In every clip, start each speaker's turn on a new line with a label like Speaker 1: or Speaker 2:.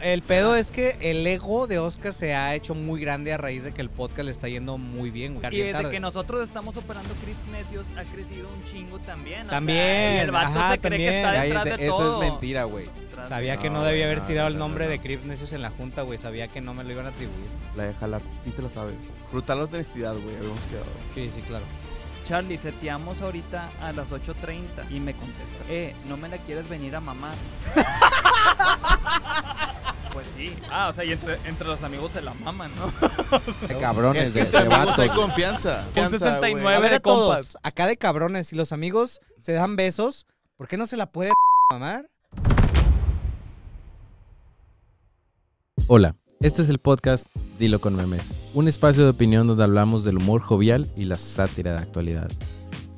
Speaker 1: el pedo es que el ego de Oscar se ha hecho muy grande a raíz de que el podcast le está yendo muy bien, güey.
Speaker 2: Y
Speaker 1: bien
Speaker 2: desde
Speaker 1: tarde.
Speaker 2: que nosotros estamos operando Crits Necios ha crecido un chingo también. o sea,
Speaker 1: También,
Speaker 2: y el vato
Speaker 1: ajá,
Speaker 2: se cree
Speaker 1: también.
Speaker 2: que está
Speaker 3: Ya,
Speaker 2: detrás
Speaker 3: es-
Speaker 2: de
Speaker 3: eso
Speaker 2: todo.
Speaker 3: es mentira, güey.
Speaker 2: Detrás de-
Speaker 1: Sabía que no
Speaker 3: No,
Speaker 1: debía haber
Speaker 3: no,
Speaker 1: tirado
Speaker 3: no,
Speaker 1: el
Speaker 3: no,
Speaker 1: nombre
Speaker 3: no.
Speaker 1: de Crip Necios en la junta, güey. Sabía que no me lo iban a atribuir.
Speaker 4: La de jalar, sí te la sabes. Brutal honestidad, güey, habíamos quedado.
Speaker 1: Sí, sí, claro.
Speaker 2: Charlie, seteamos ahorita a las 8.30 y me contesta, eh, ¿no me la quieres venir a mamar? pues sí. Ah, o sea, y entre, entre los amigos se la maman, ¿no?
Speaker 3: Eh, Cabrones,
Speaker 4: Es que
Speaker 3: de,
Speaker 4: entre
Speaker 3: de
Speaker 4: amigos
Speaker 3: vato.
Speaker 4: hay confianza. confianza güey.
Speaker 2: 69.
Speaker 1: A ver
Speaker 2: de
Speaker 1: a todos,
Speaker 2: compas.
Speaker 1: acá de cabrones, si los amigos se dan besos, ¿por qué no se la puede mamar?
Speaker 5: Hola, este es el podcast Dilo con Memes, un espacio de opinión donde hablamos del humor jovial y la sátira de actualidad.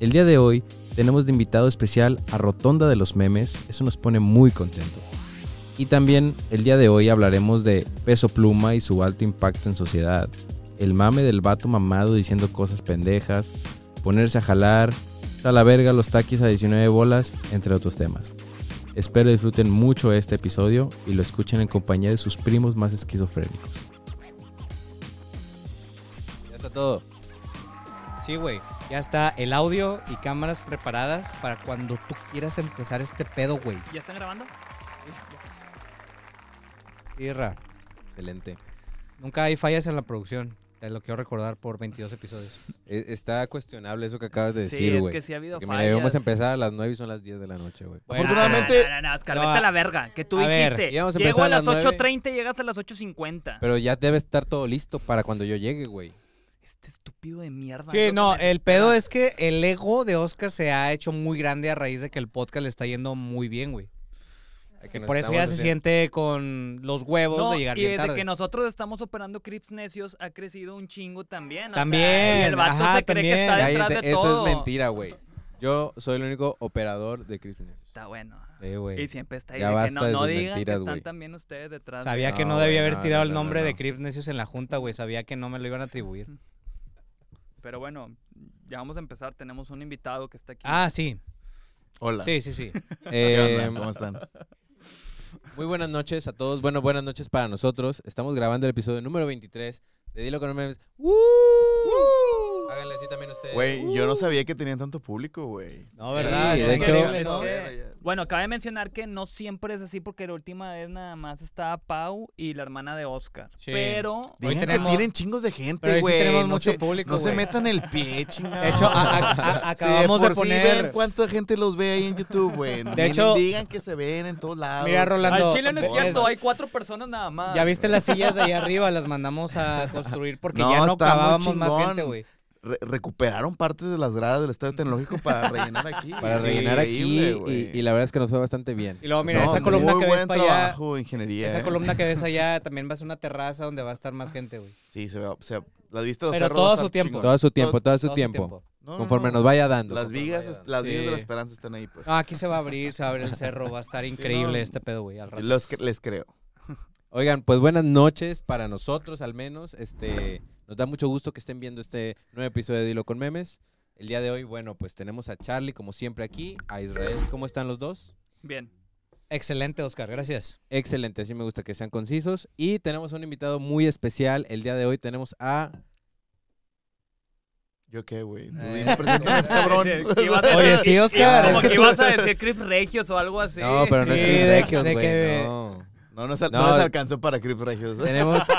Speaker 5: El día de hoy tenemos de invitado especial a Rotonda de los Memes, eso nos pone muy contentos. Y también el día de hoy hablaremos de peso pluma y su alto impacto en sociedad, el mame del vato mamado diciendo cosas pendejas, ponerse a jalar, a la verga los taquis a 19 bolas, entre otros temas. Espero disfruten mucho este episodio y lo escuchen en compañía de sus primos más esquizofrénicos.
Speaker 1: Ya está todo. Sí, güey. Ya está el audio y cámaras preparadas para cuando tú quieras empezar este pedo, güey.
Speaker 2: ¿Ya están grabando?
Speaker 1: Sí, Ra.
Speaker 3: Excelente.
Speaker 1: Nunca hay fallas en la producción. Te lo quiero recordar por 22 episodios.
Speaker 3: Eh, Está cuestionable eso que acabas de
Speaker 2: Sí,
Speaker 3: decir,
Speaker 2: es
Speaker 3: güey.
Speaker 2: que sí ha habido
Speaker 3: Porque
Speaker 2: fallas.
Speaker 3: mira, íbamos a empezar a las 9 y son las 10 de la noche, güey.
Speaker 1: Bueno,
Speaker 4: Afortunadamente-
Speaker 2: No, no, no, Oscar,
Speaker 1: No,
Speaker 2: vete
Speaker 1: a-
Speaker 2: a la verga. Que tú
Speaker 1: a ver,
Speaker 2: dijiste,
Speaker 3: íbamos a
Speaker 2: llego
Speaker 3: empezar
Speaker 2: a
Speaker 3: a
Speaker 2: las
Speaker 3: las
Speaker 2: 8.30 y llegas a las 8.50.
Speaker 3: Pero ya debe estar todo listo para cuando yo llegue, güey.
Speaker 2: Este estúpido de mierda.
Speaker 1: Sí, no, el pedo es que el ego de Oscar se ha hecho muy grande a raíz de que el podcast le está yendo muy bien, güey.
Speaker 3: Que nos
Speaker 1: Por eso ya
Speaker 3: estamos
Speaker 1: se
Speaker 3: haciendo-
Speaker 1: siente con los huevos
Speaker 2: No,
Speaker 1: de llegar
Speaker 2: y
Speaker 1: bien
Speaker 2: desde
Speaker 1: tarde.
Speaker 2: que nosotros estamos operando Crips Necios ha crecido un chingo también. o sea,
Speaker 1: También,
Speaker 2: y el vato
Speaker 1: ajá,
Speaker 2: se cree
Speaker 1: también.
Speaker 2: que está
Speaker 3: Ya
Speaker 2: detrás
Speaker 3: dice,
Speaker 2: de
Speaker 3: eso
Speaker 2: todo.
Speaker 3: es mentira, güey. Yo soy el único operador de Chris Menezes.
Speaker 2: Está bueno.
Speaker 1: Sí, güey.
Speaker 2: Y siempre está ahí.
Speaker 3: Ya
Speaker 2: de que
Speaker 3: basta
Speaker 2: no,
Speaker 3: de
Speaker 2: no
Speaker 3: sus
Speaker 2: digan
Speaker 3: mentiras,
Speaker 2: que están
Speaker 3: güey.
Speaker 2: también ustedes detrás. de-
Speaker 1: Sabía que
Speaker 3: No,
Speaker 1: no debía
Speaker 3: güey,
Speaker 1: haber
Speaker 3: no,
Speaker 1: tirado el
Speaker 3: no, no,
Speaker 1: nombre
Speaker 3: no.
Speaker 1: de Crips Necios en la junta, güey. Sabía que no me lo iban a atribuir.
Speaker 2: Pero bueno, ya vamos a empezar. Tenemos un invitado que está aquí.
Speaker 1: Ah, sí.
Speaker 4: Hola.
Speaker 1: Sí, sí, sí.
Speaker 4: ¿Qué
Speaker 3: Eh,
Speaker 4: onda? ¿Cómo están?
Speaker 3: muy buenas noches a todos. Bueno, buenas noches para nosotros. Estamos grabando el episodio número 23 de Dilo con Memes. ¡Woo! Háganle así también ustedes.
Speaker 4: Güey, yo no sabía que tenían tanto público, güey.
Speaker 1: No, ¿verdad?
Speaker 3: Sí,
Speaker 1: Está
Speaker 3: de
Speaker 1: increíble,
Speaker 3: hecho-
Speaker 1: ¿no?
Speaker 2: Es que- Bueno, cabe mencionar que no siempre es así porque la última vez nada más estaba Pau y la hermana de Oscar.
Speaker 1: Sí.
Speaker 2: Pero
Speaker 1: Hoy
Speaker 4: Dejen
Speaker 1: tenemos-
Speaker 4: que tiren chingos de
Speaker 1: Pero hoy
Speaker 4: gente,
Speaker 1: sí
Speaker 4: güey.
Speaker 1: tenemos
Speaker 4: no
Speaker 1: mucho
Speaker 4: se,
Speaker 1: público,
Speaker 4: No se
Speaker 1: güey.
Speaker 4: metan el pie, chingada.
Speaker 1: De hecho, a- a- a- acabamos de poner.
Speaker 4: cuánta gente los ve ahí en YouTube, güey. Miren,
Speaker 1: hecho-
Speaker 4: digan que se ven en todos lados.
Speaker 1: Mira, Rolando.
Speaker 2: al chile no es
Speaker 1: tampoco-
Speaker 2: cierto. Hay cuatro personas nada más.
Speaker 1: Ya viste las sillas de ahí arriba, las mandamos a construir porque
Speaker 4: No,
Speaker 1: ya no
Speaker 4: está muy
Speaker 1: acabábamos más
Speaker 4: chingón.
Speaker 1: gente, güey.
Speaker 4: Re- recuperaron partes de las gradas del Estadio Tecnológico para rellenar aquí.
Speaker 3: Para
Speaker 4: Sí,
Speaker 3: rellenar
Speaker 4: increíble,
Speaker 3: aquí y-
Speaker 4: güey.
Speaker 3: y, la verdad es que nos fue bastante bien.
Speaker 1: Y luego, mira,
Speaker 4: No,
Speaker 1: esa columna
Speaker 4: muy
Speaker 1: que ves
Speaker 4: buen
Speaker 1: para allá.
Speaker 4: trabajo, ingeniería.
Speaker 1: Esa
Speaker 4: eh.
Speaker 1: columna que ves allá también va a ser una terraza donde va a estar más gente, güey.
Speaker 4: Sí, se ve, o sea, las vistas de los
Speaker 1: Pero
Speaker 4: cerros
Speaker 1: todo
Speaker 4: va a
Speaker 1: a su
Speaker 4: estar
Speaker 1: tiempo.
Speaker 4: chingón.
Speaker 3: Todo a su tiempo, todo a su
Speaker 1: Todo su
Speaker 3: tiempo.
Speaker 4: No, no,
Speaker 3: Conforme
Speaker 4: no.
Speaker 3: nos vaya dando.
Speaker 4: Las
Speaker 3: conforme
Speaker 4: vigas,
Speaker 3: nos vaya
Speaker 4: las vigas
Speaker 1: Sí. Ah,
Speaker 4: de la esperanza están ahí, pues.
Speaker 1: No, aquí se va a abrir, se va a abrir el cerro, va a estar increíble
Speaker 4: no.
Speaker 1: este pedo, güey. Al rato.
Speaker 4: Los que- les creo.
Speaker 3: Oigan, pues buenas noches para nosotros al menos. Este, nos da mucho gusto que estén viendo este nuevo episodio de Dilo con Memes. El día de hoy, bueno, pues tenemos a Charlie como siempre aquí, a Israel. ¿Cómo están los dos?
Speaker 2: Bien.
Speaker 1: Excelente, Oscar, gracias.
Speaker 3: Excelente, así me gusta que sean concisos. Y tenemos a un invitado muy especial. El día de hoy tenemos a...
Speaker 4: ¿Yo qué, güey? Tú
Speaker 3: Eh.
Speaker 4: dime, preséntame, cabrón.
Speaker 2: Sí, que ibas a-
Speaker 1: Oye, sí, Oscar.
Speaker 2: Como
Speaker 1: es que
Speaker 2: que ibas a decir Crips Regios o algo así.
Speaker 3: No, pero no
Speaker 1: Sí,
Speaker 3: es Chris
Speaker 1: de-
Speaker 3: Regios,
Speaker 1: de
Speaker 3: güey,
Speaker 1: que-
Speaker 3: no.
Speaker 4: No nos, al-
Speaker 3: No. eh.
Speaker 4: no nos alcanzó para Crip Regios.
Speaker 3: Tenemos
Speaker 1: ya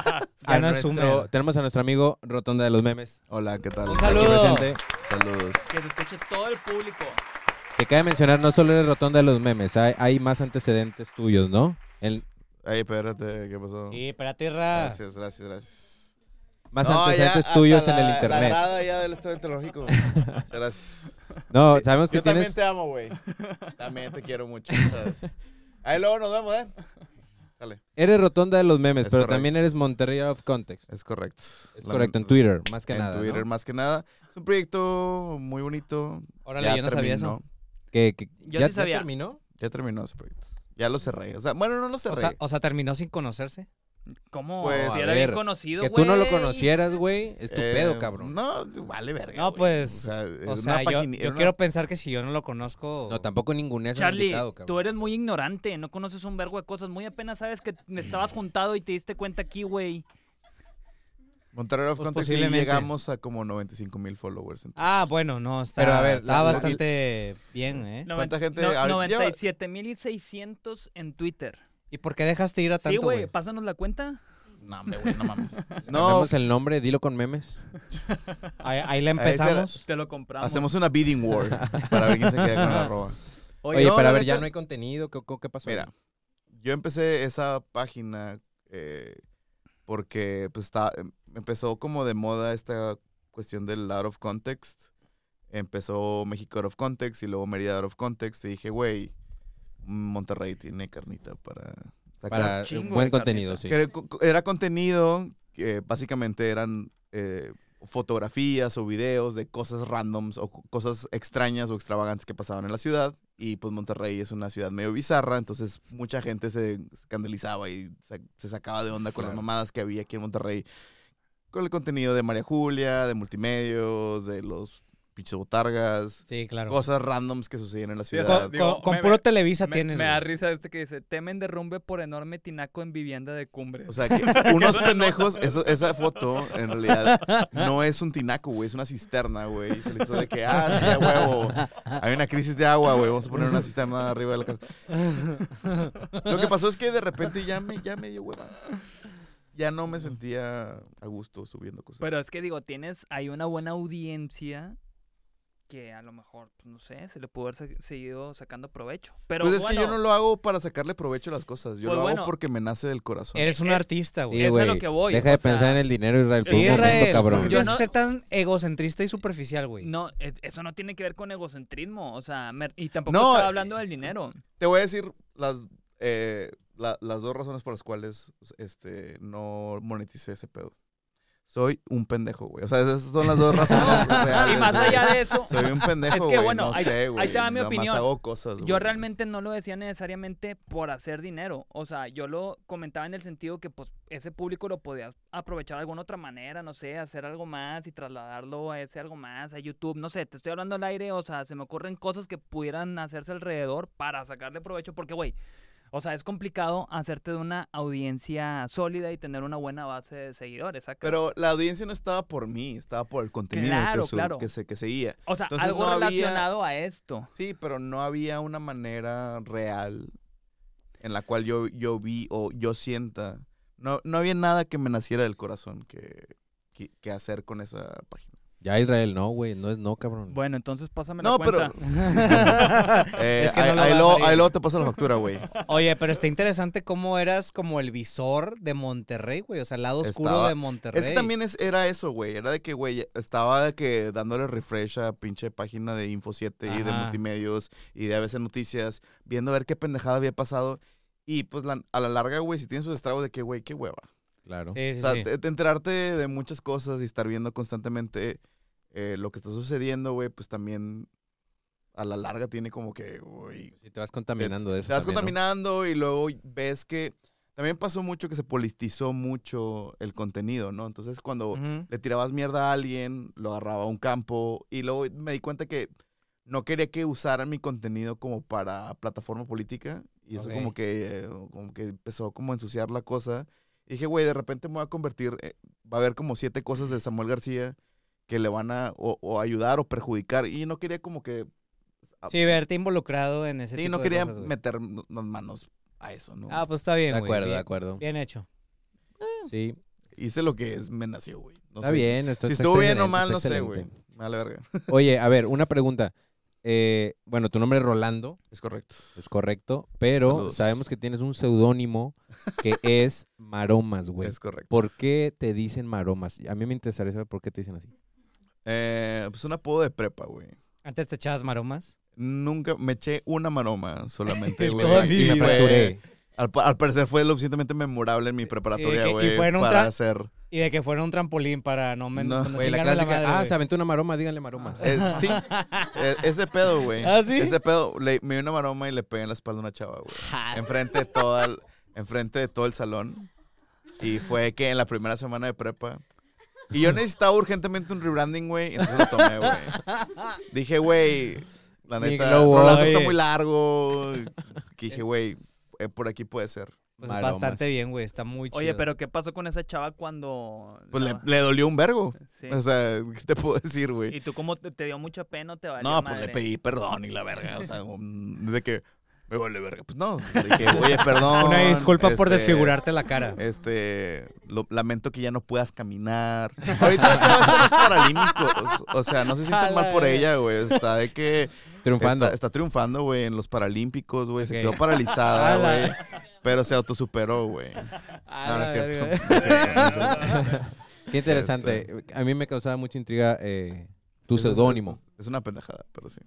Speaker 3: a,
Speaker 1: no es
Speaker 3: nuestro,
Speaker 1: Humber.
Speaker 3: tenemos a nuestro amigo Rotonda de los Memes.
Speaker 4: Hola, ¿qué tal?
Speaker 1: Un
Speaker 4: Aquí
Speaker 1: saludo.
Speaker 4: presente. Saludos.
Speaker 2: Que se escuche todo el público.
Speaker 3: Que cabe mencionar, no solo eres Rotonda de los Memes, hay, hay más antecedentes tuyos, ¿no? El,
Speaker 4: Ay, espérate, ¿qué pasó?
Speaker 1: Sí, espérate, Ra.
Speaker 4: Gracias, gracias, gracias.
Speaker 3: más
Speaker 4: No, ya
Speaker 3: antecedentes
Speaker 4: hasta
Speaker 3: tuyos en
Speaker 4: la-
Speaker 3: el
Speaker 4: La
Speaker 3: internet.
Speaker 4: grada ya del Estadio Tecnológico. Muchas gracias.
Speaker 3: No, Oh, sabemos que
Speaker 4: Yo también
Speaker 3: tienes.
Speaker 4: te amo, güey. También te quiero mucho, ¿sabes? Ahí luego nos vemos, ¿eh? Sale.
Speaker 3: Eres rotonda de los memes,
Speaker 4: Es
Speaker 3: pero
Speaker 4: correcto.
Speaker 3: también eres Monterrey out of context.
Speaker 4: Es correcto.
Speaker 3: Es
Speaker 4: La-
Speaker 3: correcto, en Twitter, más que
Speaker 4: en
Speaker 3: nada. ¿no?
Speaker 4: Twitter, más que nada. Es un proyecto muy bonito.
Speaker 1: Órale, yo no sabía eso.
Speaker 3: Que, que-
Speaker 2: Yo
Speaker 3: ¿ya,
Speaker 2: sí
Speaker 3: ya
Speaker 2: sabía.
Speaker 3: terminó?
Speaker 4: Ya terminó ese proyecto. Ya lo cerré. O sea, bueno, no lo cerré.
Speaker 1: oh, O sea, o sea, terminó sin conocerse.
Speaker 2: ¿Cómo?
Speaker 4: Pues,
Speaker 2: si
Speaker 4: a
Speaker 2: era bien
Speaker 3: ver,
Speaker 2: conocido,
Speaker 3: Que tú no lo
Speaker 2: güey.
Speaker 3: conocieras, güey, es tu
Speaker 4: Eh,
Speaker 3: pedo, cabrón.
Speaker 4: No, vale verga.
Speaker 1: No,
Speaker 4: güey.
Speaker 1: pues,
Speaker 4: es
Speaker 1: O
Speaker 4: una
Speaker 1: sea, yo,
Speaker 4: pagini-
Speaker 1: yo
Speaker 4: era una-
Speaker 1: quiero pues, pensar que si yo no lo conozco.
Speaker 3: No, tampoco ningún es
Speaker 2: Charlie,
Speaker 3: invitado, cabrón.
Speaker 2: tú eres muy ignorante, no conoces un vergo de cosas. Muy apenas sabes que me estabas juntado y te diste cuenta aquí, güey.
Speaker 4: Monterrey of
Speaker 1: Pues
Speaker 4: Context sí
Speaker 1: posiblemente.
Speaker 4: llegamos a como 95 mil followers. entonces.
Speaker 1: Ah, bueno, no, está,
Speaker 3: Pero, a ver,
Speaker 1: está
Speaker 3: la- la-
Speaker 1: bastante bien, ¿eh?
Speaker 4: ¿Cuánta
Speaker 2: Noven-
Speaker 4: gente
Speaker 2: no-
Speaker 4: ahorita lleva?
Speaker 2: 97,600 en Twitter.
Speaker 1: ¿Y por qué dejaste ir a
Speaker 2: sí,
Speaker 1: tanto,
Speaker 2: güey,
Speaker 1: güey?
Speaker 2: pásanos la cuenta.
Speaker 4: No, hombre, güey, no mames. No,
Speaker 3: Cambiamos el nombre, dilo con memes.
Speaker 1: Ahí, ahí la
Speaker 4: Ahí se la-
Speaker 1: empezamos.
Speaker 2: Te lo compramos.
Speaker 4: hacemos una bidding war para ver quién se queda con la roba.
Speaker 3: Oye,
Speaker 2: Oye,
Speaker 4: no,
Speaker 3: pero a
Speaker 4: la
Speaker 3: ver, ya
Speaker 4: neta-
Speaker 3: no hay contenido. ¿Qué, qué- qué pasó?
Speaker 4: Mira, yo empecé esa página eh, porque pues, está, em- empezó como de moda esta cuestión del out of context. Empezó México out of context y luego Mérida out of context. Y dije, güey, Monterrey tiene carnita para sacar.
Speaker 3: para
Speaker 2: chingo
Speaker 3: un buen
Speaker 2: de
Speaker 3: contenido, sí.
Speaker 4: Que era, co- era contenido que básicamente eran eh, fotografías o videos de cosas randoms o co- cosas extrañas o extravagantes que pasaban en la ciudad. Y pues Monterrey es una ciudad medio bizarra, entonces mucha gente se escandalizaba y sa- se sacaba de onda con las
Speaker 3: Claro.
Speaker 4: mamadas que había aquí en Monterrey. Con el contenido de María Julia, de multimedios, de los pinches botargas,
Speaker 1: Sí, claro.
Speaker 4: cosas randoms que sucedían en la
Speaker 2: Sí, o sea,
Speaker 1: Con,
Speaker 4: ciudad.
Speaker 2: Digo,
Speaker 1: con- con
Speaker 2: me-
Speaker 1: puro
Speaker 2: me-
Speaker 1: Televisa
Speaker 2: me,
Speaker 1: tienes,
Speaker 2: me da
Speaker 1: güey.
Speaker 2: risa este que dice, temen derrumbe por enorme tinaco en vivienda de cumbres.
Speaker 4: O sea, que unos pendejos, eso- esa foto en realidad no es un tinaco, güey, es una cisterna, güey. Y Se le hizo de que, ah, sí, a huevo. Hay una crisis de agua, güey, vamos a poner una cisterna arriba de la casa. Lo que pasó es que de repente ya me, ya me dio hueva. Ya no me sentía a gusto subiendo cosas.
Speaker 2: Pero es que digo, tienes, hay una buena audiencia que a lo mejor, pues, no sé, se le pudo haber se- seguido sacando provecho. Pero
Speaker 4: pues es
Speaker 2: bueno,
Speaker 4: que yo no lo hago para sacarle provecho a las cosas. Yo
Speaker 2: Pues
Speaker 4: lo
Speaker 2: bueno.
Speaker 4: hago porque me nace del corazón.
Speaker 1: Eres un
Speaker 2: Eh,
Speaker 1: artista,
Speaker 3: Sí,
Speaker 1: güey.
Speaker 2: es a
Speaker 3: güey.
Speaker 2: lo que voy,
Speaker 3: Deja
Speaker 2: o
Speaker 3: de
Speaker 2: sea-
Speaker 3: pensar en el dinero, Israel. por
Speaker 1: Sí,
Speaker 3: un momento,
Speaker 1: Israel,
Speaker 3: cabrón.
Speaker 1: porque
Speaker 2: Yo
Speaker 1: tienes que
Speaker 2: no-
Speaker 1: ser tan egocentrista y superficial, güey.
Speaker 2: No, e- eso no tiene que ver con egocentrismo, o sea, me- y tampoco
Speaker 4: No,
Speaker 2: estaba
Speaker 4: eh,
Speaker 2: hablando del dinero.
Speaker 4: Te voy a decir las, eh, la- las dos razones por las cuales este, no moneticé ese pedo. Soy un pendejo, güey. O sea, esas son las dos razones reales.
Speaker 2: Y más
Speaker 4: güey.
Speaker 2: allá de eso,
Speaker 4: Soy un pendejo,
Speaker 2: Es que,
Speaker 4: güey.
Speaker 2: bueno,
Speaker 4: no
Speaker 2: ahí-
Speaker 4: sé,
Speaker 2: ahí
Speaker 4: güey.
Speaker 2: te va mi
Speaker 4: Nada más
Speaker 2: opinión.
Speaker 4: hago cosas,
Speaker 2: yo
Speaker 4: güey.
Speaker 2: realmente no lo decía necesariamente por hacer dinero. O sea, yo lo comentaba en el sentido que pues ese público lo podías aprovechar de alguna otra manera, no sé, hacer algo más y trasladarlo a ese algo más, a YouTube, no sé, te estoy hablando al aire, o sea, se me ocurren cosas que pudieran hacerse alrededor para sacarle provecho, porque, güey, o sea, es complicado hacerte de una audiencia sólida y tener una buena base de seguidores. ¿sacas?
Speaker 4: Pero la audiencia no estaba por mí, estaba por el contenido
Speaker 2: Claro,
Speaker 4: que, su-
Speaker 2: claro.
Speaker 4: que, se, que seguía.
Speaker 2: o sea,
Speaker 4: entonces
Speaker 2: algo
Speaker 4: no había-
Speaker 2: relacionado a esto.
Speaker 4: Sí, pero no había una manera real en la cual yo, yo vi o yo sienta. No, no había nada que me naciera del corazón que, que, que hacer con esa página.
Speaker 3: Ya, Israel, no, güey. No es no, cabrón.
Speaker 2: Bueno, entonces pásame la
Speaker 4: No,
Speaker 2: cuenta.
Speaker 4: pero eh,
Speaker 1: Es que
Speaker 4: ahí,
Speaker 1: no lo
Speaker 4: ahí
Speaker 1: va a
Speaker 4: luego-
Speaker 1: salir.
Speaker 4: ahí luego te paso la factura, güey.
Speaker 1: Oye, pero está interesante cómo eras como el visor de Monterrey, güey. O sea, el lado oscuro
Speaker 4: Estaba-
Speaker 1: de Monterrey.
Speaker 4: Es que también es, era eso, güey. Era de que, güey, estaba de que dándole refresh a pinche página de Info 7 y de
Speaker 1: Ajá.
Speaker 4: multimedios y de ABC Noticias, viendo a ver qué pendejada había pasado. Y pues la- a la larga, güey, si tienes sus estragos de que, güey, qué hueva.
Speaker 3: Claro.
Speaker 1: Sí, sí,
Speaker 4: O sea,
Speaker 1: sí.
Speaker 4: te- te enterarte de muchas cosas y estar viendo constantemente eh, lo que está sucediendo, güey, pues también a la larga tiene como que, güey,
Speaker 3: Si te vas contaminando de eso.
Speaker 4: te vas
Speaker 3: también, ¿no?
Speaker 4: contaminando y luego ves que también pasó mucho que se politizó mucho el contenido, ¿no? Entonces cuando
Speaker 1: Ujú.
Speaker 4: le tirabas mierda a alguien, lo agarraba a un campo y luego me di cuenta que no quería que usaran mi contenido como para plataforma política y eso
Speaker 1: Ok.
Speaker 4: como que eh, como que empezó como a ensuciar la cosa. Y dije, güey, de repente me voy a convertir, eh, va a haber como siete cosas de Samuel García que le van a o, o ayudar o perjudicar y no quería como que
Speaker 1: Sí, verte involucrado en ese
Speaker 4: sí,
Speaker 1: tipo
Speaker 4: no
Speaker 1: de
Speaker 4: quería
Speaker 1: cosas, güey.
Speaker 4: meter n- las manos a eso, ¿no?
Speaker 1: Ah, pues está bien,
Speaker 3: De
Speaker 1: güey.
Speaker 3: acuerdo, de
Speaker 1: bien,
Speaker 3: acuerdo.
Speaker 1: bien hecho.
Speaker 3: Sí.
Speaker 4: Hice lo que es, me nació, güey. No
Speaker 3: Está
Speaker 4: sé.
Speaker 3: bien. está-
Speaker 4: Si
Speaker 3: está
Speaker 4: estuvo bien o
Speaker 3: excelente,
Speaker 4: mal,
Speaker 3: está
Speaker 4: no sé,
Speaker 3: excelente.
Speaker 4: güey. Me vale verga.
Speaker 3: Oye, a ver, una pregunta. Eh, bueno, tu nombre es Rolando,
Speaker 4: Es correcto.
Speaker 3: es correcto, pero
Speaker 4: Saludos.
Speaker 3: sabemos que tienes un seudónimo que es Maromas, güey.
Speaker 4: Es correcto.
Speaker 3: ¿Por qué te dicen Maromas? A mí me interesaría saber por qué te dicen así.
Speaker 4: Eh, pues un apodo de prepa, güey.
Speaker 1: Antes te echabas maromas.
Speaker 4: Nunca me eché una maroma solamente,
Speaker 1: En
Speaker 4: güey.
Speaker 1: toda mi
Speaker 4: Y
Speaker 1: vida.
Speaker 3: Me
Speaker 4: fue-
Speaker 3: fracturé.
Speaker 4: al, pa- al parecer fue lo suficientemente memorable en mi
Speaker 1: Eh, Y de
Speaker 4: preparatoria,
Speaker 1: que- y
Speaker 4: güey.
Speaker 1: fue en un
Speaker 4: Para
Speaker 1: tra-
Speaker 4: hacer.
Speaker 1: Y de que fuera un trampolín para no me
Speaker 4: No.
Speaker 1: no
Speaker 3: Güey, la
Speaker 1: chingarme
Speaker 3: clásica,
Speaker 1: madre,
Speaker 3: ah,
Speaker 1: güey.
Speaker 3: se aventó una maroma, díganle maromas.
Speaker 4: Eh, sí, e- ese pedo, güey.
Speaker 1: ¿Ah, sí?
Speaker 4: Ese pedo, le- me dio una maroma y le pegué en la espalda a una chava, güey. Enfrente de todo el, enfrente de todo el salón. Y fue que en la primera semana de prepa. Y yo necesitaba urgentemente un rebranding, güey. y Entonces lo tomé, güey. Dije, güey, la
Speaker 1: Mi
Speaker 4: neta,
Speaker 1: globo,
Speaker 4: Rolando está
Speaker 1: oye.
Speaker 4: muy largo. Que dije, güey, eh, por aquí puede ser.
Speaker 1: Pues
Speaker 3: Palomas.
Speaker 1: bastante bien, güey. Está muy chido.
Speaker 2: Oye, pero ¿qué pasó con esa chava cuando...
Speaker 4: Pues le,
Speaker 2: la-
Speaker 4: le dolió un vergo.
Speaker 2: sí.
Speaker 4: O sea, ¿qué te puedo decir, güey?
Speaker 2: ¿Y tú cómo te, te dio mucha pena o te valió
Speaker 4: No, pues le
Speaker 2: madre?
Speaker 4: pedí perdón y la verga. O sea, un- de que me vale verga. Pues no, le dije, oye, perdón.
Speaker 1: Una Ah, disculpa por
Speaker 4: este,
Speaker 1: desfigurarte la cara.
Speaker 4: Este, lo- lamento que ya no puedas caminar. Ahorita la chava está en los paralímpicos. O sea, no se sientan mal por ella, güey. Está de que.
Speaker 3: Triunfando.
Speaker 4: Está, está triunfando, güey, en los paralímpicos, güey. Se
Speaker 1: Ok.
Speaker 4: quedó paralizada,
Speaker 1: A la-
Speaker 4: güey. Pero se autosuperó, güey.
Speaker 1: Ah,
Speaker 4: No, no es
Speaker 1: la
Speaker 4: cierto.
Speaker 1: verga.
Speaker 4: No es cierto, no es cierto.
Speaker 3: Qué interesante. A mí me causaba mucha intriga eh, tu
Speaker 4: Eso Este. es-
Speaker 3: seudónimo.
Speaker 4: Es, una pendejada, pero sí.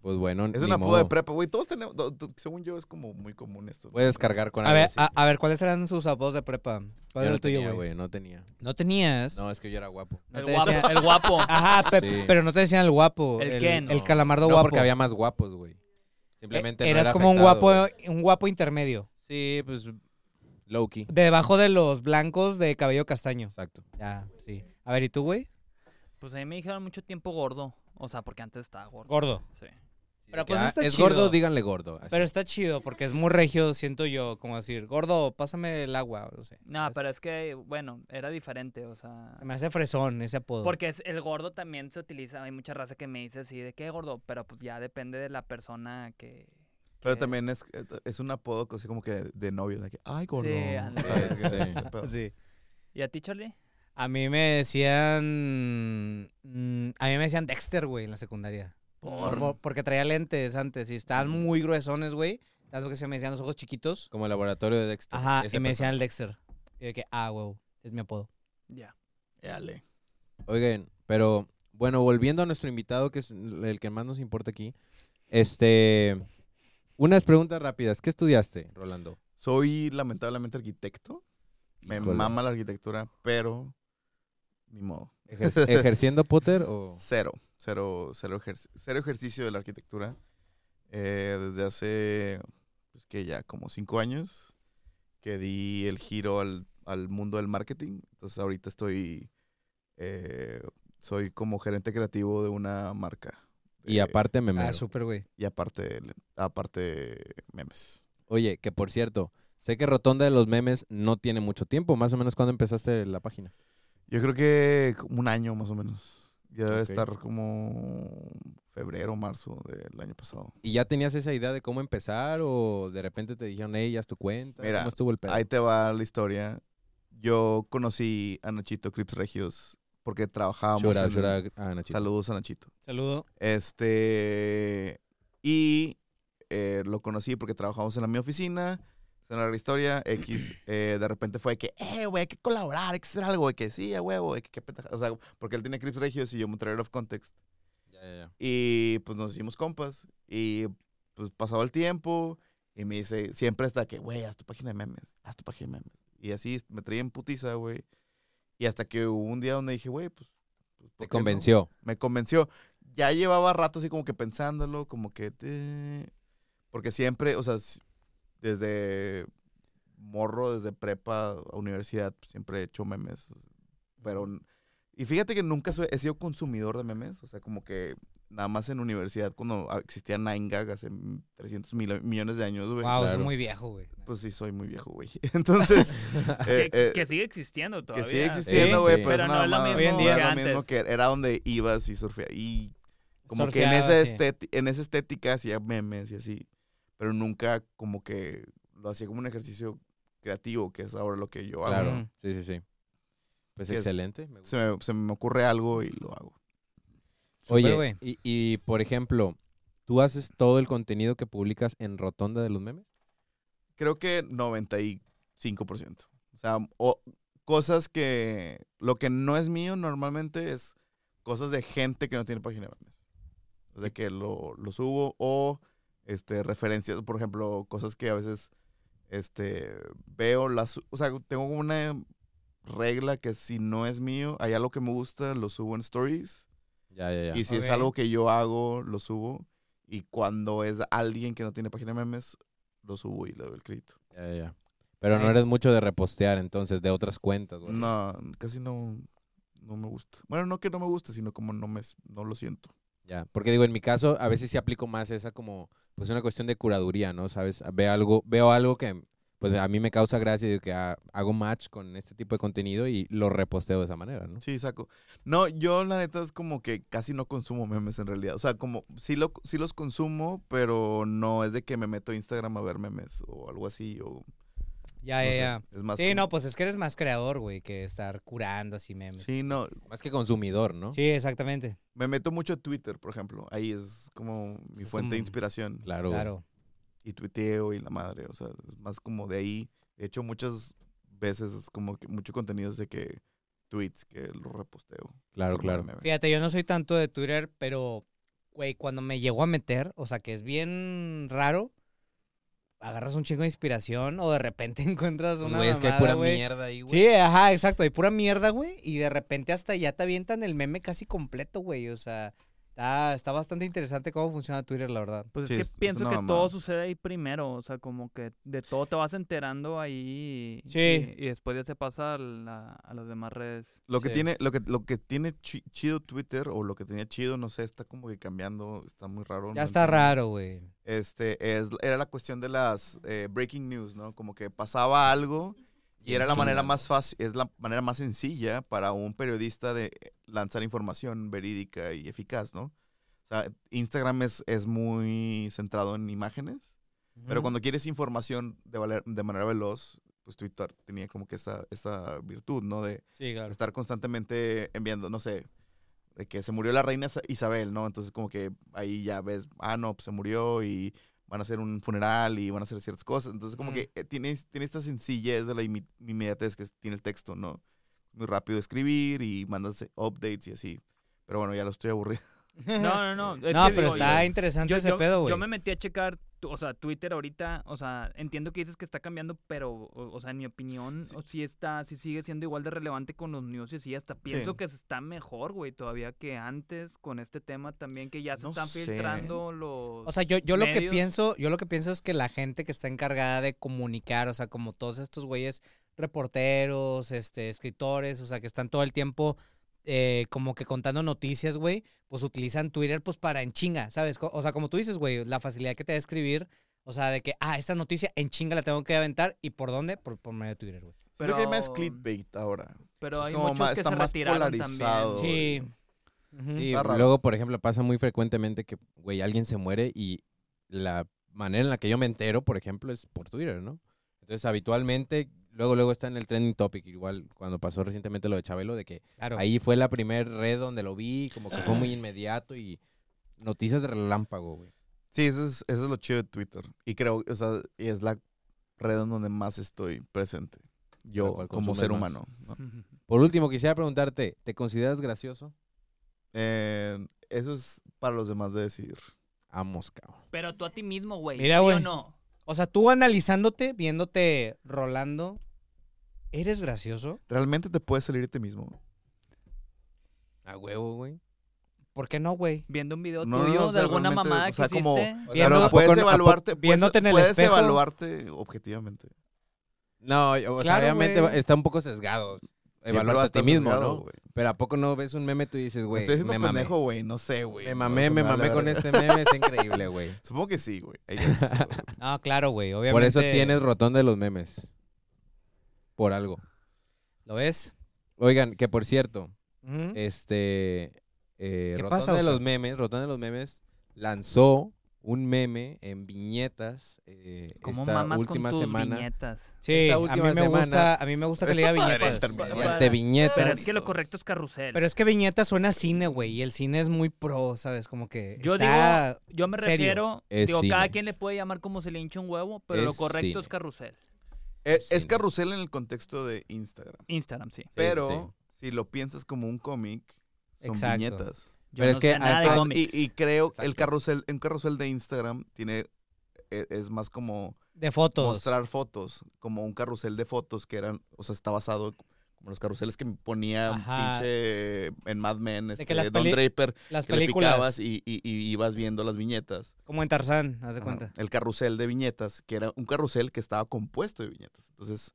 Speaker 3: Pues bueno,
Speaker 4: Es
Speaker 3: ni
Speaker 4: un apodo
Speaker 3: modo.
Speaker 4: de prepa, güey. Todos tenemos. do- do- según yo, es como muy común esto. ¿no?
Speaker 3: Puedes cargar con
Speaker 1: A
Speaker 3: algo
Speaker 1: ver,
Speaker 3: así.
Speaker 1: a, a ver, ¿cuáles eran sus apodos de prepa? ¿Cuál
Speaker 3: Yo
Speaker 1: era
Speaker 3: no
Speaker 1: el tuyo,
Speaker 3: tenía,
Speaker 1: güey?
Speaker 3: No tenía.
Speaker 1: ¿No tenías?
Speaker 3: No, es que yo era guapo.
Speaker 1: No
Speaker 2: el,
Speaker 1: te
Speaker 2: guapo,
Speaker 1: decía-
Speaker 2: el guapo.
Speaker 1: Ajá, pe-
Speaker 3: Sí.
Speaker 1: pero no te decían el guapo.
Speaker 2: ¿El quién?
Speaker 1: El
Speaker 3: No.
Speaker 1: calamardo
Speaker 3: No,
Speaker 1: guapo.
Speaker 3: porque había más guapos, güey. Simplemente
Speaker 1: Eh,
Speaker 3: no
Speaker 1: Eras
Speaker 3: era
Speaker 1: como un
Speaker 3: afectado,
Speaker 1: guapo, eh.
Speaker 3: güey.
Speaker 1: un guapo intermedio.
Speaker 3: Sí, pues Loki.
Speaker 1: Debajo de los blancos de cabello castaño.
Speaker 3: Exacto.
Speaker 1: Ya, sí. A ver, ¿y tú, güey?
Speaker 2: Pues a mí me dijeron mucho tiempo gordo. O sea, porque antes estaba gordo.
Speaker 1: Gordo.
Speaker 2: Sí.
Speaker 1: Pero
Speaker 3: Que,
Speaker 1: pues
Speaker 3: ah,
Speaker 1: está
Speaker 3: es
Speaker 1: chido.
Speaker 3: gordo, díganle gordo. así.
Speaker 1: Pero está chido porque es muy regio, siento yo, como decir, gordo, pásame el agua, no sé.
Speaker 2: No, pero es que, bueno, era diferente, o sea...
Speaker 1: Se me hace fresón ese apodo.
Speaker 2: Porque es- el gordo también se utiliza, hay mucha raza que me dice así, ¿de qué gordo? Pero pues ya depende de la persona que...
Speaker 4: Pero
Speaker 2: que-
Speaker 4: también es, eh, es un apodo así como que de novio. de que, Ay, gordo.
Speaker 2: ándale.
Speaker 4: ¿sabes?
Speaker 3: Sí, sí.
Speaker 4: Ese pedo.
Speaker 1: Sí.
Speaker 2: ¿Y a ti, Charlie?
Speaker 1: A mí me decían... mm, a mí me decían Dexter, güey, en la secundaria.
Speaker 4: Por-
Speaker 1: Por- porque traía lentes antes y estaban muy gruesones, güey. Tanto que se me decían los ojos chiquitos.
Speaker 3: Como el laboratorio de Dexter.
Speaker 1: Ajá,
Speaker 3: esa
Speaker 1: y me
Speaker 3: persona.
Speaker 1: decían el Dexter. Y de que, ah, wow, es mi apodo.
Speaker 2: Ya.
Speaker 4: Dale.
Speaker 3: Oigan, pero bueno, volviendo a nuestro invitado, que es el que más nos importa aquí. Este. Unas preguntas rápidas. ¿Qué estudiaste, Rolando?
Speaker 4: Soy lamentablemente arquitecto. Me
Speaker 3: Híjole.
Speaker 4: mama la arquitectura, pero ni modo.
Speaker 3: Ejer- ¿Ejerciendo Potter o.?
Speaker 4: Cero, cero, cero, ejerc- cero ejercicio de la arquitectura. Eh, desde hace, pues que ya como cinco años, que di el giro al, al mundo del marketing. Entonces ahorita estoy, eh, soy como gerente creativo de una marca.
Speaker 3: Y
Speaker 4: Eh,
Speaker 3: aparte me
Speaker 1: Ah, súper, güey.
Speaker 4: Y aparte, aparte memes.
Speaker 3: Oye, que por cierto, sé que Rotonda de los Memes no tiene mucho tiempo. Más o menos cuando empezaste la página.
Speaker 4: Yo creo que como un año más o menos. Ya debe
Speaker 3: Ok.
Speaker 4: estar como febrero, marzo del año pasado.
Speaker 3: ¿Y ya tenías esa idea de cómo empezar o de repente te dijeron, hey, ya es tu cuenta?
Speaker 4: Mira,
Speaker 3: ¿Cómo estuvo el pedo?
Speaker 4: Ahí te va la historia. Yo conocí a Nachito Crips Regios porque trabajábamos.
Speaker 3: Shout out,
Speaker 4: en-
Speaker 3: shout out a Nachito.
Speaker 4: Saludos a Nachito.
Speaker 1: Saludo.
Speaker 4: Este. Y eh, lo conocí porque trabajamos en la misma oficina. Se la historia. X. eh, de repente fue de que, eh, güey, hay que colaborar, hay que hacer algo. De que sí, a huevo, de que qué pendeja-". O sea, porque él tiene Crips Regios y yo Monterrey of Context.
Speaker 3: Ya, ya, ya.
Speaker 4: Y pues nos hicimos compas. Y pues pasaba el tiempo. Y me dice, siempre hasta que, güey, haz tu página de memes. Haz tu página de memes. Y así me traía en putiza, güey. Y hasta que hubo un día donde dije, güey, pues. pues, ¿por
Speaker 3: Te
Speaker 4: qué no?".
Speaker 3: convenció.
Speaker 4: Me convenció. Ya llevaba rato así como que pensándolo, como que. "Eh". Porque siempre, o sea, s- desde morro, desde prepa, a universidad, pues, siempre he hecho memes. Pero. n- Y fíjate que nunca soy- he sido consumidor de memes. O sea, como que nada más en universidad, cuando ah, existía Nine Gag hace mm, 300 mil millones de años, güey.
Speaker 1: Wow, es
Speaker 3: claro.
Speaker 1: muy viejo, güey.
Speaker 4: Pues sí, soy muy viejo, güey. Entonces. eh,
Speaker 2: que,
Speaker 4: eh,
Speaker 2: que sigue existiendo todavía.
Speaker 4: que sigue existiendo,
Speaker 3: Sí,
Speaker 4: güey,
Speaker 3: sí.
Speaker 4: pero,
Speaker 2: Pero
Speaker 4: es
Speaker 2: no
Speaker 4: una
Speaker 2: es lo
Speaker 4: mamada.
Speaker 1: mismo
Speaker 4: No es
Speaker 2: que
Speaker 4: lo mismo
Speaker 2: antes.
Speaker 4: que era donde ibas y surfeabas. Y como que en, este,
Speaker 1: Surfeaba,
Speaker 4: esa
Speaker 1: sí.
Speaker 4: estéti- en esa estética hacía memes y así, pero nunca como que lo hacía como un ejercicio creativo, que es ahora lo que yo hago.
Speaker 3: Claro.
Speaker 1: Ujú.
Speaker 3: Sí, sí, sí. Pues
Speaker 4: Que es-
Speaker 3: excelente. me gusta.
Speaker 4: Se me, se me ocurre algo y lo hago.
Speaker 1: Súper,
Speaker 3: Oye,
Speaker 1: güey.
Speaker 3: y, y, por ejemplo, ¿tú haces todo el contenido que publicas en Rotonda de los Memes?
Speaker 4: Creo que 95%. O sea, o- cosas que... Lo que no es mío normalmente es cosas de gente que no tiene página de memes. O sea, que lo, lo subo o este, referencias, por ejemplo, cosas que a veces este, veo. Las, o sea, tengo como una regla que si no es mío, hay algo que me gusta, lo subo en stories.
Speaker 3: Ya, ya, ya.
Speaker 4: Y si es
Speaker 1: Ok.
Speaker 4: algo que yo hago, lo subo. Y cuando es alguien que no tiene página de memes, lo subo y le doy el crédito.
Speaker 3: ya, ya, ya. Pero no
Speaker 1: Nice.
Speaker 3: eres mucho de repostear, entonces, de otras cuentas, güey.
Speaker 4: No, casi no, no me gusta. Bueno, no que no me guste, sino como no me no lo siento.
Speaker 3: Ya, porque digo, en mi caso, a veces sí aplico más esa como, pues una cuestión de curaduría, ¿no? ¿Sabes? Veo algo, veo algo que, pues a mí me causa gracia y digo que ah, hago match con este tipo de contenido y lo reposteo de esa manera, ¿no?
Speaker 4: Sí, saco. No, yo la neta es como que casi no consumo memes en realidad. O sea, como sí, lo, sí los consumo, pero no es de que me meto a Instagram a ver memes o algo así. O,
Speaker 1: Ya,
Speaker 4: no
Speaker 1: Ah, ya,
Speaker 4: sé,
Speaker 1: ya.
Speaker 4: Es más
Speaker 1: Sí,
Speaker 4: como-
Speaker 1: no, pues es que eres más creador, güey, que estar curando así memes. Sí,
Speaker 4: Sí, no.
Speaker 3: Más que consumidor, ¿no?
Speaker 1: exactamente.
Speaker 4: Me meto mucho a Twitter, por ejemplo. Ahí es como mi
Speaker 1: Es
Speaker 4: fuente de
Speaker 1: un-
Speaker 4: inspiración.
Speaker 3: Claro. güey.
Speaker 1: Claro.
Speaker 4: y tuiteo y la madre, o sea, es más como de ahí. De hecho, muchas veces es como que mucho contenido es de que tweets que lo reposteo. en
Speaker 3: Claro,
Speaker 4: forma de
Speaker 3: claro.
Speaker 4: meme.
Speaker 1: Fíjate, yo no soy tanto de Twitter, pero, güey, cuando me llegó a meter, o sea, que es bien raro, agarras un chingo de inspiración o de repente encuentras
Speaker 5: Pues,
Speaker 1: una.
Speaker 5: güey, es que hay
Speaker 1: mamada,
Speaker 5: pura
Speaker 1: güey.
Speaker 5: mierda ahí, güey.
Speaker 1: Sí, ajá, exacto. Hay pura mierda, güey. Y de repente hasta ya te avientan el meme casi completo, güey. O sea, está, está bastante interesante cómo funciona Twitter, la verdad.
Speaker 2: Pues
Speaker 4: Sí,
Speaker 2: es que
Speaker 4: es- es
Speaker 2: pienso
Speaker 4: una
Speaker 2: que
Speaker 4: mamada.
Speaker 2: todo sucede ahí primero, o sea, como que de todo te vas enterando ahí y-
Speaker 1: Sí.
Speaker 2: y, y después ya se pasa a, la- a las demás redes.
Speaker 4: Lo que
Speaker 1: Sí.
Speaker 4: tiene, lo que, lo que tiene chi- chido Twitter, o lo que tenía chido, no sé, está como que cambiando, está muy raro. no
Speaker 1: Ya está
Speaker 4: entiendo.
Speaker 1: raro, güey.
Speaker 4: Este, es, era la cuestión de las eh, breaking news, ¿no? Como que pasaba algo y era la manera más fácil, es la manera más sencilla para un periodista de eh, lanzar información verídica y eficaz, ¿no? O sea, Instagram es, es muy centrado en imágenes, pero cuando quieres información de, valer- de manera veloz, pues Twitter tenía como que esa, esa virtud, ¿no? De
Speaker 1: Sí, claro.
Speaker 4: estar constantemente enviando, no sé, de que se murió la reina Isa- Isabel, ¿no? Entonces como que ahí ya ves, ah, no, pues se murió y van a hacer un funeral y van a hacer ciertas cosas. Entonces como
Speaker 1: Ujú.
Speaker 4: que eh, tiene, tiene esta sencillez de la inmi- inmediatez que es- tiene el texto, ¿no? Muy rápido de escribir y mandas eh, updates y así. Pero bueno, ya lo estoy aburrido.
Speaker 2: No, no, no. es
Speaker 1: no,
Speaker 2: que
Speaker 1: pero
Speaker 2: digo,
Speaker 1: está
Speaker 2: yo-
Speaker 1: interesante
Speaker 2: yo,
Speaker 1: ese
Speaker 2: yo-
Speaker 1: pedo, güey.
Speaker 2: yo me metí a checar, tu- o sea, Twitter ahorita, o sea, entiendo que dices que está cambiando, pero, o, o sea, en mi opinión, o sí está, sí sigue siendo igual de relevante con los news y sí, hasta pienso que se está mejor, güey, todavía que antes con este tema también que ya se
Speaker 4: No
Speaker 2: están
Speaker 4: sé.
Speaker 2: filtrando los...
Speaker 1: O sea, yo, yo lo que
Speaker 2: medios.
Speaker 1: pienso, yo lo que pienso es que la gente que está encargada de comunicar, o sea, como todos estos güeyes, reporteros, este, escritores, o sea, que están todo el tiempo eh, como que contando noticias, güey, pues utilizan Twitter pues para en chinga, ¿sabes? Co- O sea, como tú dices, güey, la facilidad que te da escribir, o sea, de que, ah, esta noticia en chinga la tengo que aventar, ¿y por dónde? Por, por medio de Twitter, güey.
Speaker 4: Pero... que hay más
Speaker 2: Pero-
Speaker 4: clickbait ahora.
Speaker 2: pero
Speaker 4: es
Speaker 2: hay
Speaker 4: como
Speaker 2: muchos
Speaker 4: más-
Speaker 2: que
Speaker 4: está
Speaker 2: se
Speaker 4: más
Speaker 2: retiraron
Speaker 4: polarizado.
Speaker 2: también.
Speaker 1: Sí.
Speaker 4: Pobre.
Speaker 1: Ujú.
Speaker 3: Sí,
Speaker 4: Está raro.
Speaker 3: luego, por ejemplo, pasa muy frecuentemente que, güey, alguien se muere y la manera en la que yo me entero, por ejemplo, es por Twitter, ¿no? Entonces, habitualmente, luego, luego está en el trending topic, igual cuando pasó recientemente lo de Chabelo, de que
Speaker 1: claro.
Speaker 3: ahí fue la primer red donde lo vi, como que fue muy inmediato y noticias de relámpago, güey.
Speaker 4: Sí, eso es, eso es lo chido de Twitter. Y creo, o sea, y es la red en donde más estoy presente. Yo
Speaker 3: cual
Speaker 4: como
Speaker 3: consumes
Speaker 4: ser
Speaker 3: más.
Speaker 4: humano. ¿no?
Speaker 3: Por último, quisiera preguntarte, ¿te consideras gracioso?
Speaker 4: Eh, eso es para los demás de decidir.
Speaker 3: Amos, cabrón.
Speaker 2: Pero tú a ti mismo, güey.
Speaker 1: Mira,
Speaker 2: ¿sí
Speaker 1: güey.
Speaker 2: o no?
Speaker 1: O sea, tú analizándote, viéndote rolando, ¿eres gracioso?
Speaker 4: ¿Realmente te puedes salir de ti mismo?
Speaker 3: A huevo, güey.
Speaker 1: ¿Por qué no, güey?
Speaker 2: Viendo un video
Speaker 4: No, no,
Speaker 2: tuyo
Speaker 4: no, o
Speaker 2: de
Speaker 4: sea,
Speaker 2: alguna
Speaker 4: realmente,
Speaker 2: mamada
Speaker 4: o sea,
Speaker 2: que
Speaker 4: como-
Speaker 2: hiciste.
Speaker 1: sea, Viendo-
Speaker 4: Pero puedes
Speaker 1: ¿a poco-
Speaker 4: evaluarte, puedes,
Speaker 1: viéndote en el
Speaker 4: puedes
Speaker 1: espejo?
Speaker 4: evaluarte objetivamente.
Speaker 3: No, yo- o sea,
Speaker 1: Claro,
Speaker 3: obviamente
Speaker 1: güey.
Speaker 3: está un poco sesgado.
Speaker 4: Siempre vas
Speaker 3: Evaluarte a ti
Speaker 4: estar
Speaker 3: mismo,
Speaker 4: sesgado,
Speaker 3: ¿no?
Speaker 4: güey.
Speaker 3: Pero ¿a poco no ves un meme tú y dices,
Speaker 4: Me
Speaker 3: güey,
Speaker 4: Estoy
Speaker 3: me
Speaker 4: diciendo
Speaker 3: mamé?
Speaker 4: pendejo, güey, no sé, güey.
Speaker 3: Me mamé,
Speaker 4: No,
Speaker 3: me
Speaker 4: se vale
Speaker 3: mamé
Speaker 4: la
Speaker 3: con
Speaker 4: verga.
Speaker 3: este meme, está increíble, güey.
Speaker 4: Supongo que sí, güey. I guess, güey.
Speaker 1: No, claro, güey, obviamente.
Speaker 3: Por eso tienes rotón de los memes. Por algo.
Speaker 1: ¿Lo ves?
Speaker 3: Oigan, que por cierto,
Speaker 1: Ujú.
Speaker 2: ¿Mm?
Speaker 3: este eh,
Speaker 1: ¿Qué
Speaker 3: Rotón
Speaker 1: pasa,
Speaker 3: de los
Speaker 1: Oscar?
Speaker 3: memes, Rotón de los memes lanzó un meme en viñetas eh,
Speaker 2: Como
Speaker 3: esta
Speaker 2: mamas
Speaker 3: última
Speaker 2: con tus
Speaker 3: semana.
Speaker 2: viñetas.
Speaker 1: Sí,
Speaker 3: esta
Speaker 1: a mí,
Speaker 3: última
Speaker 1: me
Speaker 3: semana-
Speaker 1: gusta, a mí me gusta que le diga viñetas.
Speaker 4: término,
Speaker 2: güey.
Speaker 3: Mediante viñetas.
Speaker 2: Pero es que lo correcto es carrusel.
Speaker 1: Pero es que viñeta suena a cine, güey, y el cine es muy pro, ¿sabes? Como que
Speaker 2: Yo
Speaker 1: está-
Speaker 2: digo, yo me
Speaker 1: serio.
Speaker 2: refiero,
Speaker 3: Es
Speaker 2: digo,
Speaker 3: cine.
Speaker 2: cada quien le puede llamar como se le hincha un huevo, pero lo
Speaker 3: Es
Speaker 2: correcto
Speaker 3: cine.
Speaker 2: es carrusel.
Speaker 4: es, es
Speaker 3: Sí.
Speaker 4: carrusel en el contexto de Instagram.
Speaker 2: Instagram, sí.
Speaker 3: sí,
Speaker 4: Pero
Speaker 3: sí.
Speaker 4: si lo piensas como un cómic, son
Speaker 1: Exacto.
Speaker 4: viñetas.
Speaker 2: Yo
Speaker 3: Pero
Speaker 2: no
Speaker 3: es que
Speaker 2: sé nada de
Speaker 3: Ah,
Speaker 4: Entonces,
Speaker 2: cómics.
Speaker 4: y, y creo que el
Speaker 3: Exacto.
Speaker 4: carrusel, un carrusel de Instagram tiene e- es más como
Speaker 1: de fotos.
Speaker 4: mostrar fotos, como un carrusel de fotos que eran, o sea, está basado Como los carruseles que ponía un
Speaker 1: Ajá.
Speaker 4: pinche eh, en Mad Men, este,
Speaker 1: que las
Speaker 4: Don
Speaker 1: peli-
Speaker 4: Draper,
Speaker 1: Las
Speaker 4: que le picabas
Speaker 1: películas.
Speaker 4: y, y- y ibas viendo las viñetas.
Speaker 1: Como en Tarzán, haz de
Speaker 4: Ajá.
Speaker 1: cuenta.
Speaker 4: El carrusel de viñetas, que era un carrusel que estaba compuesto de viñetas. Entonces,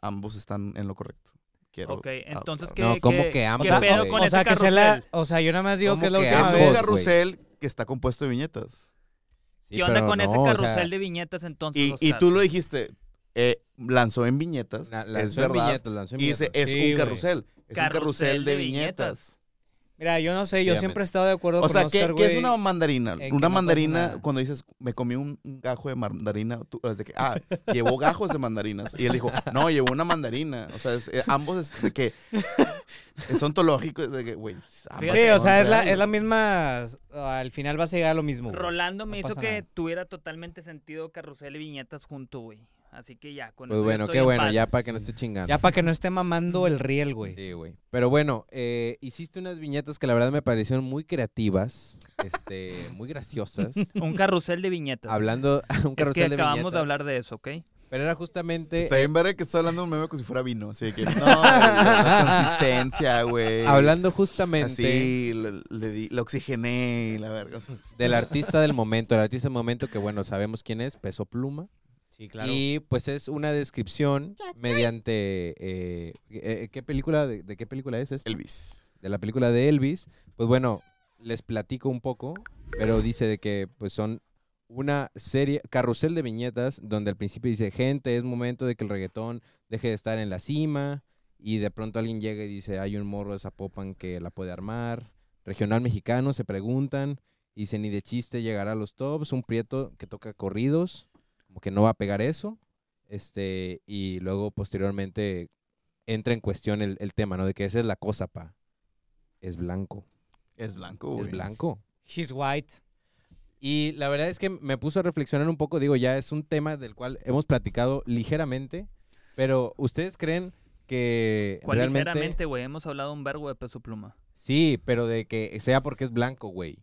Speaker 4: ambos están en lo correcto. Quiero
Speaker 2: Ok, entonces,
Speaker 4: Ah,
Speaker 2: ¿qué,
Speaker 5: No, ¿cómo
Speaker 2: qué-
Speaker 5: que ambos,
Speaker 2: ¿Qué pedo
Speaker 5: güey?
Speaker 2: con
Speaker 1: o
Speaker 2: ese
Speaker 1: sea, que sea la,
Speaker 2: carrusel?
Speaker 1: o sea, yo nada más digo
Speaker 5: ¿Cómo
Speaker 1: que es lo
Speaker 5: que
Speaker 1: que
Speaker 4: Es
Speaker 5: ambos,
Speaker 1: ves.
Speaker 4: un
Speaker 5: güey?
Speaker 4: carrusel que está compuesto de viñetas.
Speaker 5: Sí,
Speaker 2: ¿Qué onda
Speaker 5: pero
Speaker 2: con ese
Speaker 5: no, o sea,
Speaker 2: carrusel de viñetas entonces?
Speaker 4: Y, y
Speaker 2: Oscar?
Speaker 4: tú lo dijiste, eh, lanzó en viñetas,
Speaker 3: Na-
Speaker 4: es
Speaker 3: lanzó en
Speaker 4: verdad.
Speaker 3: viñetas, lanzó en
Speaker 4: y dice,
Speaker 3: viñetas.
Speaker 4: es
Speaker 1: Sí,
Speaker 4: un
Speaker 1: güey.
Speaker 4: carrusel. Es un carrusel de viñetas.
Speaker 1: Mira, yo no sé, yo
Speaker 5: Efectivamente.
Speaker 1: siempre he estado de acuerdo
Speaker 4: O
Speaker 1: con
Speaker 4: sea, ¿qué,
Speaker 1: Oscar,
Speaker 4: qué
Speaker 1: güey.
Speaker 4: es una mandarina?
Speaker 1: que no
Speaker 4: Una
Speaker 1: pasa
Speaker 4: mandarina,
Speaker 1: nada.
Speaker 4: cuando dices, me comí un un gajo de mandarina, tú, es de que, ah, llevó gajos de mandarinas. Y él dijo, no, llevó una mandarina. O sea, es- eh, ambos es de que es ontológico, es de que, güey. ambas
Speaker 1: Sí, o
Speaker 4: son
Speaker 1: sea, es la,
Speaker 4: reales.
Speaker 1: es la misma. Al final vas a llegar a lo mismo. güey.
Speaker 2: Rolando
Speaker 1: No
Speaker 2: me hizo
Speaker 1: pasa
Speaker 2: que
Speaker 1: nada.
Speaker 2: tuviera totalmente sentido carrusel y viñetas junto, güey. Así que ya, con
Speaker 3: Pues
Speaker 2: eso ya
Speaker 3: bueno,
Speaker 2: estoy
Speaker 3: qué
Speaker 2: en
Speaker 3: bueno,
Speaker 2: paz.
Speaker 3: ya para que no esté chingando.
Speaker 1: Ya para que no esté mamando el riel, güey.
Speaker 3: Sí, güey. Pero bueno, eh, hiciste unas viñetas que la verdad me parecieron muy creativas, este, muy graciosas.
Speaker 2: Un carrusel de viñetas.
Speaker 3: hablando un
Speaker 2: es
Speaker 3: carrusel
Speaker 2: que
Speaker 3: de
Speaker 2: acabamos
Speaker 3: viñetas.
Speaker 2: de hablar de eso, ¿ok?
Speaker 3: Pero era justamente
Speaker 4: Está bien ver que está hablando de un meme como si fuera vino. Así de que, no, güey, la consistencia, güey.
Speaker 3: hablando justamente
Speaker 4: Así, le, le di- la oxigené y la verga.
Speaker 3: del artista del momento, el artista del momento que bueno, sabemos quién es, Peso Pluma.
Speaker 1: Sí,
Speaker 3: Y pues es una descripción mediante eh, eh, ¿qué película de, de qué película es esto?
Speaker 4: Elvis.
Speaker 3: de la película de Elvis, pues bueno, les platico un poco, pero dice de que pues son una serie, carrusel de viñetas, donde al principio dice, gente, es momento de que el reggaetón deje de estar en la cima, y de pronto alguien llega y dice, hay un morro de Zapopan que la puede armar, regional mexicano, se preguntan, y dice, ni de chiste llegará a los tops, un prieto que toca corridos, como que no va a pegar eso, este, y luego posteriormente entra en cuestión el, el tema, ¿no? De que esa es la cosa, pa. Es blanco.
Speaker 4: Es blanco, güey.
Speaker 3: Es blanco.
Speaker 1: He's white.
Speaker 3: Y la verdad es que me puso a reflexionar un poco, digo, ya es un tema del cual hemos platicado ligeramente, pero ¿ustedes creen que
Speaker 2: ¿Cuál
Speaker 3: realmente...
Speaker 2: ligeramente, güey? Hemos hablado un vergo de peso pluma.
Speaker 3: Sí, pero de que sea porque es blanco, güey.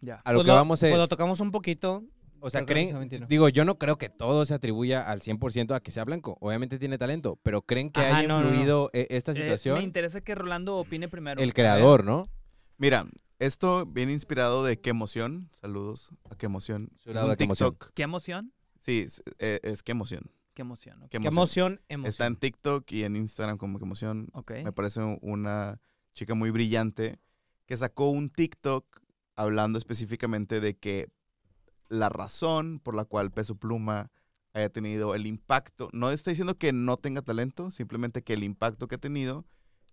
Speaker 2: Ya.
Speaker 3: A lo
Speaker 1: Pues
Speaker 3: que vamos es...
Speaker 1: pues lo tocamos un poquito.
Speaker 3: O sea,
Speaker 1: Creo que
Speaker 3: creen...
Speaker 1: precisamente no.
Speaker 3: Digo, yo no creo que todo se atribuya al 100% a que sea blanco. Obviamente tiene talento, pero ¿creen que
Speaker 1: Ajá,
Speaker 3: haya
Speaker 1: no, no, no.
Speaker 3: influido eh, esta
Speaker 2: Eh, me
Speaker 3: situación?
Speaker 2: interesa que Rolando opine primero.
Speaker 3: el creador, ¿no?
Speaker 4: Mira, esto viene inspirado de Qué Emoción. Saludos a Qué Emoción. Es
Speaker 3: Saludo a
Speaker 4: un
Speaker 3: Qué Emoción.
Speaker 4: TikTok.
Speaker 2: ¿Qué emoción?
Speaker 4: Sí, es, eh, es Qué Emoción.
Speaker 2: ¿Qué emoción? ok.
Speaker 4: Qué
Speaker 1: Qué
Speaker 4: Emoción.
Speaker 1: emoción, emoción.
Speaker 4: Está en TikTok y en Instagram como Qué Emoción.
Speaker 2: Ok.
Speaker 4: Me parece una chica muy brillante que sacó un TikTok hablando específicamente de que la razón por la cual Peso Pluma haya tenido el impacto, no está diciendo que no tenga talento, simplemente que el impacto que ha tenido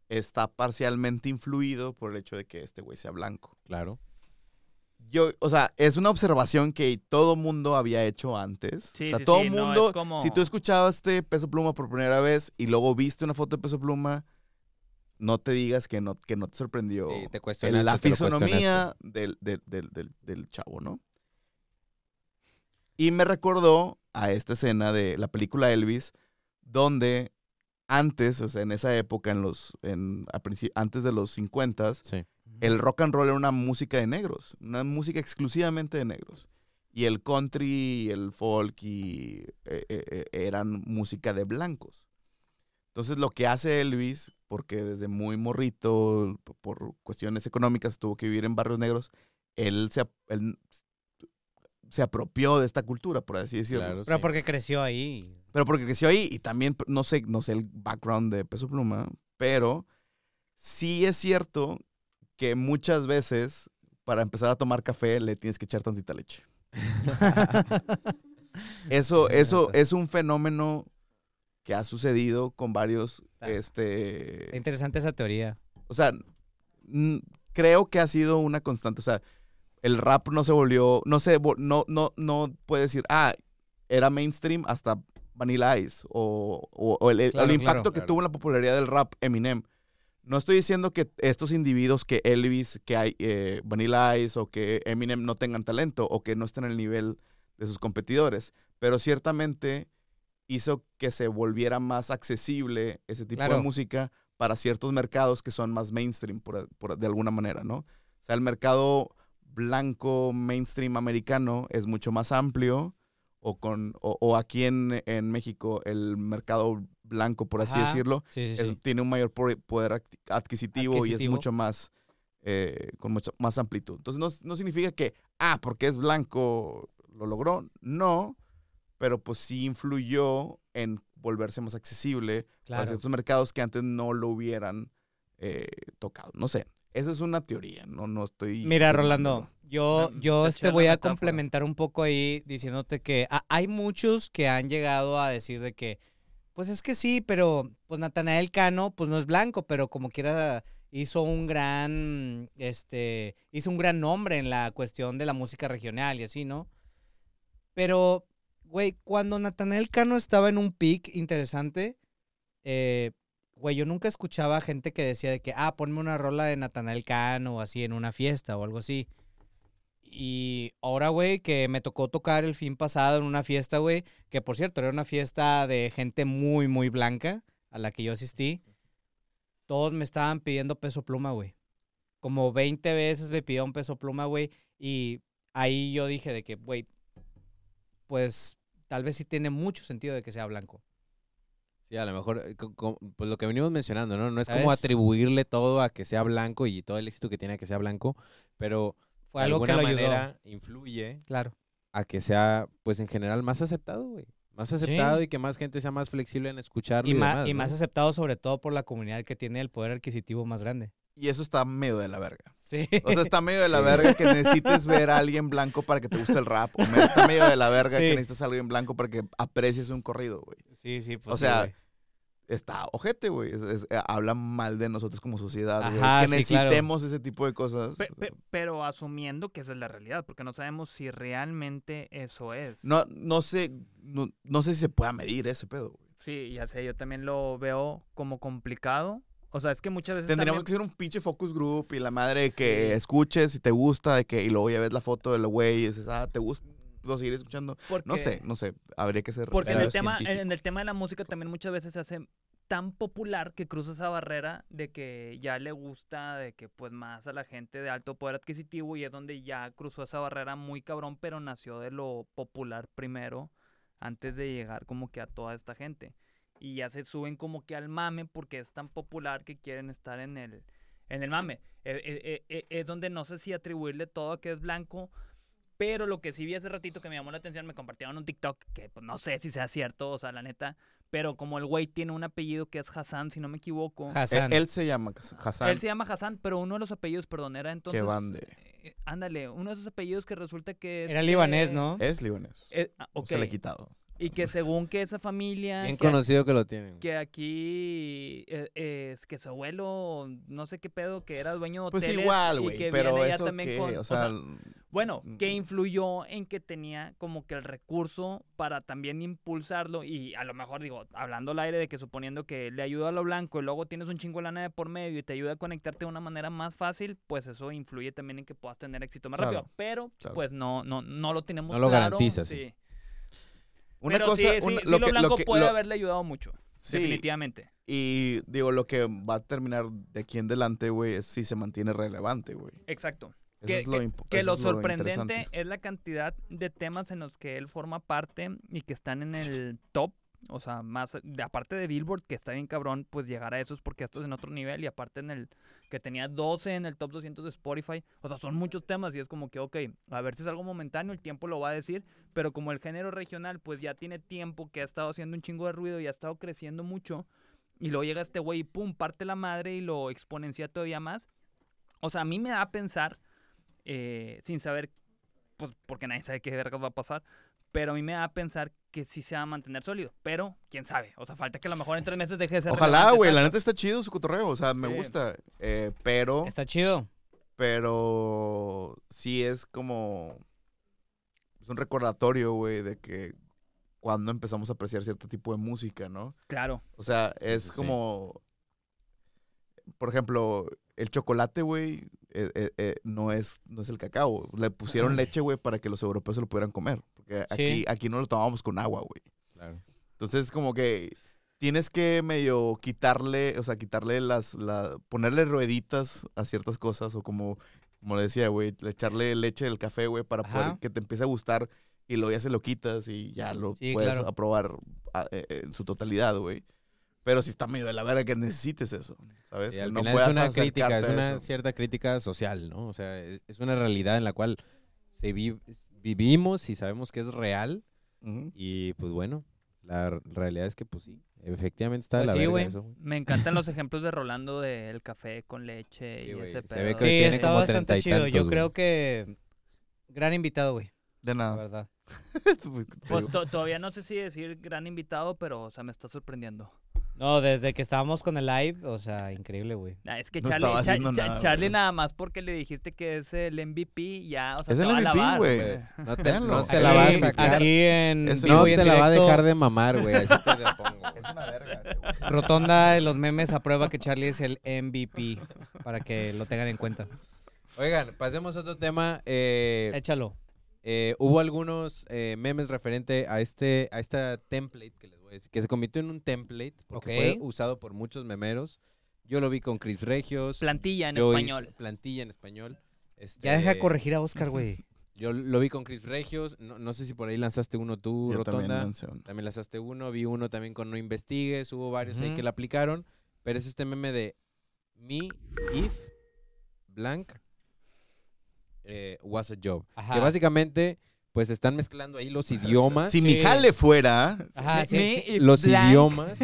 Speaker 4: está parcialmente influido por el hecho de que este güey sea blanco.
Speaker 3: Claro.
Speaker 4: Yo, o sea, es una observación que todo mundo había hecho antes.
Speaker 2: Sí,
Speaker 4: o sea,
Speaker 2: sí,
Speaker 4: todo
Speaker 2: sí, no,
Speaker 4: mundo.
Speaker 2: es como-
Speaker 4: Si tú escuchaste Peso Pluma por primera vez y luego viste una foto de Peso Pluma, no te digas que no, que no te sorprendió
Speaker 3: Sí, te
Speaker 4: el-
Speaker 3: cuestionaste.
Speaker 4: la
Speaker 3: te lo cuestionaste.
Speaker 4: fisonomía del, del- del- del- del chavo, ¿no? Y me recordó a esta escena de la película Elvis, donde antes, o sea, en esa época, en los, en, a princi- antes de los 50
Speaker 3: Sí.
Speaker 4: el rock and roll era una música de negros, una música exclusivamente de negros. Y el country y el folk y, eh, eh, eh, eran música de blancos. Entonces lo que hace Elvis, porque desde muy morrito, p- por cuestiones económicas, tuvo que vivir en barrios negros, él se, ap- él se apropió de esta cultura, por así decirlo.
Speaker 3: Claro,
Speaker 1: Pero
Speaker 3: sí.
Speaker 1: porque creció ahí.
Speaker 4: Pero porque creció ahí y también p- no sé, no sé el background de Peso Pluma, pero sí es cierto que muchas veces para empezar a tomar café le tienes que echar tantita leche. eso, eso es un fenómeno que ha sucedido con varios,
Speaker 1: Claro. Está
Speaker 4: este,
Speaker 1: interesante esa teoría.
Speaker 4: o sea, mm, creo que ha sido una constante. O sea, el rap no se volvió, no se, vol- no, no, no puede decir, ah, era mainstream hasta Vanilla Ice o, o- o el, el- el
Speaker 1: Claro,
Speaker 4: impacto
Speaker 1: claro,
Speaker 4: que
Speaker 3: claro.
Speaker 4: tuvo en la popularidad del rap Eminem. No estoy diciendo que estos individuos, que Elvis, que hay, eh, Vanilla Ice o que Eminem no tengan talento o que no estén al nivel de sus competidores, pero ciertamente hizo que se volviera más accesible ese tipo de
Speaker 1: Claro.
Speaker 4: música para ciertos mercados que son más mainstream, por, por- de alguna manera, ¿no? O sea, el mercado blanco mainstream americano es mucho más amplio, o, con, o, o aquí en, en México el mercado blanco, por así
Speaker 1: Ajá.
Speaker 4: decirlo,
Speaker 1: Sí, sí,
Speaker 4: es-
Speaker 1: sí.
Speaker 4: tiene un mayor por- poder adqui- adquisitivo, y es
Speaker 1: Adquisitivo.
Speaker 4: mucho más, eh, con mucho más amplitud. Entonces, no, no significa que, ah, porque es blanco lo logró, no, pero pues sí influyó en volverse más accesible para
Speaker 1: Claro.
Speaker 4: ciertos mercados que antes no lo hubieran eh, tocado. No sé, esa es una teoría, no, no estoy...
Speaker 1: Mira,
Speaker 4: afirmando.
Speaker 1: Rolando, yo,
Speaker 2: Está-
Speaker 1: yo
Speaker 2: está
Speaker 1: este
Speaker 2: chida la
Speaker 1: voy a
Speaker 2: metáfora.
Speaker 1: complementar un poco ahí diciéndote que a- hay muchos que han llegado a decir de que, pues es que sí, pero pues Natanael Cano, pues no es blanco, pero como quiera hizo un gran, este, hizo un gran nombre en la cuestión de la música regional y así, ¿no? Pero, güey, cuando Natanael Cano estaba en un pic interesante, eh, güey, yo nunca escuchaba gente que decía de que, ah, ponme una rola de Natanael Cano o así en una fiesta o algo así. Y ahora, güey, que me tocó tocar el fin pasado en una fiesta, güey, que por cierto era una fiesta de gente muy, muy blanca a la que yo asistí, todos me estaban pidiendo peso pluma, güey. Como 20 veces me pidieron peso pluma, güey. Y ahí yo dije de que, güey, pues tal vez sí tiene mucho sentido de que sea blanco.
Speaker 3: Sí, a lo mejor, eh, co- co- pues lo que venimos mencionando, ¿no? No es como
Speaker 1: ¿Sabes?
Speaker 3: atribuirle todo a que sea blanco y todo el éxito que tiene a que sea blanco, pero
Speaker 1: Fue
Speaker 3: de
Speaker 1: algo que
Speaker 3: alguna
Speaker 1: lo
Speaker 3: manera
Speaker 1: ayudó.
Speaker 3: influye
Speaker 1: Claro.
Speaker 3: a que sea, pues en general, más aceptado, güey. Más aceptado y que más gente sea más flexible en escucharlo.
Speaker 1: Y,
Speaker 3: Y,
Speaker 1: ma-
Speaker 3: demás,
Speaker 1: y
Speaker 3: ¿no?
Speaker 1: más aceptado sobre todo por la comunidad que tiene el poder adquisitivo más grande.
Speaker 4: Y eso está medio de la verga.
Speaker 1: Sí.
Speaker 4: O sea, está medio de la verga que necesites ver a alguien blanco para que te guste el rap. O me- está medio de la verga
Speaker 1: Sí.
Speaker 4: que necesitas a alguien blanco para que aprecies un corrido, güey.
Speaker 1: sí, sí,
Speaker 4: o sea, está ojete, güey. Es- es- eh, habla mal de nosotros como sociedad, güey.
Speaker 1: Ajá,
Speaker 4: Que
Speaker 1: sí, claro.
Speaker 4: necesitemos ese tipo de cosas.
Speaker 2: Pe- pe- pero asumiendo que esa es la realidad, porque no sabemos si realmente eso es.
Speaker 4: No, no sé, no, no sé si se pueda medir ese pedo, güey.
Speaker 2: Sí, ya sé, yo también lo veo como complicado. O sea, es que muchas veces
Speaker 4: Tendríamos
Speaker 2: también-
Speaker 4: que hacer un pinche focus group y la madre de que escuches si te gusta, de que, y luego ya ves la foto del güey y dices, ah, te gusta, lo seguiré escuchando.
Speaker 2: porque-
Speaker 4: No sé, no sé. Habría que ser.
Speaker 2: Porque en
Speaker 4: algo
Speaker 2: el, tema, en-
Speaker 4: científico.
Speaker 2: en el tema de la música también muchas veces se hace tan popular que cruza esa barrera de que ya le gusta, de que pues más a la gente de alto poder adquisitivo y es donde ya cruzó esa barrera muy cabrón, pero nació de lo popular primero antes de llegar como que a toda esta gente. Y ya se suben como que al mame porque es tan popular que quieren estar en el, en el mame. Eh, eh, eh, eh, es donde no sé si atribuirle todo a que es blanco, pero lo que sí vi hace ratito que me llamó la atención, me compartieron un TikTok que pues, no sé si sea cierto, o sea, la neta. Pero como el güey tiene un apellido que es Hassan, si no me equivoco.
Speaker 1: Hassan.
Speaker 4: E, Él, él se llama Hassan.
Speaker 2: Él se llama Hassan, pero uno de los apellidos, perdón, era entonces.
Speaker 4: bande.
Speaker 2: eh, ándale, uno de esos apellidos que resulta que es.
Speaker 1: Era
Speaker 2: que-
Speaker 1: libanés, ¿no?
Speaker 4: Es libanés.
Speaker 2: eh, ah,
Speaker 4: O Se le ha
Speaker 2: ok,
Speaker 4: quitado.
Speaker 2: Y que según que esa familia.
Speaker 3: Bien
Speaker 2: que-
Speaker 3: conocido que lo tienen.
Speaker 2: que aquí eh, eh, es que su abuelo, no sé qué pedo, que era dueño de
Speaker 4: Pues
Speaker 2: hoteles
Speaker 4: igual,
Speaker 2: y
Speaker 4: güey.
Speaker 2: que
Speaker 4: Pero
Speaker 2: viene ya
Speaker 4: eso
Speaker 2: también
Speaker 4: que,
Speaker 2: con-
Speaker 4: o sea,
Speaker 2: bueno, que
Speaker 4: Mm.
Speaker 2: influyó en que tenía como que el recurso para también impulsarlo y a lo mejor digo, hablando al aire de que suponiendo que le ayuda a lo blanco y luego tienes un chingo de lana de por medio y te ayuda a conectarte de una manera más fácil, pues eso influye también en que puedas tener éxito más
Speaker 4: Claro,
Speaker 2: rápido, pero
Speaker 4: claro.
Speaker 2: pues no no no lo tenemos
Speaker 3: No lo ¿eh?
Speaker 2: claro,
Speaker 3: garantiza, sí.
Speaker 4: una
Speaker 2: Pero
Speaker 4: cosa,
Speaker 2: sí, sí,
Speaker 4: una-
Speaker 2: sí
Speaker 4: lo
Speaker 2: lo
Speaker 4: que,
Speaker 2: blanco
Speaker 4: lo que,
Speaker 2: puede
Speaker 4: lo-
Speaker 2: haberle ayudado mucho,
Speaker 4: sí,
Speaker 2: definitivamente.
Speaker 4: y digo, lo que va a terminar de aquí en adelante, güey, es si se mantiene relevante, güey.
Speaker 2: Exacto.
Speaker 4: Eso
Speaker 2: que,
Speaker 4: es lo
Speaker 2: que-
Speaker 4: impo-
Speaker 2: que
Speaker 4: eso
Speaker 2: lo
Speaker 4: es lo
Speaker 2: sorprendente
Speaker 4: interesante.
Speaker 2: es la cantidad de temas en los que él forma parte y que están en el top. O sea, más de- aparte de Billboard, que está bien cabrón, pues llegar a esos porque esto es en otro nivel. Y aparte en el que tenía 12 en el top 200 de Spotify. O sea, son muchos temas y es como que, ok, a ver si es algo momentáneo, el tiempo lo va a decir. Pero como el género regional, pues ya tiene tiempo que ha estado haciendo un chingo de ruido y ha estado creciendo mucho. Y luego llega este güey y pum, parte la madre y lo exponencia todavía más. O sea, a mí me da a pensar, eh, sin saber, pues porque nadie sabe qué vergas va a pasar, pero a mí me da a pensar que sí se va a mantener sólido. Pero, quién sabe. O sea, falta que a lo mejor en tres meses deje de ser.
Speaker 4: Ojalá,
Speaker 2: relevante,
Speaker 4: güey. La
Speaker 2: ¿sabes?
Speaker 4: neta está chido su cotorreo. O sea, me
Speaker 2: Sí.
Speaker 4: gusta. eh, pero,
Speaker 1: Está chido.
Speaker 4: pero sí es como. Es un recordatorio, güey, de que cuando empezamos a apreciar cierto tipo de música, ¿no?
Speaker 2: Claro.
Speaker 4: O sea, es
Speaker 3: sí, sí.
Speaker 4: como. Por ejemplo, el chocolate, güey, eh, eh, eh, no, es, no es el cacao. Le pusieron leche, güey, para que los europeos se lo pudieran comer. Porque aquí, aquí no lo tomábamos con agua, güey.
Speaker 3: Claro.
Speaker 4: Entonces, como que tienes que medio quitarle, o sea, quitarle las. la- ponerle rueditas a ciertas cosas, o como, como le decía, güey, le echarle leche del café, güey, para
Speaker 1: Ajá.
Speaker 4: poder que te empiece a gustar y luego ya se lo quitas y ya lo
Speaker 1: Sí,
Speaker 4: puedes ah, e,
Speaker 1: claro.
Speaker 4: aprobar a- eh, eh, en su totalidad, güey. Pero sí está medio de la verga que necesites eso, ¿sabes?
Speaker 3: Sí,
Speaker 4: Que
Speaker 3: al
Speaker 4: no
Speaker 3: final
Speaker 4: puedas
Speaker 3: es una
Speaker 4: acercarte
Speaker 3: crítica, es
Speaker 4: a
Speaker 3: una
Speaker 4: eso.
Speaker 3: cierta crítica social, ¿no? O sea, es, es una realidad en la cual se vi- vivimos y sabemos que es real
Speaker 4: Ujú.
Speaker 3: y pues bueno, la r- realidad es que pues sí, efectivamente está de
Speaker 1: Pues
Speaker 3: la
Speaker 1: sí,
Speaker 3: verga
Speaker 1: güey.
Speaker 3: eso, güey.
Speaker 2: Me encantan los ejemplos de Rolando del café con leche
Speaker 3: Sí,
Speaker 2: y
Speaker 3: güey,
Speaker 2: ese
Speaker 3: se ve
Speaker 2: pedo.
Speaker 1: Sí,
Speaker 3: que tiene
Speaker 1: está
Speaker 3: como
Speaker 1: bastante
Speaker 3: treinta y
Speaker 1: chido. Yo
Speaker 3: tantos,
Speaker 1: creo
Speaker 3: güey. Ah.
Speaker 1: que. Gran invitado, güey.
Speaker 4: De
Speaker 1: La
Speaker 4: nada.
Speaker 1: verdad.
Speaker 2: Pues to- todavía no sé si decir gran invitado, pero o sea, me está sorprendiendo.
Speaker 1: No, desde que estábamos con el live, o sea, increíble, güey.
Speaker 2: Nah, Ah, es que
Speaker 4: No
Speaker 2: Charlie,
Speaker 4: estaba
Speaker 2: Cha-
Speaker 4: haciendo
Speaker 2: Cha-
Speaker 4: nada,
Speaker 2: Charlie
Speaker 4: güey.
Speaker 2: nada más porque le dijiste que es el MVP, ya, o sea,
Speaker 4: Es
Speaker 2: te
Speaker 4: el
Speaker 2: va a
Speaker 4: MVP,
Speaker 2: lavar,
Speaker 4: güey.
Speaker 3: No, te,
Speaker 4: Véanlo.
Speaker 3: no se
Speaker 4: Ahí
Speaker 3: la va a
Speaker 1: Aquí-
Speaker 3: sacar.
Speaker 1: Aquí en.
Speaker 4: Eso
Speaker 1: vivo
Speaker 3: No
Speaker 1: y en
Speaker 3: te la va a
Speaker 1: directo,
Speaker 3: dejar de mamar, güey. Así te la pongo. güey.
Speaker 4: Es una verga. este güey.
Speaker 1: Rotonda de los memes aprueba que Charlie es el MVP. Para que lo tengan en cuenta.
Speaker 3: Oigan, pasemos a otro tema. eh,
Speaker 1: Échalo.
Speaker 3: eh, hubo algunos eh, memes referente a este a esta template que les voy a decir, que se convirtió en un template porque
Speaker 1: Ok.
Speaker 3: fue usado por muchos memeros. Yo lo vi con Chris Regios,
Speaker 2: Plantilla en
Speaker 3: Joyce,
Speaker 2: español.
Speaker 3: plantilla en español. este,
Speaker 1: Ya deja corregir a Oscar, güey.
Speaker 3: Yo lo vi con Chris Regios, no, no sé si por ahí lanzaste uno tú,
Speaker 4: Yo también
Speaker 3: Rotonda.
Speaker 4: lancé uno.
Speaker 3: También lanzaste uno, vi uno también con No Investigues, hubo varios ahí
Speaker 1: Ujú.
Speaker 3: que la aplicaron, pero es este meme de me if blank eh, was a job.
Speaker 1: Ajá.
Speaker 3: Que básicamente, pues están mezclando ahí los idiomas.
Speaker 4: Si mi
Speaker 1: Sí.
Speaker 4: jale fuera,
Speaker 1: Ajá,
Speaker 2: Me-
Speaker 1: sí,
Speaker 2: me
Speaker 1: sí.
Speaker 2: if
Speaker 3: Ah, los
Speaker 2: blank.
Speaker 3: idiomas.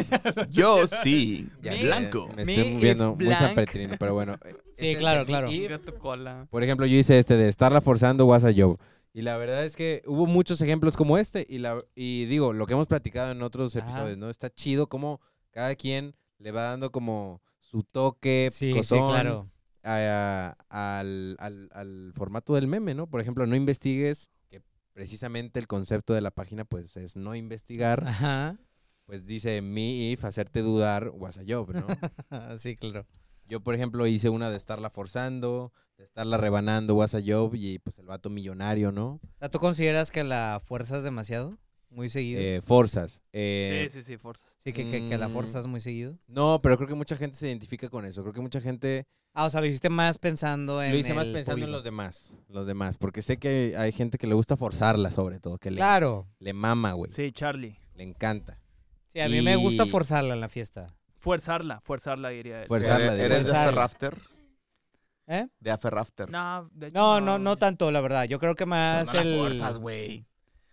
Speaker 4: yo sí.
Speaker 3: Ya sé,
Speaker 4: blanco.
Speaker 3: Me estoy
Speaker 2: Me
Speaker 3: moviendo
Speaker 2: if
Speaker 3: muy
Speaker 2: blank.
Speaker 3: sanpetrino, pero bueno. eh,
Speaker 1: Sí,
Speaker 3: ese
Speaker 1: claro,
Speaker 3: de me
Speaker 1: claro.
Speaker 3: if,
Speaker 2: tu cola.
Speaker 3: Por ejemplo, yo hice este de estarla forzando was a job. Y la verdad es que hubo muchos ejemplos como este. Y, la, y digo, lo que hemos platicado en otros
Speaker 1: Ajá.
Speaker 3: episodios, ¿no? Está chido como cada quien le va dando como su toque,
Speaker 1: Sí, sí,
Speaker 3: picosón,
Speaker 1: claro.
Speaker 3: a- al, al- al formato del meme, ¿no? Por ejemplo, no investigues, que precisamente el concepto de la página pues es no investigar,
Speaker 1: Ajá.
Speaker 3: pues dice me if, hacerte dudar, was a job, ¿no?
Speaker 1: Sí, claro.
Speaker 3: Yo, por ejemplo, hice una de estarla forzando, de estarla rebanando, was a job, y pues el vato millonario, ¿no?
Speaker 1: O sea, ¿tú consideras que la fuerzas demasiado? Muy seguido.
Speaker 3: Eh, forzas. eh,
Speaker 2: sí, sí, sí, fuerza.
Speaker 1: sí, que, que- que la
Speaker 3: mm.
Speaker 1: fuerzas muy seguido.
Speaker 3: No, pero creo que mucha gente se identifica con eso. Creo que mucha gente
Speaker 1: Ah, o sea, lo hiciste más pensando en.
Speaker 3: lo hice más
Speaker 1: el
Speaker 3: pensando en
Speaker 1: público.
Speaker 3: los demás. Los demás, porque sé que hay gente que le gusta forzarla, sobre todo, que le,
Speaker 1: Claro.
Speaker 3: le mama, güey.
Speaker 2: Sí, Charlie.
Speaker 3: Le encanta.
Speaker 1: Sí, a mí me gusta
Speaker 3: Y-
Speaker 1: forzarla en la fiesta.
Speaker 2: Forzarla, forzarla diría él.
Speaker 3: Forzarla,
Speaker 4: ¿Eres,
Speaker 3: digo.
Speaker 4: eres de
Speaker 1: Forzarla.
Speaker 4: Aferrafter?
Speaker 1: ¿Eh?
Speaker 4: De Aferrafter.
Speaker 2: No, de hecho,
Speaker 1: No, no, no tanto, la verdad. Yo creo que
Speaker 4: No,
Speaker 1: más
Speaker 4: no la
Speaker 1: Ah, el.
Speaker 4: forzas, güey.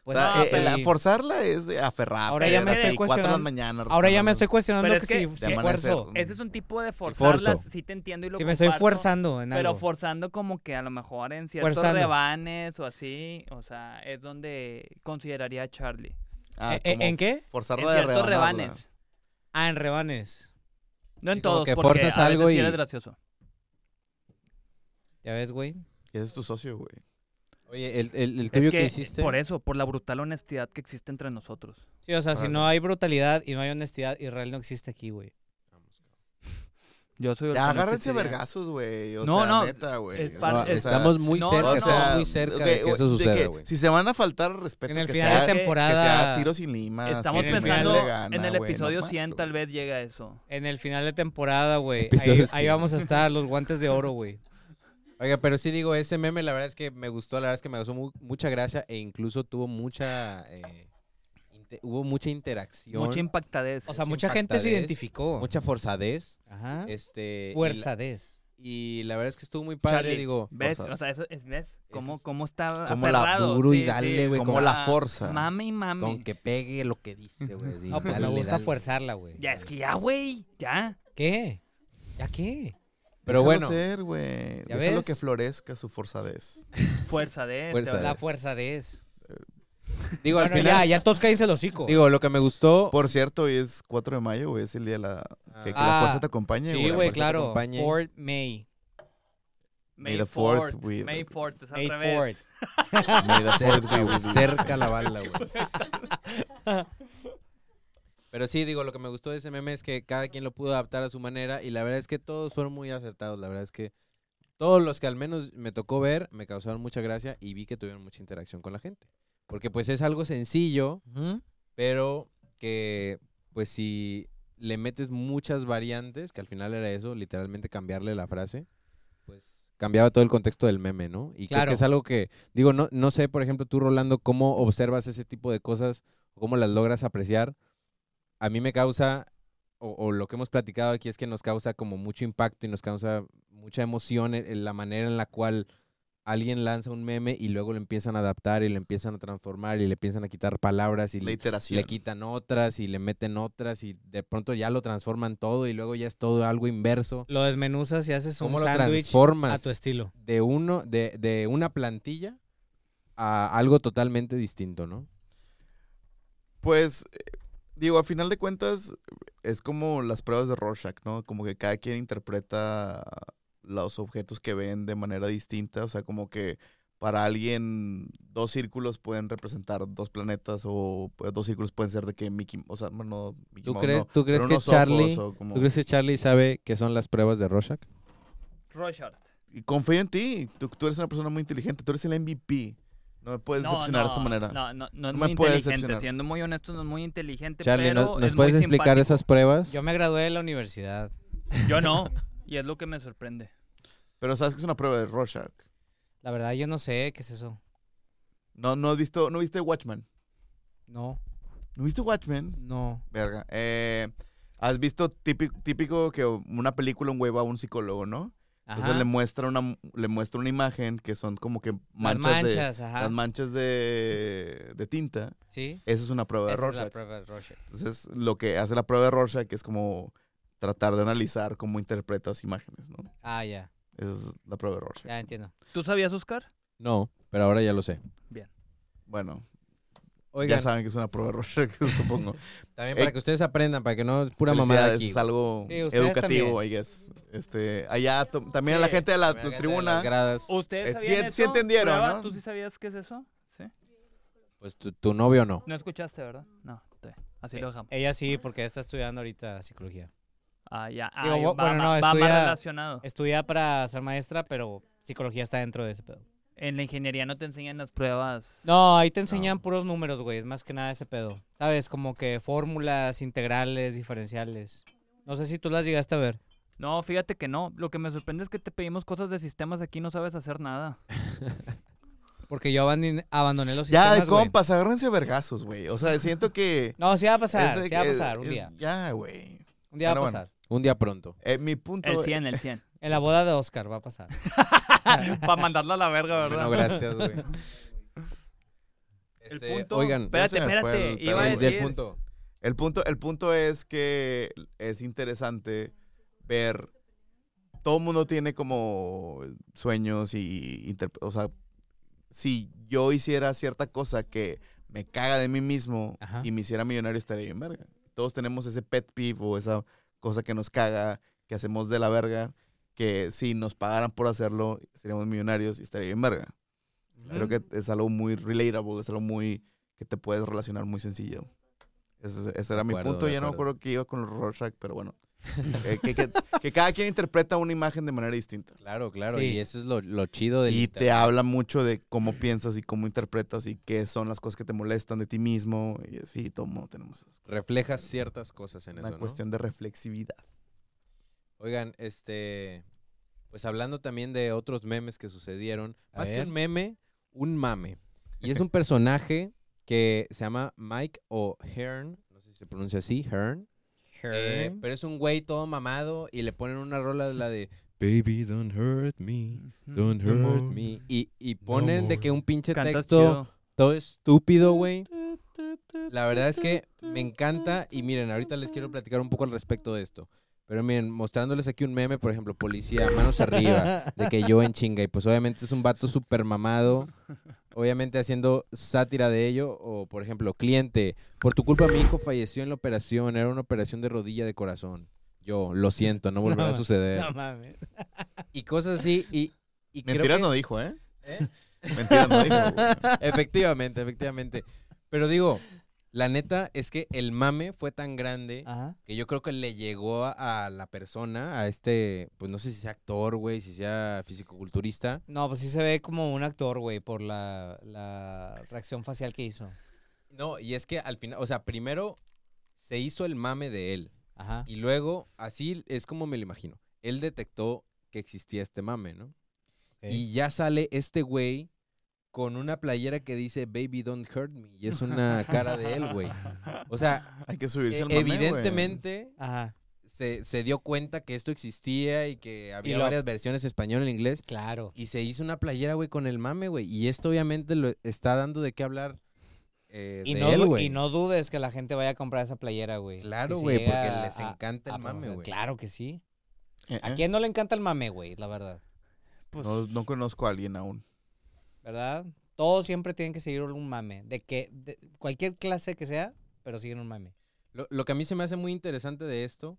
Speaker 1: pues,
Speaker 4: o sea,
Speaker 2: no,
Speaker 4: eh,
Speaker 1: el-
Speaker 4: la forzarla es de aferrar.
Speaker 1: Ahora ya me estoy
Speaker 4: Cuatro de la
Speaker 1: cuestionando-
Speaker 4: mañana,
Speaker 1: Ahora ya me estoy
Speaker 4: Rotonda,
Speaker 1: cuestionando
Speaker 2: Pero
Speaker 1: que,
Speaker 2: es
Speaker 1: si,
Speaker 2: que
Speaker 4: de
Speaker 1: si
Speaker 4: amanecer. Mm.
Speaker 1: fuerzo.
Speaker 2: Ese es un tipo de
Speaker 3: forzo.
Speaker 2: forzarlas, sí te entiendo y lo
Speaker 1: Si me estoy
Speaker 2: comparto,
Speaker 1: forzando en
Speaker 2: Pero
Speaker 1: algo.
Speaker 2: forzando como que a lo mejor en ciertos
Speaker 1: Forzando.
Speaker 2: rebanes o así, o sea, es donde consideraría a Charlie.
Speaker 4: Ah,
Speaker 1: ¿Eh, eh,
Speaker 4: como
Speaker 1: ¿En qué?
Speaker 4: Forzarla
Speaker 2: En
Speaker 4: de
Speaker 2: ciertos
Speaker 4: rebanarla.
Speaker 2: rebanes.
Speaker 1: Ah, en rebanes.
Speaker 2: No en
Speaker 3: Sí, como
Speaker 2: todos,
Speaker 3: que
Speaker 2: porque
Speaker 3: forzas
Speaker 2: a veces
Speaker 3: algo
Speaker 2: sí
Speaker 3: y-
Speaker 2: eres gracioso.
Speaker 1: Ya ves, güey.
Speaker 4: Ese es tu socio, güey.
Speaker 3: Oye, el, el, el
Speaker 2: Es
Speaker 3: tuyo
Speaker 2: que,
Speaker 3: que, hiciste.
Speaker 2: por eso, por la brutal honestidad que existe entre nosotros.
Speaker 1: Sí, o sea, si
Speaker 4: Órale.
Speaker 1: no hay brutalidad y no hay honestidad, Israel no existe aquí, güey.
Speaker 2: Yo soy el que
Speaker 4: Ya,
Speaker 2: no
Speaker 1: ¿eh?
Speaker 4: agárrense a
Speaker 2: existiría.
Speaker 4: vergazos, güey. O
Speaker 2: No,
Speaker 4: sea,
Speaker 2: no,
Speaker 4: neta, güey.
Speaker 2: es
Speaker 4: O
Speaker 3: No,
Speaker 2: par-
Speaker 4: sea,
Speaker 2: es-
Speaker 3: estamos muy
Speaker 2: no,
Speaker 3: cerca,
Speaker 2: no,
Speaker 3: estamos muy cerca de, que eso
Speaker 4: de que
Speaker 3: suceda, güey.
Speaker 4: Si se van a faltar al respeto,
Speaker 1: En el
Speaker 4: que,
Speaker 1: final de
Speaker 4: sea, que- que sea
Speaker 1: temporada.
Speaker 4: tiro sin limas.
Speaker 2: Estamos
Speaker 4: que
Speaker 1: en el
Speaker 2: pensando
Speaker 4: nadie le gana,
Speaker 2: en el
Speaker 4: güey, no
Speaker 2: episodio
Speaker 4: mames,
Speaker 2: 100 tal
Speaker 4: güey.
Speaker 2: vez llega eso.
Speaker 1: En el final de temporada, güey. Ahí,
Speaker 3: Episodio
Speaker 1: ahí
Speaker 3: cien.
Speaker 1: vamos a estar los guantes de oro, güey.
Speaker 3: Oiga, pero sí digo, ese meme la verdad es que me gustó, la verdad es que me causó mu- mucha gracia e incluso tuvo mucha... eh, inte- hubo mucha interacción.
Speaker 2: Mucha impactadez.
Speaker 1: O sea,
Speaker 3: Qué
Speaker 1: mucha gente se
Speaker 3: impactadez,
Speaker 1: identificó.
Speaker 3: mucha forzadez.
Speaker 1: Ajá.
Speaker 3: Este, y la-
Speaker 1: Fuerzadez.
Speaker 3: Y la, verdad es que estuvo muy padre,
Speaker 2: Charlie.
Speaker 3: digo.
Speaker 2: ¿Ves?
Speaker 4: forzado.
Speaker 2: O sea, eso es, ¿ves? Cómo,
Speaker 3: es-
Speaker 2: cómo está
Speaker 4: Cómo la
Speaker 2: aferrado.
Speaker 3: duro y dale, güey,
Speaker 4: Como
Speaker 3: con-
Speaker 4: la forza.
Speaker 2: Mame y mame.
Speaker 3: Con que pegue lo que dice, güey. sí,
Speaker 1: No, pues me
Speaker 3: dale,
Speaker 1: gusta
Speaker 3: dale.
Speaker 1: forzarla, güey.
Speaker 2: Ya, es que ya, güey, ya.
Speaker 1: ¿Qué? ¿Ya qué?
Speaker 3: Pero
Speaker 4: Déjalo
Speaker 3: bueno,
Speaker 4: ser, güey.
Speaker 1: ¿Ya
Speaker 4: Déjalo
Speaker 1: ves?
Speaker 4: que florezca su forzadez.
Speaker 2: Fuerza de...
Speaker 3: Fuerza
Speaker 2: te-
Speaker 3: de-
Speaker 1: La fuerzadez.
Speaker 3: digo, al
Speaker 1: Bueno, ya,
Speaker 3: final,
Speaker 1: ya tosca dice el hocico.
Speaker 3: digo, lo que me gustó...
Speaker 4: Por cierto, hoy es 4 de mayo, güey. Es el día de la... Que, que la
Speaker 1: Ah,
Speaker 4: fuerza te acompañe, güey.
Speaker 1: sí, güey,
Speaker 3: fuerza pues, te
Speaker 1: claro.
Speaker 3: acompañe.
Speaker 1: Ford May.
Speaker 4: May the fourth with-
Speaker 2: May 4th, es al
Speaker 1: May
Speaker 2: revés.
Speaker 1: Ford.
Speaker 4: May the fourth be
Speaker 3: cerca,
Speaker 4: with you.
Speaker 3: cerca la bala, güey. Pero sí, digo, lo que me gustó de ese meme es que cada quien lo pudo adaptar a su manera y la verdad es que todos fueron muy acertados. La verdad es que todos los que al menos me tocó ver me causaron mucha gracia y vi que tuvieron mucha interacción con la gente. Porque pues es algo sencillo,
Speaker 1: Ujú.
Speaker 3: pero que pues si le metes muchas variantes, que al final era eso, literalmente cambiarle la frase, pues cambiaba todo el contexto del meme, ¿no? Y creo
Speaker 1: Claro.
Speaker 3: que es algo que, digo, no, no sé, por ejemplo, tú, Rolando, cómo observas ese tipo de cosas, cómo las logras apreciar. A mí me causa o, o lo que hemos platicado aquí es que nos causa como mucho impacto y nos causa mucha emoción en, en la manera en la cual alguien lanza un meme y luego lo empiezan a adaptar y lo empiezan a transformar y le empiezan a quitar palabras y
Speaker 4: La
Speaker 3: le,
Speaker 4: iteración.
Speaker 3: le quitan otras y le meten otras y de pronto ya lo transforman todo y luego ya es todo algo inverso.
Speaker 1: Lo desmenuzas y haces un
Speaker 3: ¿Cómo lo
Speaker 1: sándwich a
Speaker 3: transformas?
Speaker 1: tu estilo.
Speaker 3: de uno de, de una plantilla a algo totalmente distinto, ¿no?
Speaker 4: Pues, eh, digo, a final de cuentas, es como las pruebas de Rorschach, ¿no? Como que cada quien interpreta los objetos que ven de manera distinta. O sea, como que para alguien dos círculos pueden representar dos planetas o pues, dos círculos pueden ser de que Mickey, o sea, bueno, no, Mickey
Speaker 3: ¿Tú
Speaker 4: Mouse,
Speaker 3: crees,
Speaker 4: no, pero
Speaker 3: ¿tú crees que
Speaker 4: unos ojos
Speaker 3: Charlie,
Speaker 4: o como-
Speaker 3: ¿tú crees que Charlie sabe qué son las pruebas de Rorschach?
Speaker 2: Rorschach.
Speaker 4: Y confío en ti. Tú, tú eres una persona muy inteligente. Tú eres el MVP. No me puedes decepcionar de esta manera.
Speaker 2: No, no, no es
Speaker 4: No
Speaker 2: muy
Speaker 4: me puedes
Speaker 2: inteligente.
Speaker 4: decepcionar.
Speaker 2: Siendo muy honesto, no es muy inteligente.
Speaker 3: Charlie,
Speaker 2: pero
Speaker 3: ¿nos, nos
Speaker 2: es muy
Speaker 3: puedes explicar esas pruebas?
Speaker 1: Yo me gradué de la universidad.
Speaker 2: simpático. Yo no. Y es lo que me sorprende.
Speaker 4: Pero sabes que es una prueba de Rorschach.
Speaker 1: La verdad, yo no sé qué es eso.
Speaker 4: No, no has visto, no viste Watchmen.
Speaker 1: No,
Speaker 4: ¿No viste Watchmen?
Speaker 1: no.
Speaker 4: Verga. Eh, has visto típico, típico que una película un güey va a un psicólogo, ¿no? Entonces
Speaker 1: Ajá.
Speaker 4: le muestra una le muestra una imagen que son como que
Speaker 1: Las
Speaker 4: manchas, de
Speaker 1: manchas, ajá.
Speaker 4: las manchas de, de tinta.
Speaker 1: sí.
Speaker 4: Esa es una prueba
Speaker 1: Esa
Speaker 4: de
Speaker 1: es la
Speaker 4: Rorschach.
Speaker 1: prueba de Rorschach.
Speaker 4: Entonces, lo que hace la prueba de Rorschach es como tratar de analizar cómo interpretas imágenes, ¿no?
Speaker 1: Ah, ya.
Speaker 4: Esa es la prueba de Rorschach.
Speaker 1: Ya entiendo.
Speaker 2: ¿Tú sabías, Oscar?
Speaker 3: No, pero ahora ya lo sé.
Speaker 4: Bueno,
Speaker 3: Oigan,
Speaker 4: ya saben que es una prueba de Rorschach, supongo.
Speaker 3: también para que ustedes aprendan, para que no es pura mamada
Speaker 4: Felicidades,
Speaker 3: aquí.
Speaker 4: Es algo
Speaker 1: Sí, ustedes
Speaker 4: educativo, I guess. Este, allá to- también a la
Speaker 2: Sí,
Speaker 4: gente de la,
Speaker 3: Para que de
Speaker 4: tribuna.
Speaker 3: las gradas,
Speaker 2: ¿Ustedes
Speaker 4: Eh,
Speaker 2: sabían
Speaker 4: sí-
Speaker 2: eso?
Speaker 4: sí entendieron,
Speaker 2: ¿Prueba?
Speaker 4: ¿no?
Speaker 2: ¿Tú sí sabías qué es eso? ¿Sí?
Speaker 3: pues tu, tu novio no.
Speaker 2: No escuchaste, ¿verdad? No. está bien. Así
Speaker 1: Eh,
Speaker 2: lo dejamos.
Speaker 1: Ella sí, porque ella está estudiando ahorita psicología.
Speaker 2: Ah, ya. Ah,
Speaker 1: digo,
Speaker 2: ya,
Speaker 1: bu-
Speaker 2: va,
Speaker 1: bueno, no,
Speaker 2: va- va más
Speaker 1: estudia-
Speaker 2: relacionado.
Speaker 1: Estudia para ser maestra, pero psicología está dentro de ese pedo.
Speaker 2: En la ingeniería no te enseñan las pruebas.
Speaker 1: No, ahí te enseñan puros números, güey. Es más que nada ese pedo. ¿Sabes? Como que fórmulas, integrales, diferenciales. No sé si tú las llegaste a ver.
Speaker 2: No, fíjate que no. Lo que me sorprende es que te pedimos cosas de sistemas aquí y no sabes hacer nada.
Speaker 1: Porque yo abandi- abandoné los
Speaker 4: Ya,
Speaker 1: sistemas,
Speaker 4: de
Speaker 1: güey.
Speaker 4: compas, agárrense a vergazos, güey. O sea, siento que.
Speaker 1: No, sí va a pasar,
Speaker 4: es de
Speaker 1: sí va a
Speaker 4: que-
Speaker 1: pasar, un
Speaker 4: es-
Speaker 1: día.
Speaker 4: Ya, güey.
Speaker 1: Un día va a
Speaker 4: pero bueno.
Speaker 1: pasar.
Speaker 3: Un día pronto.
Speaker 4: Eh, mi punto.
Speaker 2: El 100, el 100.
Speaker 1: En la boda de Oscar va a pasar.
Speaker 2: Para mandarla a la verga, ¿verdad?
Speaker 3: No, gracias, Ah. güey. Este,
Speaker 2: punto-
Speaker 3: oigan,
Speaker 4: Ya
Speaker 2: Espérate,
Speaker 4: se me fue
Speaker 2: espérate.
Speaker 4: el
Speaker 2: Iba a
Speaker 4: pedo,
Speaker 3: del,
Speaker 4: güey.
Speaker 2: decir.
Speaker 3: del punto.
Speaker 4: El punto, el punto es que es interesante ver. Todo mundo tiene como sueños y. interp- O sea, si yo hiciera cierta cosa que me caga de mí mismo
Speaker 1: Ajá.
Speaker 4: y me hiciera millonario, estaría bien verga. Todos tenemos ese pet peeve o esa cosa que nos caga, que hacemos de la verga, que si nos pagaran por hacerlo, seríamos millonarios y estaría bien verga. Creo que es algo muy relatable, es algo muy que te puedes relacionar muy sencillo. Ese, ese era
Speaker 3: De acuerdo,
Speaker 4: mi punto.
Speaker 3: de
Speaker 4: Ya no me
Speaker 3: acuerdo.
Speaker 4: acuerdo que iba con el Rorschach, pero bueno. Eh, que, que- que- que cada quien interpreta una imagen de manera distinta.
Speaker 3: Claro, claro.
Speaker 1: Sí.
Speaker 3: Y eso es lo, lo chido del
Speaker 4: Y te
Speaker 3: internet.
Speaker 4: habla mucho de cómo piensas y cómo interpretas y qué son las cosas que te molestan de ti mismo. Y así, todo mundo tenemos eso.
Speaker 3: Reflejas ciertas cosas en
Speaker 4: una
Speaker 3: eso, ¿no?
Speaker 4: cuestión de reflexividad.
Speaker 3: Oigan, este, pues hablando también de otros memes que sucedieron,
Speaker 1: A
Speaker 3: más que
Speaker 1: ver.
Speaker 3: un meme, un mame. Y es un personaje que se llama Mike o Hearn, no sé si se pronuncia así, Hearn. eh,
Speaker 1: Herm.
Speaker 3: pero es un güey todo mamado y le ponen una rola de la de Baby don't hurt me, don't hurt me y, y ponen de que un pinche
Speaker 2: Cantas
Speaker 3: texto
Speaker 2: chido.
Speaker 3: todo estúpido, güey. La verdad es que me encanta y miren, ahorita les quiero platicar un poco al respecto de esto. Pero miren, mostrándoles aquí un meme, por ejemplo, policía, manos arriba, de que yo en chinga. Y pues obviamente es un vato súper mamado, obviamente haciendo sátira de ello. O por ejemplo, cliente, por tu culpa mi hijo falleció en la operación, era una operación de rodilla de corazón. Yo, lo siento, no volverá a
Speaker 1: ma-
Speaker 3: suceder.
Speaker 1: No mames.
Speaker 3: Y cosas así, y, y creo
Speaker 4: Mentiras
Speaker 3: que-
Speaker 4: no dijo, ¿eh?
Speaker 3: ¿Eh?
Speaker 4: Mentiras no dijo. güey.
Speaker 3: Efectivamente, efectivamente. Pero digo, la neta es que el mame fue tan grande
Speaker 1: Ajá.
Speaker 3: que yo creo que le llegó a, a la persona, a este, pues no sé si sea actor, güey, si sea fisicoculturista.
Speaker 1: No, pues sí se ve como un actor, güey, por la, la reacción facial que hizo.
Speaker 3: No, y es que al final, o sea, primero se hizo el mame de él
Speaker 1: Ajá.
Speaker 3: y luego, así es como me lo imagino, él detectó que existía este mame, ¿no?
Speaker 1: ok.
Speaker 3: Y ya sale este güey con una playera que dice Baby Don't Hurt Me y es una cara de él, güey. O sea,
Speaker 4: Hay que subirse
Speaker 3: e-
Speaker 4: al mame, güey.
Speaker 3: evidentemente
Speaker 1: Ajá.
Speaker 3: se, se dio cuenta que esto existía y que había
Speaker 1: lo-
Speaker 3: varias versiones español en inglés
Speaker 1: Claro.
Speaker 3: y se hizo una playera, güey, con el mame, güey. Y esto obviamente lo está dando de qué hablar eh,
Speaker 1: Y
Speaker 3: de
Speaker 1: no,
Speaker 3: él,
Speaker 1: du-
Speaker 3: güey.
Speaker 1: y no dudes que la gente vaya a comprar esa playera, güey.
Speaker 3: Claro,
Speaker 1: Si se
Speaker 3: güey,
Speaker 1: llega
Speaker 3: porque les
Speaker 1: a-
Speaker 3: encanta
Speaker 1: a
Speaker 3: el mame,
Speaker 1: promocionar.
Speaker 3: güey.
Speaker 1: Claro que sí.
Speaker 4: Eh, eh.
Speaker 1: ¿A quién no le encanta el mame, güey? La verdad.
Speaker 2: Pues,
Speaker 4: No, no conozco a alguien aún.
Speaker 1: ¿Verdad? Todos siempre tienen que seguir un mame. De que de cualquier clase que sea, pero siguen un mame.
Speaker 3: Lo, lo que a mí se me hace muy interesante de esto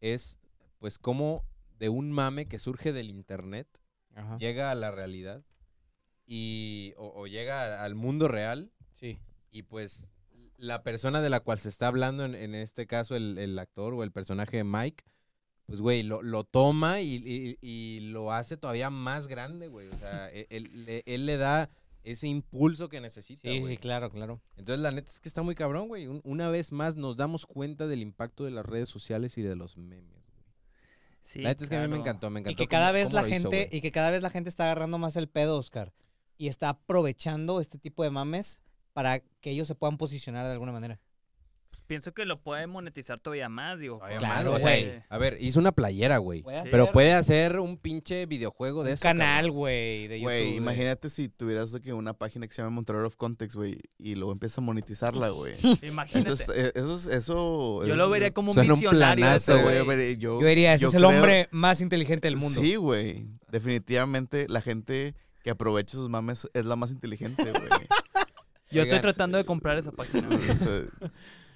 Speaker 3: es, pues, cómo de un mame que surge del internet
Speaker 1: Ajá.
Speaker 3: llega a la realidad y, o, o llega a- al mundo real
Speaker 1: Sí.
Speaker 3: y, pues, la persona de la cual se está hablando, en, en este caso el, el actor o el personaje de Mike, pues, güey, lo, lo toma y, y- y lo hace todavía más grande, güey. O sea, él, él le- él le da ese impulso que necesita,
Speaker 1: Sí,
Speaker 3: güey.
Speaker 1: sí, claro, claro.
Speaker 3: Entonces, la neta es que está muy cabrón, güey. Un- una vez más nos damos cuenta del impacto de las redes sociales y de los memes, güey.
Speaker 2: sí,
Speaker 3: la neta es que a mí me
Speaker 2: claro.
Speaker 3: encantó, me encantó.
Speaker 1: Y que cada
Speaker 3: cómo-
Speaker 1: vez
Speaker 3: cómo
Speaker 1: la
Speaker 3: lo hizo,
Speaker 1: gente,
Speaker 3: güey.
Speaker 1: y que cada vez la gente está agarrando más el pedo, Oscar. Y está aprovechando este tipo de mames para que ellos se puedan posicionar de alguna manera.
Speaker 2: Pienso que lo puede monetizar todavía más, digo. eh,
Speaker 3: Todavía
Speaker 2: porque-
Speaker 1: Claro,
Speaker 3: más, o
Speaker 1: güey.
Speaker 3: sea, a ver, hizo una playera, güey.
Speaker 1: Puede hacer
Speaker 3: Pero puede hacer un pinche videojuego de
Speaker 1: un
Speaker 3: eso.
Speaker 1: canal, güey, de YouTube.
Speaker 4: Güey,
Speaker 1: de-
Speaker 4: imagínate si tuvieras de que una página que se llama Monterrey of Context, güey, y luego empiezas a monetizarla, güey. Eso,
Speaker 2: Imagínate.
Speaker 4: es- eh, eso, es- eso
Speaker 2: Yo lo vería como un
Speaker 3: Suena un
Speaker 2: visionario.
Speaker 3: planazo,
Speaker 2: ese
Speaker 4: eso,
Speaker 3: güey.
Speaker 2: güey.
Speaker 4: güey, Yo,
Speaker 1: Yo diría, ese
Speaker 4: yo
Speaker 1: es el
Speaker 4: creo-
Speaker 1: hombre más inteligente del mundo.
Speaker 4: Sí, güey. Definitivamente la gente que aprovecha sus mames es la más inteligente, güey.
Speaker 2: Yo estoy
Speaker 3: Oigan,
Speaker 2: tratando de comprar esa página. güey.
Speaker 4: O sea,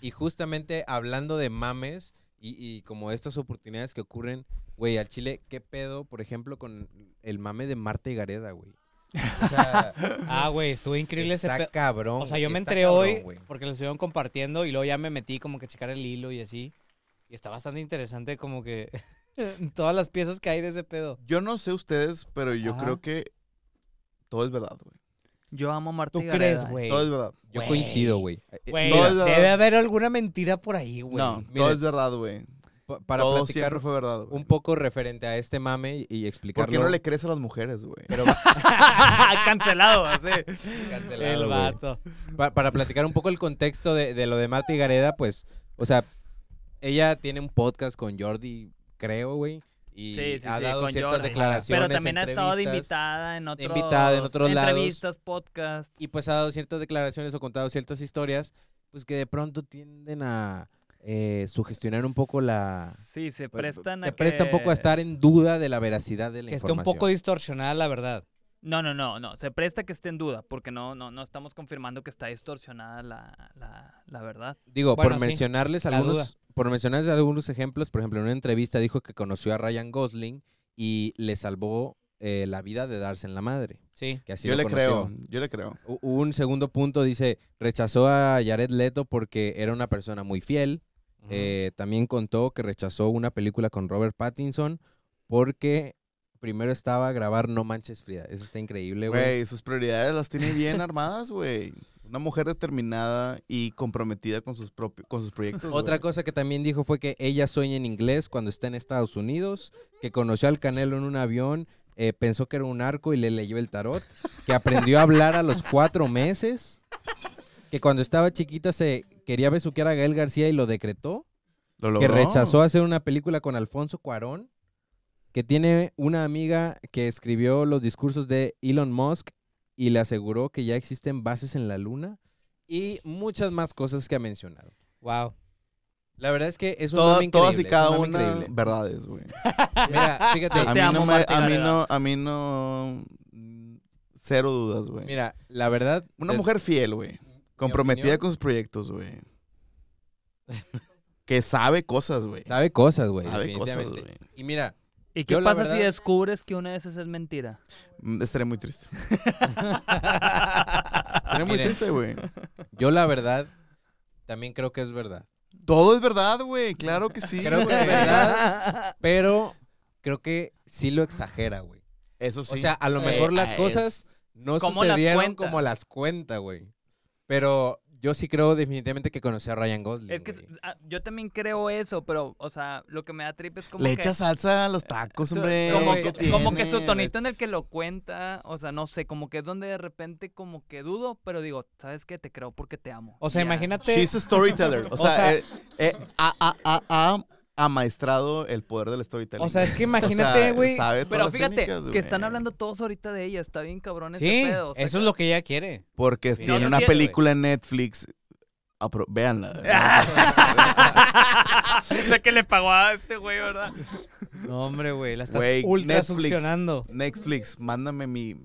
Speaker 3: Y justamente hablando de mames y, y como estas oportunidades que ocurren, güey, al Chile, ¿qué pedo, por ejemplo, con el mame de Marta y Gareda, güey? O sea,
Speaker 1: Ah, güey, estuvo increíble ese
Speaker 3: está
Speaker 1: pedo.
Speaker 3: cabrón.
Speaker 1: O sea,
Speaker 3: güey,
Speaker 1: yo me
Speaker 3: está
Speaker 1: entré
Speaker 3: cabrón,
Speaker 1: hoy
Speaker 3: güey.
Speaker 1: porque lo estuvieron compartiendo y luego ya me metí como que a checar el hilo y así. Y está bastante interesante como que todas las piezas que hay de ese pedo.
Speaker 4: yo no sé ustedes, pero yo
Speaker 1: Ajá.
Speaker 4: creo que todo es verdad, güey.
Speaker 2: Yo amo a Marta
Speaker 1: ¿Tú
Speaker 2: y Gareda,
Speaker 1: crees,
Speaker 2: eh.
Speaker 1: güey?
Speaker 4: Todo es verdad.
Speaker 3: Yo
Speaker 1: Güey.
Speaker 3: coincido, güey. Eh, eh,
Speaker 1: Güey,
Speaker 4: todo es verdad.
Speaker 1: debe haber alguna mentira por ahí, güey.
Speaker 4: no,
Speaker 3: mira.
Speaker 4: todo es verdad, güey.
Speaker 3: pa- para
Speaker 4: todo
Speaker 3: platicar
Speaker 4: siempre fue verdad, güey.
Speaker 3: un poco referente a este mame y- y
Speaker 4: ¿Por
Speaker 3: explicarlo.
Speaker 4: qué no le crees a las mujeres, güey?
Speaker 3: Pero
Speaker 2: Cancelado, así.
Speaker 3: cancelado,
Speaker 1: El
Speaker 3: güey.
Speaker 1: vato.
Speaker 3: Pa- para platicar un poco el contexto de, de lo de Marta y Gareda, pues, o sea, ella tiene un podcast con Jordi, creo, güey. Y
Speaker 2: Sí, sí,
Speaker 3: ha
Speaker 2: sí,
Speaker 3: dado
Speaker 2: con
Speaker 3: ciertas
Speaker 2: Jordi.
Speaker 3: declaraciones.
Speaker 2: Pero también ha estado de
Speaker 3: entrevistas,
Speaker 2: invitada en otros,
Speaker 3: invitada en otros lados.
Speaker 2: entrevistas, podcast.
Speaker 3: Y pues ha dado ciertas declaraciones o contado ciertas historias, pues que de pronto tienden a eh, sugestionar un poco la.
Speaker 2: Sí, se prestan a
Speaker 3: se presta un poco a
Speaker 2: que-
Speaker 3: estar en duda de la veracidad de la
Speaker 1: Que esté
Speaker 3: información.
Speaker 1: un poco distorsionada, la verdad.
Speaker 2: No, no, no, no. Se presta que esté en duda, porque no, no, no estamos confirmando que está distorsionada la, la, la verdad.
Speaker 3: Digo,
Speaker 1: Bueno,
Speaker 3: por
Speaker 1: sí,
Speaker 3: mencionarles
Speaker 1: la
Speaker 3: algunos, por mencionarles algunos ejemplos, por ejemplo, en una entrevista dijo que conoció a Ryan Gosling y le salvó eh, la vida de darse en la madre.
Speaker 1: Sí.
Speaker 3: Que así
Speaker 4: yo
Speaker 3: lo
Speaker 4: le creo,
Speaker 3: conoció.
Speaker 4: yo le creo.
Speaker 3: U- Un segundo punto dice, rechazó a Jared Leto porque era una persona muy fiel. Eh, también contó que rechazó una película con Robert Pattinson porque primero estaba a grabar No Manches Frida. Eso está increíble, güey.
Speaker 4: Güey, sus prioridades las tiene bien armadas, güey. Una mujer determinada y comprometida con sus propios, con sus proyectos.
Speaker 3: Otra
Speaker 4: güey.
Speaker 3: cosa que también dijo fue que ella sueña en inglés cuando está en Estados Unidos, que conoció al Canelo en un avión, eh, pensó que era un arco y le leyó el tarot, que aprendió a hablar a los cuatro meses, que cuando estaba chiquita se quería besuquear a Gael García y lo decretó,
Speaker 4: ¿Lo
Speaker 3: que
Speaker 4: logró?
Speaker 3: rechazó hacer una película con Alfonso Cuarón, que tiene una amiga que escribió los discursos de Elon Musk y le aseguró que ya existen bases en la luna y muchas más cosas que ha mencionado.
Speaker 1: Wow.
Speaker 3: La verdad es que es un
Speaker 4: Toda-
Speaker 3: mame
Speaker 4: todas y
Speaker 3: increíble, es
Speaker 4: cada
Speaker 3: un mame
Speaker 4: una
Speaker 3: increíble.
Speaker 4: verdades, güey.
Speaker 3: Mira, fíjate,
Speaker 2: Yo te
Speaker 4: A mí
Speaker 2: amo,
Speaker 4: no me,
Speaker 2: Marta
Speaker 4: a mí
Speaker 2: Gareda.
Speaker 4: no, a mí no, mm, cero dudas, güey.
Speaker 3: mira, la verdad. eh,
Speaker 4: Una
Speaker 3: de-
Speaker 4: mujer fiel, güey. Comprometida
Speaker 3: opinión.
Speaker 4: con sus proyectos, güey. que sabe cosas, güey.
Speaker 3: sabe cosas, güey.
Speaker 4: Sabe cosas,
Speaker 3: definitivamente.
Speaker 4: güey.
Speaker 3: Y mira,
Speaker 2: ¿Y qué
Speaker 3: Yo, la
Speaker 2: pasa si
Speaker 3: verdad-
Speaker 2: descubres que una de esas es mentira?
Speaker 4: Mm, Estaré muy triste. Estaré muy
Speaker 3: Miren.
Speaker 4: triste, güey.
Speaker 3: yo la verdad también creo que es verdad.
Speaker 4: Todo es verdad, güey. Claro que sí,
Speaker 3: Creo que es
Speaker 4: güey.
Speaker 3: verdad, pero creo que sí lo exagera, güey.
Speaker 4: Eso sí.
Speaker 3: O sea, a lo
Speaker 4: Eh,
Speaker 3: mejor
Speaker 4: ah,
Speaker 3: las
Speaker 4: es-
Speaker 3: cosas no
Speaker 2: ¿Cómo las
Speaker 3: sucedieron
Speaker 2: cuenta?
Speaker 3: como las cuenta, güey. Pero Yo sí creo definitivamente que conocí a Ryan Gosling.
Speaker 2: Es que
Speaker 3: güey.
Speaker 2: s- ah, yo también creo eso, pero, o sea, lo que me da trip es como
Speaker 4: Le
Speaker 2: que...
Speaker 4: echa salsa a los tacos,
Speaker 2: su-
Speaker 4: hombre.
Speaker 2: como,
Speaker 4: ¿qué
Speaker 2: co- como que su
Speaker 4: tiene?
Speaker 2: tonito en el que lo cuenta, o sea, no sé, como que es donde de repente como que dudo, pero digo, ¿sabes qué? Te creo porque te amo.
Speaker 1: O sea,
Speaker 2: Ya.
Speaker 1: imagínate.
Speaker 4: She's a storyteller. O sea,
Speaker 1: sea-
Speaker 4: eh, eh, ha, ha- ha- ha amaestrado el poder del storytelling.
Speaker 1: O sea, es que
Speaker 4: O
Speaker 1: imagínate,
Speaker 4: sea,
Speaker 1: güey.
Speaker 4: sabe todas
Speaker 2: Pero
Speaker 4: las
Speaker 2: fíjate,
Speaker 4: técnicas, güey.
Speaker 2: que están hablando todos ahorita de ella, está bien cabrón ese
Speaker 1: sí,
Speaker 2: pedo. o sea,
Speaker 1: eso es lo que ella quiere.
Speaker 4: Porque
Speaker 1: Sí.
Speaker 4: tiene
Speaker 2: No, no
Speaker 4: una
Speaker 2: quiere, güey. Ah,
Speaker 4: película en Netflix. Apro- Véanla.
Speaker 2: La que le pagó a este güey, ¿verdad?
Speaker 1: No, hombre, güey, la estás
Speaker 4: Güey,
Speaker 1: ultra
Speaker 4: Netflix.
Speaker 1: succionando.
Speaker 4: Netflix, mándame mi.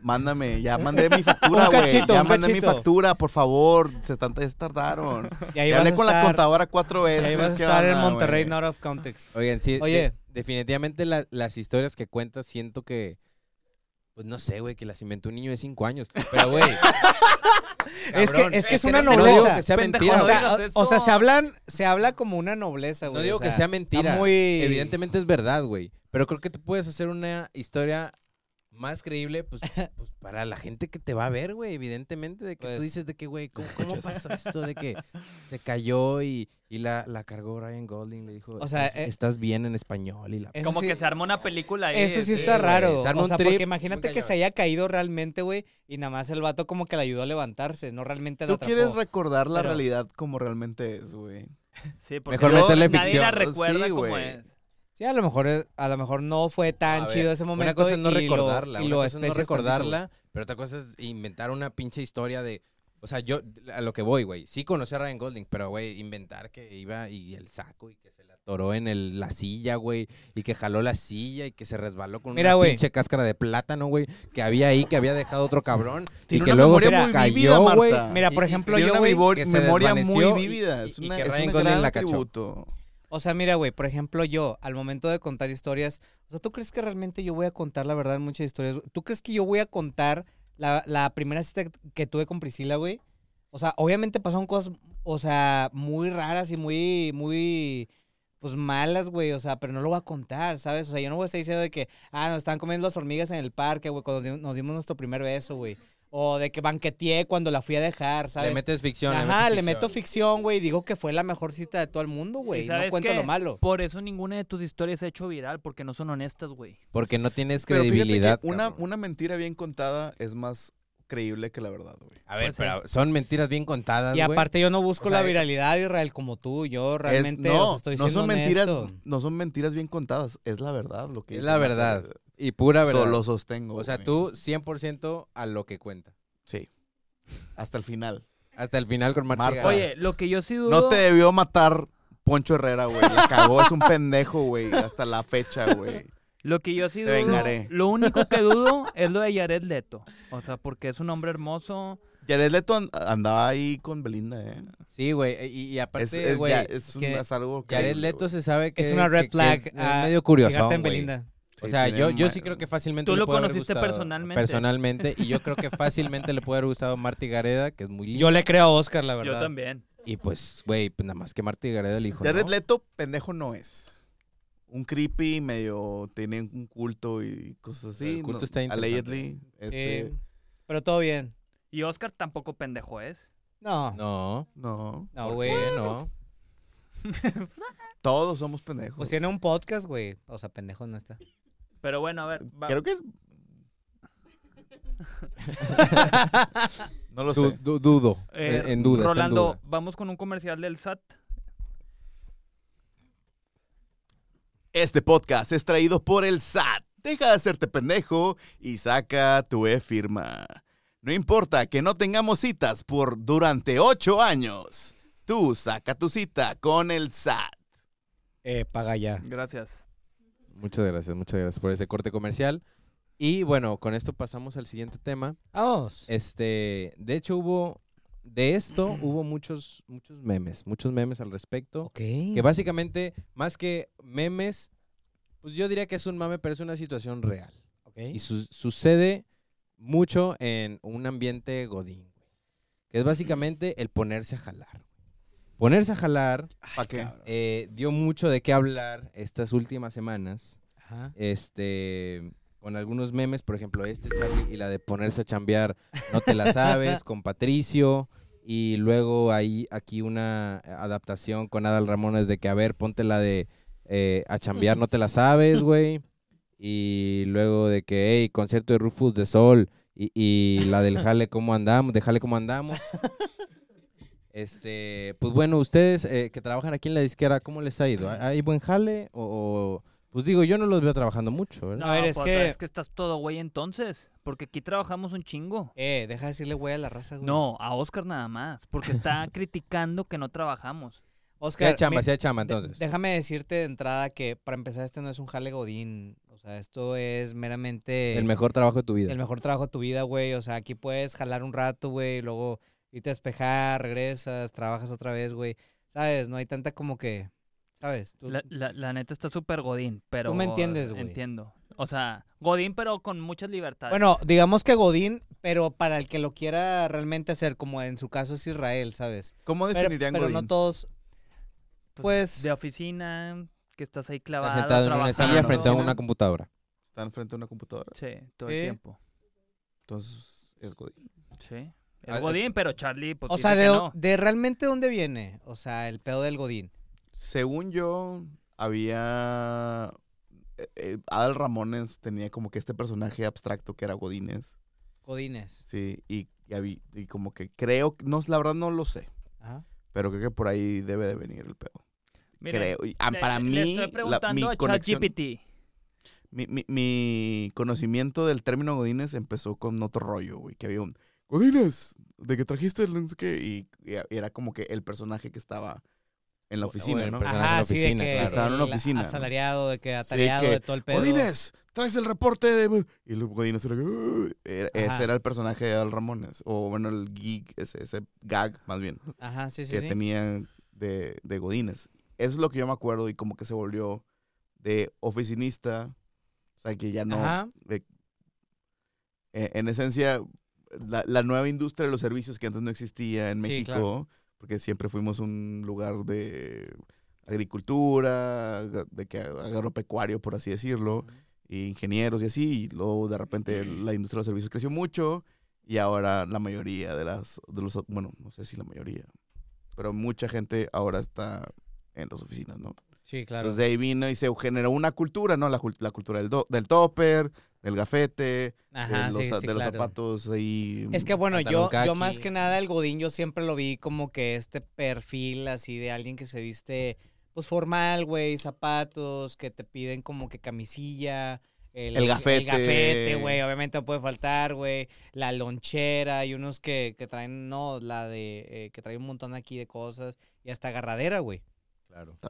Speaker 4: Mándame, ya mandé mi factura,
Speaker 1: Un
Speaker 4: güey.
Speaker 1: cachito,
Speaker 4: Ya
Speaker 1: un
Speaker 4: mandé mi
Speaker 1: cachito.
Speaker 4: factura, por favor. Se tan- se tardaron.
Speaker 1: Y ahí
Speaker 4: Ya
Speaker 1: vas a
Speaker 4: hablé con la
Speaker 1: estar,
Speaker 4: contadora cuatro
Speaker 1: y
Speaker 4: veces.
Speaker 1: ahí vas a
Speaker 4: ¿qué
Speaker 1: estar en
Speaker 4: onda,
Speaker 1: Monterrey,
Speaker 4: güey?
Speaker 1: not out of context.
Speaker 3: Oigan, sí,
Speaker 1: Oye.
Speaker 3: de- definitivamente la- las historias que cuentas siento que, pues no sé, güey, que las inventó un niño de 5 años. Pero, güey.
Speaker 1: Es que-
Speaker 3: cabrón,
Speaker 1: es que es una
Speaker 3: no- No digo
Speaker 1: nobleza.
Speaker 3: que sea
Speaker 2: Pendejo,
Speaker 1: o,
Speaker 3: mentira.
Speaker 2: no
Speaker 3: güey.
Speaker 1: sea,
Speaker 2: digas
Speaker 1: o- o sea,
Speaker 2: eso.
Speaker 1: se hablan, se habla como una nobleza, güey.
Speaker 3: No digo
Speaker 1: o sea,
Speaker 3: que sea mentira.
Speaker 1: Está muy...
Speaker 3: Evidentemente es verdad, güey. Pero creo que tú puedes hacer una historia más creíble, pues, pues, para la gente que te va a ver, güey. Evidentemente, de que
Speaker 1: Pues,
Speaker 3: tú dices de que, güey, ¿cómo, cómo pasó esto? De que se cayó y, y la, la cargó Ryan Golding, le dijo,
Speaker 1: O sea,
Speaker 3: "Estás-
Speaker 1: eh,
Speaker 3: estás bien en español y la
Speaker 1: Eso
Speaker 2: Como
Speaker 1: sí-
Speaker 2: que se armó una película ahí.
Speaker 1: Eso sí
Speaker 2: de-
Speaker 1: está
Speaker 3: güey,
Speaker 1: raro.
Speaker 3: se arma
Speaker 1: O
Speaker 3: un
Speaker 1: sea,
Speaker 3: trip
Speaker 1: porque
Speaker 3: muy
Speaker 1: imagínate que
Speaker 3: cañón.
Speaker 1: se haya caído realmente, güey, y nada más el vato como que le ayudó a levantarse, no realmente la
Speaker 4: Tú
Speaker 1: atrapó.
Speaker 4: quieres recordar la
Speaker 1: Pero-
Speaker 4: realidad como realmente es, güey.
Speaker 2: Sí, porque
Speaker 3: Mejor
Speaker 2: yo-
Speaker 3: meterle
Speaker 2: Nadie la
Speaker 3: ficción.
Speaker 2: recuerda
Speaker 4: Sí,
Speaker 2: como
Speaker 4: güey.
Speaker 2: es.
Speaker 1: Sí, a lo mejor eh, a lo mejor no fue tan
Speaker 3: A ver,
Speaker 1: chido ese momento.
Speaker 3: Una cosa es no
Speaker 1: y lo-
Speaker 3: recordarla,
Speaker 1: y
Speaker 3: una
Speaker 1: lo
Speaker 3: cosa es no
Speaker 1: especias tantito, güey.
Speaker 3: recordarla, pero otra cosa es inventar una pinche historia de... O sea, yo a lo que voy, güey. Sí conocí a Ryan Golding, pero, güey, inventar que iba y el saco y que se le atoró en el- la silla, güey. Y que jaló la silla y que se resbaló con
Speaker 1: Mira,
Speaker 3: una
Speaker 1: güey.
Speaker 3: pinche cáscara de plátano, güey. Que había ahí, que había dejado otro cabrón. Y
Speaker 4: Tiene
Speaker 3: que
Speaker 4: una
Speaker 3: luego se
Speaker 4: memoria muy
Speaker 3: cayó,
Speaker 4: vívida,
Speaker 3: güey.
Speaker 4: Marta.
Speaker 1: Mira,
Speaker 3: Y-
Speaker 1: por
Speaker 3: y-
Speaker 1: ejemplo,
Speaker 4: Tiene
Speaker 1: yo,
Speaker 4: una
Speaker 1: güey,
Speaker 4: vivor-
Speaker 3: que se
Speaker 4: memoria muy
Speaker 3: desvaneció y-
Speaker 4: vívida. Es
Speaker 3: y
Speaker 4: una,
Speaker 3: que
Speaker 4: es
Speaker 3: Ryan
Speaker 4: un
Speaker 3: Gosling
Speaker 4: gran
Speaker 3: la cachó.
Speaker 4: atributo.
Speaker 1: o sea, mira, güey, por ejemplo, yo, al momento de contar historias, o sea, ¿tú crees que realmente yo voy a contar la verdad en muchas historias? güey? ¿Tú crees que yo voy a contar la, la primera cita que tuve con Priscila, güey? O sea, obviamente pasaron cosas, o sea, muy raras y muy, muy, pues malas, güey, o sea, pero no lo voy a contar, ¿sabes? O sea, yo no voy a estar diciendo de que, ah, nos están comiendo las hormigas en el parque, güey, cuando nos dimos, nos dimos nuestro primer beso, güey. O de que banqueteé cuando la fui a dejar, ¿sabes?
Speaker 3: Le metes ficción.
Speaker 1: Ajá,
Speaker 3: metes
Speaker 1: le meto ficción, güey. Digo que fue la mejor cita de todo el mundo, güey. No
Speaker 2: sabes
Speaker 1: cuento
Speaker 2: qué?
Speaker 1: lo malo.
Speaker 2: Por eso ninguna de tus historias se ha hecho viral, porque no son honestas, güey.
Speaker 3: Porque no tienes
Speaker 4: Pero fíjate que
Speaker 3: credibilidad.
Speaker 4: una,
Speaker 3: cabrón.
Speaker 4: una mentira bien contada es más creíble que la verdad, güey.
Speaker 3: A ver,
Speaker 2: Pues sí.
Speaker 3: pero son mentiras bien contadas,
Speaker 1: Y
Speaker 3: güey.
Speaker 1: aparte yo no busco
Speaker 3: O sea,
Speaker 1: la viralidad, Israel, como tú. Yo
Speaker 4: Es-
Speaker 1: realmente
Speaker 4: no,
Speaker 1: o sea, estoy
Speaker 4: no
Speaker 1: siendo
Speaker 4: son mentiras,
Speaker 1: honesto.
Speaker 4: no son mentiras bien contadas, es la verdad lo que
Speaker 3: Es
Speaker 4: dice
Speaker 3: la
Speaker 4: Marta,
Speaker 3: verdad.
Speaker 4: güey.
Speaker 3: Y pura
Speaker 4: So-
Speaker 3: verdad.
Speaker 4: lo sostengo.
Speaker 3: O sea,
Speaker 4: güey.
Speaker 3: tú 100% a lo que cuenta.
Speaker 4: Sí. Hasta el final.
Speaker 3: Hasta el final con Marta.
Speaker 4: Marta.
Speaker 3: Gareda.
Speaker 2: Oye, lo que yo sí dudo...
Speaker 4: No te debió matar Poncho Herrera, güey. La cagó, es un pendejo, güey. Hasta la fecha, güey.
Speaker 2: Lo que yo sí
Speaker 4: Te
Speaker 2: dudo,
Speaker 4: vengaré.
Speaker 2: lo único que dudo es lo de Jared Leto. O sea, porque es un hombre hermoso.
Speaker 4: Jared Leto an- andaba ahí con Belinda, ¿eh?
Speaker 3: Sí, güey. e- Y, y
Speaker 4: Es,
Speaker 3: aparte,
Speaker 4: es-
Speaker 3: güey.
Speaker 4: ya- es
Speaker 3: es
Speaker 4: un-
Speaker 3: que
Speaker 4: es algo que.
Speaker 3: Jared Leto se sabe que
Speaker 1: Es una red
Speaker 3: que- que
Speaker 1: flag.
Speaker 3: es- es
Speaker 1: ah,
Speaker 3: medio curioso.
Speaker 1: fíjate en Belinda.
Speaker 3: O sea, yo, yo sí creo que fácilmente.
Speaker 2: Tú
Speaker 3: le
Speaker 2: lo
Speaker 3: puede haber
Speaker 2: conociste
Speaker 3: gustado-
Speaker 2: personalmente.
Speaker 3: Personalmente. Y yo creo que fácilmente le puede haber gustado Marty Gareda, que es muy lindo.
Speaker 1: Yo le creo a Oscar, la verdad.
Speaker 2: Yo también.
Speaker 3: Y pues, güey, pues nada más que Marty Gareda le dijo.
Speaker 4: Jared
Speaker 3: ¿no?
Speaker 4: Leto, pendejo no es. Un creepy, medio. Tiene un culto y cosas así.
Speaker 3: El culto
Speaker 4: no-
Speaker 3: está interesante.
Speaker 4: Allegedly. Este,
Speaker 1: Eh, pero todo bien.
Speaker 2: Y Oscar tampoco pendejo es.
Speaker 1: No, no,
Speaker 3: No.
Speaker 4: No.
Speaker 3: ¿por
Speaker 1: güey.
Speaker 3: qué no.
Speaker 4: Todos somos pendejos.
Speaker 3: eh,
Speaker 1: Pues tiene un podcast, güey. O sea, pendejo no está.
Speaker 2: Pero bueno, a ver. va-
Speaker 4: Creo que. no lo
Speaker 3: Du-
Speaker 4: sé.
Speaker 3: du- dudo.
Speaker 2: eh,
Speaker 3: en, en duda. está en
Speaker 2: Rolando,
Speaker 3: duda.
Speaker 2: vamos con un comercial del SAT.
Speaker 4: Este podcast es traído por el SAT. Deja de hacerte pendejo y saca tu e-firma. No importa que no tengamos citas por durante ocho años. Tú saca tu cita con el SAT.
Speaker 1: Eh, paga ya.
Speaker 2: Gracias.
Speaker 3: Muchas gracias, muchas gracias por ese corte comercial. Y bueno, con esto pasamos al siguiente tema.
Speaker 1: Vamos.
Speaker 3: Este, de hecho hubo de esto hubo muchos muchos memes, muchos memes al respecto,
Speaker 1: ok.
Speaker 3: que básicamente más que memes, pues yo diría que es un mame, pero es una situación real
Speaker 1: Ok.
Speaker 3: y su- sucede mucho en un ambiente godín, güey, que es básicamente el ponerse a jalar. Ponerse a jalar
Speaker 4: ¿Para qué?
Speaker 3: eh, dio mucho de qué hablar estas últimas semanas
Speaker 1: Ajá.
Speaker 3: este con algunos memes, por ejemplo, este Charlie y la de ponerse a chambear, no te la sabes, con Patricio, Y luego hay aquí una adaptación con Adal Ramones de que, a ver, ponte la de eh, a chambear no te la sabes, güey. Y luego de que, hey, concierto de Rufus de Sol. Y, y la del Jale cómo andamos, de Jale cómo andamos. Este, pues bueno, ustedes eh, que trabajan aquí en la disquera, ¿cómo les ha ido? ¿Ha- ¿Hay buen jale? O, o- pues digo, yo no los veo trabajando mucho, ¿verdad?
Speaker 1: A ver, es
Speaker 2: pues,
Speaker 1: que-
Speaker 2: Es que estás todo güey entonces, porque aquí trabajamos un chingo.
Speaker 1: Eh, deja de decirle güey a la raza, güey.
Speaker 2: No, a Oscar nada más, porque está criticando que no trabajamos.
Speaker 3: Sí
Speaker 1: Oscar,
Speaker 3: hay chamba,
Speaker 1: mi-
Speaker 3: sí hay chamba,
Speaker 1: de-
Speaker 3: entonces.
Speaker 1: déjame decirte de entrada que para empezar este no es un jale godín. O sea, esto es meramente...
Speaker 3: El mejor trabajo de tu vida.
Speaker 1: el mejor trabajo de tu vida, güey. O sea, aquí puedes jalar un rato, güey, y luego irte a despejar, regresas, trabajas otra vez, güey. ¿Sabes? No hay tanta como que, ¿sabes? Tú-
Speaker 2: La, la- la neta está súper Godín, pero.
Speaker 1: me entiendes, güey.
Speaker 2: Entiendo. O sea, Godín, pero con muchas libertades.
Speaker 1: Bueno, digamos que Godín, pero para el que lo quiera realmente hacer, como en su caso es Israel, ¿sabes?
Speaker 4: ¿Cómo
Speaker 1: Pero,
Speaker 4: definirían
Speaker 1: pero no
Speaker 4: Godín?
Speaker 1: todos, pues...
Speaker 2: De oficina, que estás ahí
Speaker 3: Está
Speaker 2: clavado.
Speaker 3: sentado en una
Speaker 2: trabajando.
Speaker 3: silla frente a
Speaker 4: ¿no?
Speaker 3: una computadora.
Speaker 4: Están frente a una computadora.
Speaker 2: Sí, todo
Speaker 1: Sí.
Speaker 2: el tiempo.
Speaker 4: Entonces, es Godín.
Speaker 2: Sí.
Speaker 3: Ah,
Speaker 2: El Godín, pero Charlie, pues.
Speaker 1: o sea,
Speaker 2: dice
Speaker 1: de,
Speaker 2: que no.
Speaker 1: de realmente dónde viene, o sea, el pedo del Godín.
Speaker 4: Según yo, había... eh, eh, Adal Ramones tenía como que este personaje abstracto que era Godínez.
Speaker 1: Godines.
Speaker 4: Sí, y, y, habí- y como que creo... No, la verdad no lo sé.
Speaker 1: Ajá.
Speaker 4: Pero creo que por ahí debe de venir el pedo.
Speaker 2: Miren,
Speaker 4: creo. Y, ah,
Speaker 2: le-
Speaker 4: para
Speaker 2: le
Speaker 4: mí,
Speaker 2: estoy
Speaker 4: la-
Speaker 2: preguntando
Speaker 4: mi,
Speaker 2: a
Speaker 4: conexión-
Speaker 2: ChatGPT.
Speaker 4: mi, mi- mi conocimiento del término Godínez empezó con otro rollo, güey. Que había un Godínez, de que trajiste el no sé qué", Y, y era como que el personaje que estaba en la
Speaker 3: O- o
Speaker 4: oficina,
Speaker 3: el
Speaker 4: ¿no? "Ah,
Speaker 3: personaje en
Speaker 1: Ajá,
Speaker 3: la
Speaker 1: sí, de
Speaker 3: oficina,
Speaker 1: que
Speaker 3: claro.
Speaker 4: Estaba en una
Speaker 1: el
Speaker 4: oficina, ¿no?
Speaker 1: Asalariado, de que atareado,
Speaker 4: que,
Speaker 1: de todo el pedo.
Speaker 4: Godínez, traes el reporte de... Y el Godínez era... que, "Uy". Era-
Speaker 1: Ajá.
Speaker 4: ese era el personaje de Al Ramones. O bueno, el gig, ese, ese gag más bien,
Speaker 1: Ajá, sí, sí,
Speaker 4: que
Speaker 1: sí.
Speaker 4: tenían de, de Godínez. Eso es lo que yo me acuerdo y como que se volvió de oficinista. O sea, que ya no...
Speaker 1: Ajá.
Speaker 4: eh, en esencia, la, la nueva industria de los servicios que antes no existía en
Speaker 1: Sí,
Speaker 4: México,
Speaker 1: claro.
Speaker 4: porque siempre fuimos un lugar de agricultura, ag- de que agropecuario, por así decirlo, y ingenieros y así, y luego de repente la industria de los servicios creció mucho, y ahora la mayoría de las, de los, bueno, no sé si la mayoría, pero mucha gente ahora está en las oficinas, ¿no?
Speaker 1: Sí, claro.
Speaker 4: Entonces de ahí vino y se generó una cultura, ¿no? La, cul- la cultura del, do- del topper, del gafete,
Speaker 1: Ajá,
Speaker 4: de los,
Speaker 1: sí,
Speaker 4: za-
Speaker 1: sí,
Speaker 4: de los
Speaker 1: claro.
Speaker 4: zapatos ahí.
Speaker 1: Es que bueno,
Speaker 3: pantalón
Speaker 1: yo, yo
Speaker 3: caqui.
Speaker 1: más que nada el Godín, yo siempre lo vi como que este perfil así de alguien que se viste pues formal, güey, zapatos, que te piden como que camisilla. El,
Speaker 4: El gafete.
Speaker 1: El gafete, güey, obviamente no puede faltar, güey. La lonchera y unos que, que traen, no, la de, eh, que traen un montón aquí de cosas y hasta agarradera, güey.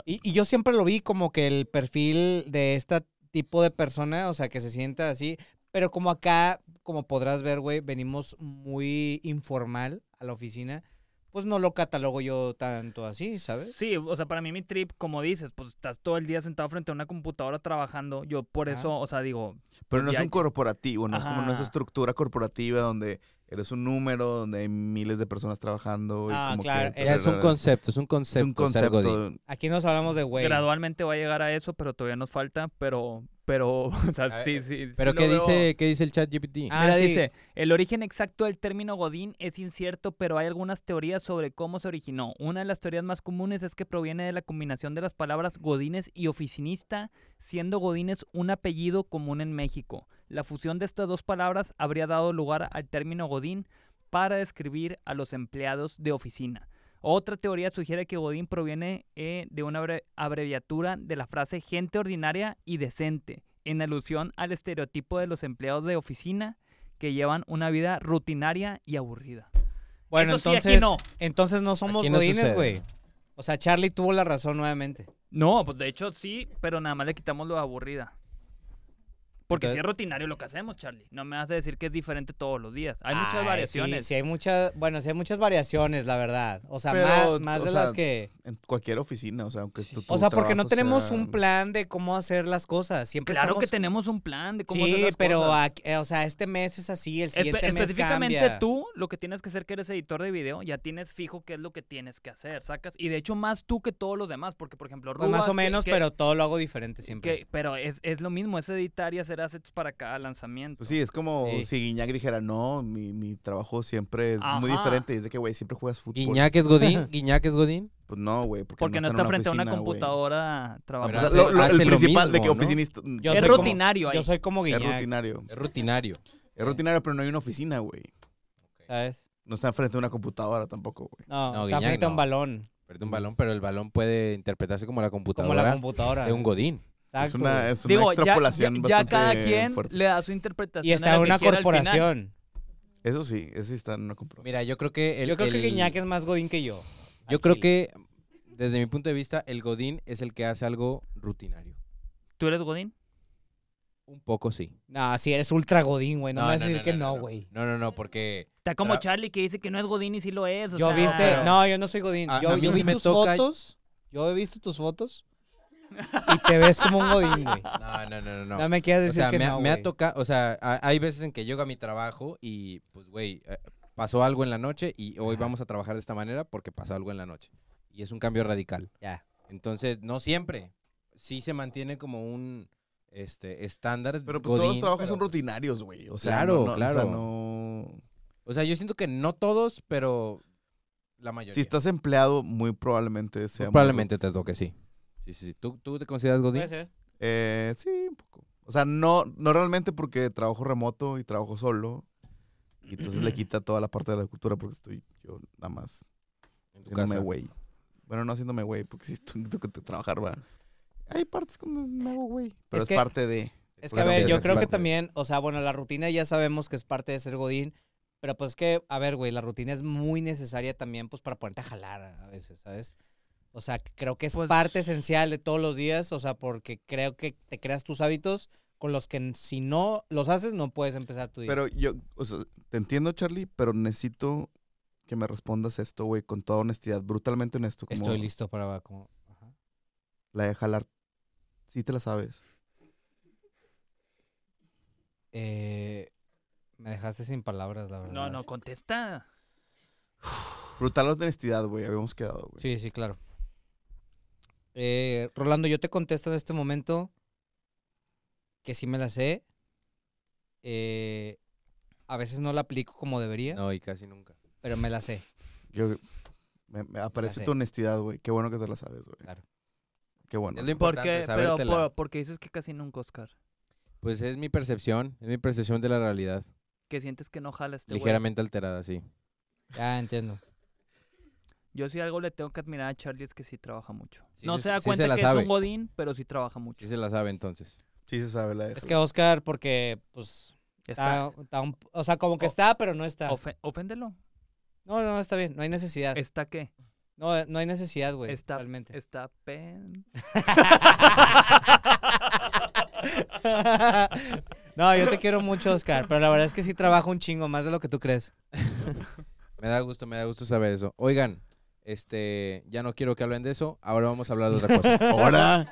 Speaker 1: Y, y yo siempre lo vi como que el perfil de este tipo de persona, o sea, que se sienta así, pero como acá, como podrás ver, güey, venimos muy informal a la oficina, pues no lo catalogo yo tanto así, ¿sabes?
Speaker 2: Sí, o sea, para mí mi trip, como dices, pues estás todo el día sentado frente a una computadora trabajando. Yo por
Speaker 1: Ajá.
Speaker 2: eso, o sea, digo,
Speaker 4: Pero no es
Speaker 2: ya-
Speaker 4: un corporativo, no es como una
Speaker 2: Ajá.
Speaker 4: estructura corporativa donde eres un número, donde hay miles de personas trabajando. y
Speaker 1: Ah,
Speaker 4: como
Speaker 1: claro,
Speaker 4: que- pues,
Speaker 1: eh,
Speaker 3: Ya es un concepto, es
Speaker 4: Es
Speaker 3: un
Speaker 4: un
Speaker 3: concepto. ser
Speaker 4: concepto.
Speaker 3: godín.
Speaker 1: Aquí nos hablamos de güey.
Speaker 2: gradualmente va a llegar a eso, pero todavía nos falta, pero, pero, o sea,
Speaker 3: A
Speaker 2: sí, sí.
Speaker 3: Pero
Speaker 2: sí
Speaker 3: ¿qué
Speaker 2: lo veo.
Speaker 3: dice, qué dice el chat GPT?
Speaker 1: Ah,
Speaker 2: Mira,
Speaker 1: sí.
Speaker 2: dice, el origen exacto del término Godín es incierto, pero hay algunas teorías sobre cómo se originó. Una de las teorías más comunes es que proviene de la combinación de las palabras Godines y oficinista, siendo Godines un apellido común en México. La fusión de estas dos palabras habría dado lugar al término Godín para describir a los empleados de oficina. Otra teoría sugiere que Godín proviene eh, de una abre- abreviatura de la frase gente ordinaria y decente, en alusión al estereotipo de los empleados de oficina que llevan una vida rutinaria y aburrida.
Speaker 1: Bueno,
Speaker 2: Eso sí, aquí
Speaker 1: entonces,
Speaker 2: no.
Speaker 1: entonces no somos
Speaker 3: Aquí no
Speaker 1: Godines,
Speaker 3: sucede.
Speaker 1: güey. O sea, Charlie tuvo la razón nuevamente.
Speaker 2: No, pues de hecho sí, pero nada más le quitamos lo de aburrida. Porque
Speaker 1: Entonces-
Speaker 2: sí es rutinario lo que hacemos, Charlie. No me vas a decir que es diferente todos los días. Hay
Speaker 1: Ay,
Speaker 2: muchas
Speaker 1: sí,
Speaker 2: variaciones.
Speaker 1: Sí, hay muchas, bueno, sí hay muchas variaciones, la verdad. O sea,
Speaker 4: Pero,
Speaker 1: más, más
Speaker 4: o
Speaker 1: de
Speaker 4: sea,
Speaker 1: las que...
Speaker 4: En cualquier oficina, o sea, aunque tú-
Speaker 1: O
Speaker 4: tu
Speaker 1: sea, porque no
Speaker 4: trabajo
Speaker 1: tenemos
Speaker 4: sea-
Speaker 1: un plan de cómo hacer las cosas. Siempre
Speaker 2: Claro que
Speaker 1: estamos
Speaker 2: tenemos un plan de cómo
Speaker 1: sí,
Speaker 2: hacer las
Speaker 1: pero
Speaker 2: cosas.
Speaker 1: aquí- eh, o sea, este mes es así, el
Speaker 2: Espe-
Speaker 1: siguiente mes
Speaker 2: específicamente
Speaker 1: cambia.
Speaker 2: tú, lo que tienes que hacer que eres editor de video, ya tienes fijo qué es lo que tienes que hacer, sacas. Y de hecho más tú que todos los demás, porque por ejemplo
Speaker 1: Pues
Speaker 2: Ruba,
Speaker 1: más o
Speaker 2: que-
Speaker 1: menos,
Speaker 2: que-
Speaker 1: pero todo lo hago diferente siempre.
Speaker 2: que- pero es, es lo mismo, es editar y hacer assets para cada lanzamiento.
Speaker 4: Pues sí, es como
Speaker 1: Sí.
Speaker 4: si Guiñac dijera, no, mi, mi trabajo siempre es muy
Speaker 2: Ajá.
Speaker 4: diferente. Y es de que, güey, siempre juegas fútbol.
Speaker 3: Guiñac es Godín, Guiñac es Godín.
Speaker 4: Pues no, güey, porque,
Speaker 2: porque no
Speaker 4: en
Speaker 2: está, frente a una
Speaker 4: oficina, güey.
Speaker 2: computadora
Speaker 4: Ah, pues,
Speaker 2: trabajando.
Speaker 4: lo- lo-
Speaker 3: Hace
Speaker 4: el
Speaker 3: lo
Speaker 4: principal de que
Speaker 3: mismo, ¿no?
Speaker 4: oficinista.
Speaker 1: Yo
Speaker 2: es
Speaker 1: soy como-
Speaker 2: rutinario ahí.
Speaker 1: Yo soy como
Speaker 4: Es
Speaker 1: Guiñac,
Speaker 4: rutinario.
Speaker 3: Es rutinario.
Speaker 4: Es rutinario, pero no hay una oficina, güey.
Speaker 1: ¿sabes?
Speaker 4: No está frente a una computadora tampoco, güey.
Speaker 1: No,
Speaker 3: No,
Speaker 1: está
Speaker 3: Guiñac
Speaker 1: frente a un
Speaker 3: no.
Speaker 1: balón,
Speaker 3: Pierde un balón, pero el balón puede interpretarse como la computadora,
Speaker 1: como la computadora.
Speaker 3: de un Godín.
Speaker 1: Exacto,
Speaker 4: Es una,
Speaker 1: güey.
Speaker 4: es una
Speaker 2: Digo, ya- ya,
Speaker 4: extrapolación
Speaker 2: ya
Speaker 4: bastante
Speaker 2: cada quien
Speaker 4: fuerte.
Speaker 2: le da su interpretación.
Speaker 1: Y
Speaker 2: a
Speaker 1: está
Speaker 2: lo que
Speaker 1: una
Speaker 2: quiera al final.
Speaker 1: corporación.
Speaker 4: Eso sí, eso sí está en una computadora.
Speaker 3: Mira, yo creo que el,
Speaker 1: Yo creo que
Speaker 3: el-
Speaker 1: Guiñac es más Godín que yo.
Speaker 3: yo
Speaker 1: al
Speaker 3: creo
Speaker 1: chile.
Speaker 3: que desde mi punto de vista el Godín es el que hace algo rutinario.
Speaker 2: ¿Tú eres Godín?
Speaker 3: Un poco sí.
Speaker 1: No, si eres ultra Godín, güey. No, me vas a decir que no, güey.
Speaker 3: No, no, no, porque
Speaker 2: Está como
Speaker 3: Tra-
Speaker 2: Charlie que dice que no es Godín y sí lo es. o
Speaker 1: Yo
Speaker 2: sea,
Speaker 1: viste. No, yo no soy Godín.
Speaker 3: A-
Speaker 1: yo
Speaker 3: a mí
Speaker 1: yo
Speaker 3: sí
Speaker 1: vi
Speaker 3: me
Speaker 1: tus
Speaker 3: toca-
Speaker 1: fotos. Yo he visto tus fotos. Y te ves como un Godín, güey.
Speaker 3: no, no, no, no. no.
Speaker 1: No me quieras
Speaker 3: o
Speaker 1: decir
Speaker 3: sea,
Speaker 1: que
Speaker 3: me, ha-
Speaker 1: no.
Speaker 3: me ha
Speaker 1: güey.
Speaker 3: tocado, o sea, ha- hay veces en que llego a mi trabajo y pues güey, eh, pasó algo en la noche y hoy vamos a trabajar de esta manera porque pasa algo en la noche y es un cambio radical.
Speaker 1: Ya.
Speaker 3: Entonces, no siempre. Sí se mantiene como un este estándar
Speaker 4: Pero pues todos los
Speaker 3: Godín,
Speaker 4: trabajos
Speaker 3: pero,
Speaker 4: son
Speaker 3: pues,
Speaker 4: rutinarios, güey. O sea,
Speaker 3: Claro,
Speaker 4: no- no- O sea,
Speaker 3: claro.
Speaker 4: no...
Speaker 3: O sea, yo siento que no todos, pero la mayoría.
Speaker 4: Si estás empleado, muy probablemente sea... muy
Speaker 3: Probablemente te toque, sí. Sí, sí, sí. ¿Tú, tú te consideras Godín?
Speaker 1: Puede ser.
Speaker 4: Eh, sí, un poco. O sea, no, no realmente porque trabajo remoto y trabajo solo. Y entonces le quita toda la parte de la cultura porque estoy yo nada más
Speaker 3: En tu
Speaker 4: haciéndome
Speaker 3: casa.
Speaker 4: güey. Bueno, no haciéndome güey, porque sí tengo que trabajar, va. Hay partes cuando me hago güey.
Speaker 1: Es
Speaker 4: Pero es,
Speaker 1: que-
Speaker 4: parte de.
Speaker 1: Es que,
Speaker 4: Porque
Speaker 1: a
Speaker 4: no
Speaker 1: ver,
Speaker 4: puedes
Speaker 1: yo
Speaker 4: ver
Speaker 1: creo que
Speaker 4: claro.
Speaker 1: también, o sea, bueno, la rutina ya sabemos que es parte de ser Godín, pero pues que, a ver, güey, la rutina es muy necesaria también, pues, para ponerte a jalar a a veces, ¿sabes? O sea, que creo que es
Speaker 2: Pues-
Speaker 1: parte esencial de todos los días, o sea, porque creo que te creas tus hábitos con los que n- si no los haces, no puedes empezar tu día.
Speaker 4: Pero yo, o sea, te entiendo, Charlie, pero necesito que me respondas esto, güey, con toda honestidad, brutalmente honesto. Como
Speaker 1: Estoy listo para como... ajá.
Speaker 4: La de jalar. Sí te la sabes.
Speaker 1: Eh, me dejaste sin palabras, la verdad.
Speaker 2: No, no, contesta.
Speaker 4: Brutal honestidad, güey. Habíamos quedado, güey.
Speaker 1: Sí, sí, claro. Eh, Rolando, yo te contesto en este momento que sí me la sé. Eh, a veces no la aplico como debería,
Speaker 3: No, y casi nunca.
Speaker 1: pero me la sé.
Speaker 4: Yo, me, me aparece
Speaker 1: sé.
Speaker 4: tu honestidad, güey. Qué bueno que te la sabes, güey.
Speaker 1: Claro.
Speaker 4: Qué bueno.
Speaker 3: Es lo
Speaker 2: ¿Por
Speaker 3: importante,
Speaker 2: qué? Pero,
Speaker 3: sabértela.
Speaker 2: por- porque dices que casi nunca, Oscar.
Speaker 3: Pues es mi percepción, es mi percepción de la realidad.
Speaker 2: Que sientes que no jala este güey.
Speaker 3: ligeramente alterada, sí.
Speaker 1: Ya entiendo.
Speaker 2: Yo sí algo le tengo que admirar a Charlie es que sí trabaja mucho.
Speaker 3: Sí
Speaker 2: no
Speaker 3: se-
Speaker 2: se da
Speaker 3: sí se
Speaker 2: cuenta
Speaker 3: la
Speaker 2: que es
Speaker 3: sabe.
Speaker 2: un godín, pero sí trabaja mucho.
Speaker 3: Sí se la sabe entonces.
Speaker 4: Sí se sabe la de
Speaker 1: Es que
Speaker 4: jalar.
Speaker 1: Oscar, porque pues
Speaker 2: Está,
Speaker 1: está, está un- o sea, como que
Speaker 2: O-
Speaker 1: está, pero no está.
Speaker 2: ofe- oféndelo.
Speaker 1: No, no, está bien, no hay necesidad.
Speaker 2: ¿Está qué?
Speaker 1: No, eh, no hay necesidad, güey.
Speaker 2: Está,
Speaker 1: Realmente.
Speaker 2: está pen...
Speaker 1: no, yo te quiero mucho, Oscar, pero la verdad es que sí trabajo un chingo más de lo que tú crees.
Speaker 3: Me da gusto, me da gusto saber eso. Oigan, este, ya no quiero que hablen de eso, ahora vamos a hablar de otra cosa.
Speaker 4: Ahora,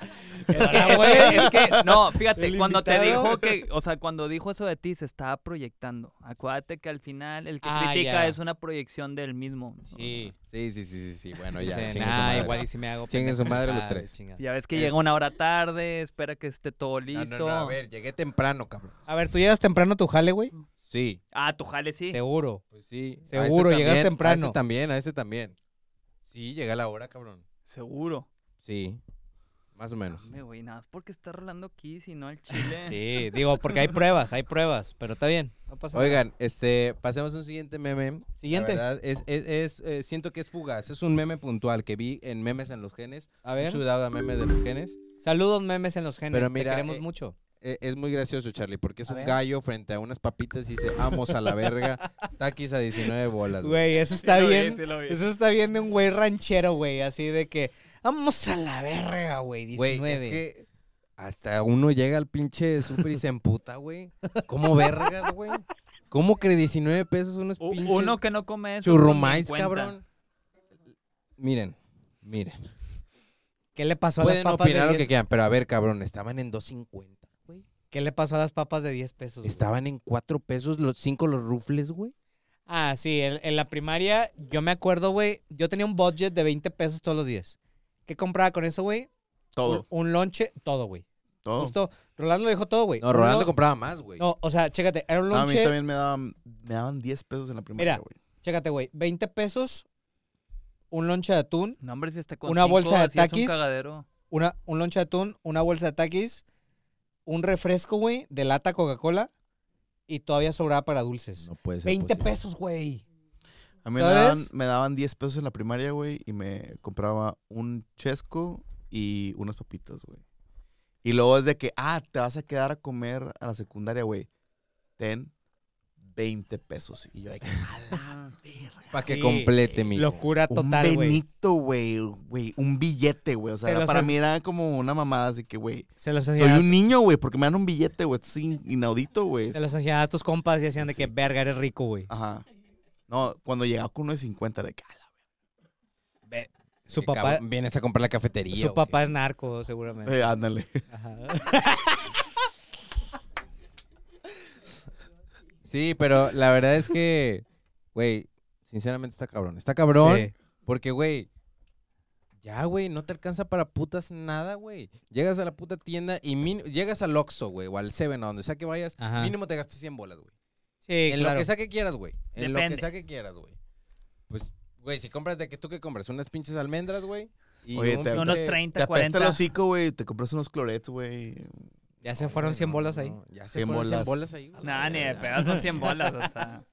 Speaker 2: Es que, es que- es que- no, fíjate,
Speaker 1: El
Speaker 2: cuando te
Speaker 1: invitado.
Speaker 2: dijo que, o sea, cuando dijo eso de ti, se estaba proyectando. Acuérdate que al final el que
Speaker 1: Ah,
Speaker 2: critica
Speaker 1: ya.
Speaker 2: es una proyección del mismo.
Speaker 1: Sí.
Speaker 3: Sí, sí, sí, sí, sí. Bueno, ya.
Speaker 1: Dicen,
Speaker 3: chingue su
Speaker 1: "Ah,
Speaker 3: madre".
Speaker 1: igual y si me hago.
Speaker 3: Chinguen su
Speaker 1: pendejo".
Speaker 3: madre los
Speaker 1: Ah,
Speaker 3: tres.
Speaker 1: chingada.
Speaker 2: Ya ves que
Speaker 3: Es-
Speaker 2: llega una hora tarde, espera que esté todo
Speaker 3: No, no,
Speaker 2: listo.
Speaker 3: no, a ver, llegué temprano, cabrón.
Speaker 1: A ver, ¿tú llegas temprano a tu jale, güey?
Speaker 3: Sí.
Speaker 2: Ah, tu jale sí.
Speaker 1: Seguro.
Speaker 3: Pues sí. a
Speaker 1: Seguro, llegas
Speaker 3: también, A
Speaker 1: temprano.
Speaker 3: este también, a este también. Sí, llegué a la hora, cabrón.
Speaker 2: Seguro.
Speaker 3: Sí. Más o menos.
Speaker 2: Me voy, nada más porque está rolando aquí, si no el chile.
Speaker 1: Sí, digo, porque hay pruebas, hay pruebas, pero está bien, no pasa nada.
Speaker 3: Oigan, este, pasemos a un siguiente meme. La
Speaker 1: Siguiente.
Speaker 3: verdad, es, es, es, eh, siento que es fugaz. Es un meme puntual que vi en Memes en los Genes.
Speaker 1: A
Speaker 3: Un
Speaker 1: ver,
Speaker 3: sudado a meme de los genes.
Speaker 1: saludos memes en los genes,
Speaker 3: Pero
Speaker 1: te
Speaker 3: mira,
Speaker 1: queremos
Speaker 3: eh,
Speaker 1: mucho.
Speaker 3: Eh, es muy gracioso, Charlie, porque es
Speaker 2: A
Speaker 3: un
Speaker 2: ver.
Speaker 3: gallo frente a unas papitas y dice, vamos a la verga, taquis a 19 bolas. güey".
Speaker 1: Güey, eso está
Speaker 2: lo vi,
Speaker 1: bien,
Speaker 2: sí lo vi.
Speaker 1: eso está bien de un güey ranchero, güey, así de que, vamos a la verga, güey, 19.
Speaker 3: Güey, es que hasta uno llega al pinche super y se emputa, güey. ¿Cómo vergas, güey? ¿Cómo que 19 pesos unos
Speaker 2: U-
Speaker 3: pinches
Speaker 2: Uno que no come eso.
Speaker 3: churrumais,
Speaker 2: ponlo en cuenta.
Speaker 3: cabrón? Miren, miren.
Speaker 1: ¿Qué le pasó a las
Speaker 3: Pueden
Speaker 1: papas de
Speaker 3: opinar lo
Speaker 1: 10?
Speaker 3: que quieran, pero a ver, cabrón, estaban en 2.50, güey.
Speaker 1: ¿Qué le pasó a las papas de 10 pesos? güey?
Speaker 3: Estaban en 4 pesos los 5 los rufles, güey.
Speaker 1: Ah, sí, en, en la primaria yo me acuerdo, güey, yo tenía un budget de 20 pesos todos los días. ¿Qué compraba con eso, güey?
Speaker 4: todo.
Speaker 1: Un, un lonche, todo, güey.
Speaker 4: Todo.
Speaker 1: Justo, Rolando lo dijo todo, güey.
Speaker 3: No, Rolando
Speaker 1: Eh, Uno-
Speaker 3: compraba más, güey.
Speaker 1: No, o sea, chécate, era un
Speaker 4: No, a mí
Speaker 1: lonche-
Speaker 4: también me daban, me daban 10 pesos en la
Speaker 1: Mira,
Speaker 4: primera, güey.
Speaker 1: chécate, güey, 20 pesos, un lonche de atún,
Speaker 2: No, hombre, si este con
Speaker 1: Una
Speaker 2: cinco,
Speaker 1: bolsa de
Speaker 2: así es un
Speaker 1: Takis.
Speaker 2: cagadero.
Speaker 1: una, un lonche de atún, una bolsa de taquis, un refresco, güey, de lata Coca-Cola y todavía sobraba para dulces.
Speaker 5: No puede ser
Speaker 1: 20
Speaker 5: posible.
Speaker 1: pesos, güey.
Speaker 4: A mí me
Speaker 1: ¿sabes?
Speaker 4: daban, me daban 10 pesos en la primaria, güey, y me compraba un chesco y unas papitas, güey. Y luego es de que, ah, te vas a quedar a comer a la secundaria, güey. Ten 20 pesos. Y yo de que, a la verga.
Speaker 3: Para que
Speaker 1: Sí,
Speaker 3: complete mi.
Speaker 1: Locura total,
Speaker 4: un
Speaker 1: güey.
Speaker 4: benito, güey, güey, un billete, güey. O sea,
Speaker 1: Se
Speaker 4: era-
Speaker 1: los
Speaker 4: para
Speaker 1: has-
Speaker 4: mí era como una mamada, así que, güey,
Speaker 1: Se los
Speaker 4: soy
Speaker 1: hacía
Speaker 4: un niño, güey, porque me dan un billete, güey. Esto es in- inaudito, güey.
Speaker 1: se los hacía a tus compas y hacían de que
Speaker 4: Sí. Ah,
Speaker 1: verga eres rico, güey.
Speaker 4: Ajá. No, cuando llegaba con uno de 50, de que, a la
Speaker 1: Su
Speaker 3: Que
Speaker 1: papá,
Speaker 3: cabrón, vienes a comprar la cafetería.
Speaker 1: su
Speaker 3: güey.
Speaker 1: papá es narco, seguramente.
Speaker 4: Eh, ándale.
Speaker 1: Ajá.
Speaker 3: Sí, pero la verdad es que, güey, sinceramente está cabrón. Está cabrón
Speaker 1: Sí.
Speaker 3: porque, güey, ya, güey, no te alcanza para putas nada, güey. Llegas a la puta tienda y min- llegas al Oxxo, güey, o al Seven, a donde sea que vayas,
Speaker 1: Ajá.
Speaker 3: mínimo te gastas 100 bolas, güey.
Speaker 1: Sí,
Speaker 3: en
Speaker 1: claro.
Speaker 3: lo que sea que quieras, güey. En lo que
Speaker 2: Depende.
Speaker 3: sea que quieras, güey. Pues, güey, si compras de que tú que compras unas pinches almendras, güey. y
Speaker 4: Oye, te-
Speaker 3: pinche-
Speaker 4: Unos
Speaker 2: Unos
Speaker 4: Te
Speaker 2: 30,
Speaker 4: apesta
Speaker 2: 40.
Speaker 4: el hocico, güey. Te compras unos clorets, güey.
Speaker 1: Ya se fueron 100 bolas ahí.
Speaker 3: No, ya se
Speaker 4: 100
Speaker 3: fueron 100
Speaker 4: bolas.
Speaker 3: bolas ahí, güey.
Speaker 2: Nah, ni de pedo, son 100 bolas, o sea.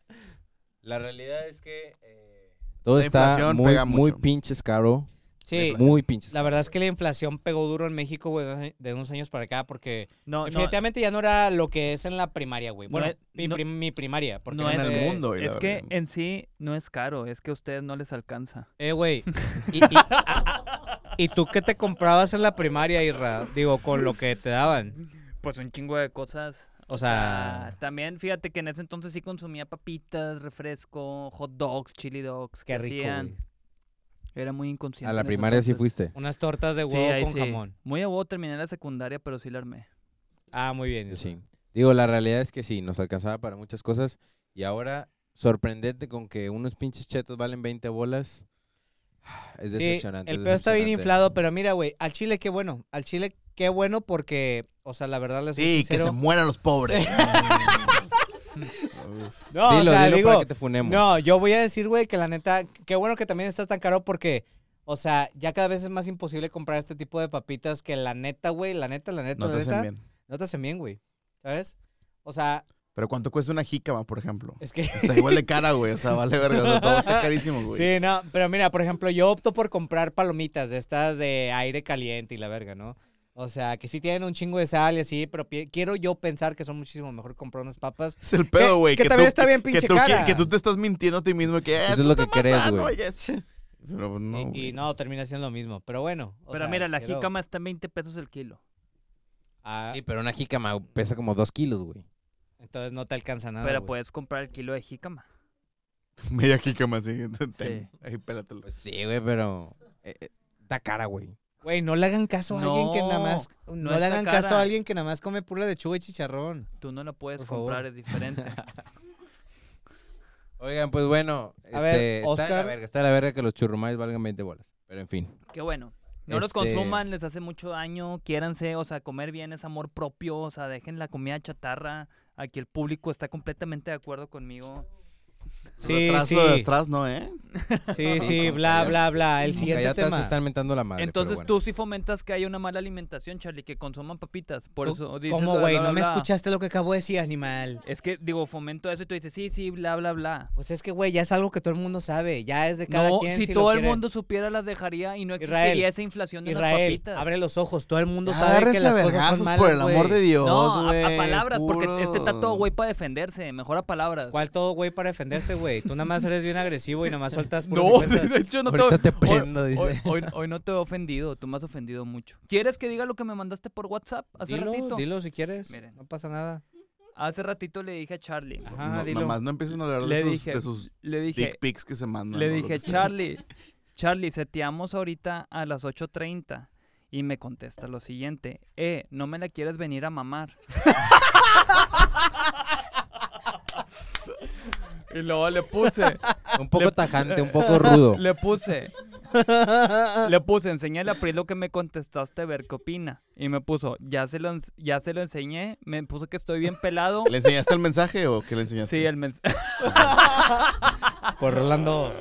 Speaker 3: La realidad es que eh, todo
Speaker 4: La
Speaker 3: está
Speaker 4: inflación
Speaker 3: muy,
Speaker 4: pega
Speaker 3: muy
Speaker 4: mucho.
Speaker 3: pinches caro.
Speaker 1: Sí,
Speaker 3: Muy pinches
Speaker 1: la verdad es que la inflación pegó duro en México, güey, de unos años para acá, porque
Speaker 2: No, no,
Speaker 1: definitivamente ya no era lo que es en la primaria, güey.
Speaker 2: No
Speaker 1: Bueno,
Speaker 2: es-
Speaker 1: mi,
Speaker 2: no-
Speaker 1: prim- mi primaria, porque
Speaker 2: no
Speaker 4: en
Speaker 2: es-
Speaker 4: el
Speaker 1: sé-
Speaker 4: mundo, güey. la
Speaker 2: es que
Speaker 4: verdad.
Speaker 2: en sí no es caro, es que a ustedes no les alcanza.
Speaker 1: Eh, güey. Y, y- ¿y tú qué te comprabas en la primaria, Irra? Digo, con lo que te daban.
Speaker 2: Pues un chingo de cosas.
Speaker 1: O
Speaker 2: Ah,
Speaker 1: sea,
Speaker 2: también fíjate que en ese entonces sí consumía papitas, refresco, hot dogs, chili dogs.
Speaker 1: qué
Speaker 2: que
Speaker 1: rico,
Speaker 2: hacían.
Speaker 1: güey.
Speaker 2: Era muy inconsciente.
Speaker 3: A la
Speaker 2: en ese
Speaker 3: primaria sí
Speaker 2: entonces.
Speaker 3: fuiste.
Speaker 1: Unas tortas de
Speaker 2: Sí,
Speaker 1: huevo
Speaker 2: ahí
Speaker 1: con
Speaker 2: sí.
Speaker 1: jamón.
Speaker 2: Muy a huevo terminé la secundaria, pero sí la armé.
Speaker 1: Ah, muy bien. Irra.
Speaker 3: Sí. Digo, la realidad es que sí, nos alcanzaba para muchas cosas. Y ahora, sorprenderte con que unos pinches chetos valen 20 bolas. Es
Speaker 1: Sí,
Speaker 3: decepcionante.
Speaker 1: el
Speaker 3: es
Speaker 1: pedo está bien
Speaker 3: decepcionante.
Speaker 1: inflado, pero mira, güey, al Chile qué bueno. Al Chile qué bueno porque, o sea, la verdad les soy
Speaker 4: Sí, que
Speaker 1: sincero.
Speaker 4: se mueran los pobres.
Speaker 1: No,
Speaker 3: dilo,
Speaker 1: o sea,
Speaker 3: dilo
Speaker 1: digo,
Speaker 3: para que te funemos.
Speaker 1: No, yo voy a decir, güey, que la neta, qué bueno que también está tan caro porque, o sea, ya cada vez es más imposible comprar este tipo de papitas que la neta, güey, la neta, la neta,
Speaker 4: no
Speaker 1: la
Speaker 4: te hacen
Speaker 1: neta,
Speaker 4: bien.
Speaker 1: no te hacen bien, güey. ¿Sabes? O sea,
Speaker 4: Pero ¿cuánto cuesta una jícama, por ejemplo?
Speaker 1: es que...
Speaker 4: Está igual de cara, güey. O sea, vale verga. O sea, todo está carísimo, güey.
Speaker 1: Sí, no, pero mira, por ejemplo, yo opto por comprar palomitas de estas de aire caliente y la verga, ¿no? O sea, que sí tienen un chingo de sal y así, pero pi- quiero yo pensar que son muchísimo mejor comprar unas papas.
Speaker 4: Es el pedo, güey.
Speaker 1: que también está bien
Speaker 4: que
Speaker 1: pinche
Speaker 4: tú-
Speaker 1: cara.
Speaker 4: Que, tú te estás mintiendo a ti mismo. Que, eh,
Speaker 3: Eso es
Speaker 4: tú
Speaker 3: lo que
Speaker 4: estás más
Speaker 3: crees,
Speaker 4: sano,
Speaker 3: güey.
Speaker 4: yes. Pero no,
Speaker 1: y, y
Speaker 4: güey.
Speaker 1: no, termina siendo lo mismo. Pero bueno. o
Speaker 2: pero
Speaker 1: sea,
Speaker 2: mira, la
Speaker 1: quiero-
Speaker 2: jícama está en 20 pesos el kilo.
Speaker 1: Ah,
Speaker 3: Sí, pero una jícama pesa como 2 kilos, güey.
Speaker 1: entonces no te alcanza nada.
Speaker 2: pero
Speaker 1: Ah, güey.
Speaker 2: puedes comprar el kilo de jícama.
Speaker 4: Media jícama, así. ten, Ahí, pélatelo.
Speaker 3: Pues sí, güey, pero. eh, eh, Está cara, güey.
Speaker 1: Güey, no le hagan caso a alguien que nada
Speaker 2: No,
Speaker 1: más. No, le
Speaker 2: está
Speaker 1: hagan
Speaker 2: cara.
Speaker 1: caso a alguien que nada más come pura lechuga y chicharrón.
Speaker 2: Tú no la puedes
Speaker 1: Por favor.
Speaker 2: comprar, es diferente.
Speaker 3: Oigan, pues bueno.
Speaker 1: A ver,
Speaker 3: este, está de la
Speaker 1: Oscar.
Speaker 3: verga, está de la verga que los churrumais valgan 20 bolas. Pero en fin.
Speaker 2: Qué bueno. No los
Speaker 3: Este-
Speaker 2: consuman, les hace mucho daño, quiéranse, o sea, comer bien es amor propio, o sea, dejen la comida chatarra. Aquí el público está completamente de acuerdo conmigo.
Speaker 1: Sí,
Speaker 4: Retraso
Speaker 1: sí.
Speaker 4: de atrás, ¿no, eh?
Speaker 1: Sí, sí,
Speaker 3: como
Speaker 1: bla,
Speaker 3: que ya-
Speaker 1: bla, bla. El
Speaker 3: Como que
Speaker 1: siguiente
Speaker 3: ya te-
Speaker 1: tema.
Speaker 3: se están mentando la madre.
Speaker 2: Entonces
Speaker 3: pero bueno.
Speaker 2: tú sí fomentas que haya una mala alimentación, Charlie, que consuman papitas. Por
Speaker 1: ¿Tú-
Speaker 2: eso dices.
Speaker 1: ¿Cómo,
Speaker 2: bla,
Speaker 1: güey?
Speaker 2: bla,
Speaker 1: No me
Speaker 2: bla, bla.
Speaker 1: escuchaste lo que acabo de decir, animal.
Speaker 2: Es que, digo, fomento eso y tú dices, sí, sí, bla, bla, bla.
Speaker 1: Pues es que, güey, ya es algo que todo el mundo sabe. Ya es de cada
Speaker 2: No,
Speaker 1: quien.
Speaker 2: si,
Speaker 1: lo
Speaker 2: todo el
Speaker 1: quieren.
Speaker 2: mundo supiera, las dejaría y no existiría
Speaker 1: Israel,
Speaker 2: esa inflación de las
Speaker 1: Israel,
Speaker 2: papitas.
Speaker 1: abre los ojos. Todo el mundo
Speaker 4: Ya
Speaker 1: sabe que
Speaker 4: agárrense a
Speaker 1: las cosas
Speaker 4: vergazos,
Speaker 1: son malas.
Speaker 4: por el amor
Speaker 1: güey.
Speaker 4: de Dios,
Speaker 2: no, a-
Speaker 4: güey.
Speaker 2: a, palabras,
Speaker 4: puro-
Speaker 2: porque este está todo güey para defenderse. Mejor a palabras.
Speaker 1: ¿Cuál todo, güey, para defenderse, güey? Tú nada más eres bien agresivo y nada más sueltas puras
Speaker 2: No,
Speaker 1: ofensas.
Speaker 2: de hecho no
Speaker 3: Ahorita te
Speaker 2: te, hoy-
Speaker 3: prendo, dice.
Speaker 2: Hoy, hoy- hoy no te he ofendido, tú me has ofendido mucho. ¿Quieres que diga lo que me mandaste por WhatsApp hace
Speaker 1: Dilo,
Speaker 2: ratito?
Speaker 1: dilo si quieres.
Speaker 2: Miren.
Speaker 1: No pasa nada.
Speaker 2: Hace ratito le dije a Charlie.
Speaker 1: Ajá,
Speaker 4: No,
Speaker 1: dilo.
Speaker 4: Nomás no empiecen a hablar
Speaker 2: Le
Speaker 4: de sus,
Speaker 2: dije-
Speaker 4: de sus
Speaker 2: Le dije,
Speaker 4: Ah, dick pics que se mandan.
Speaker 2: le
Speaker 4: ¿no? Lo
Speaker 2: dije,
Speaker 4: que sea.
Speaker 2: Charlie, Charlie, seteamos ahorita a las 8.30. Y me contesta lo siguiente, eh, no me la quieres venir a mamar. y luego le puse,
Speaker 3: Un poco tajante, un poco rudo.
Speaker 2: le puse, Le puse, enseñale a Pri lo que me contestaste, a ver qué opina. Y me puso, ya se lo, ens- ya se lo enseñé, me puso que estoy bien pelado.
Speaker 4: ¿Le enseñaste el mensaje o qué le enseñaste?
Speaker 2: Sí, el mensaje.
Speaker 1: Por Rolando.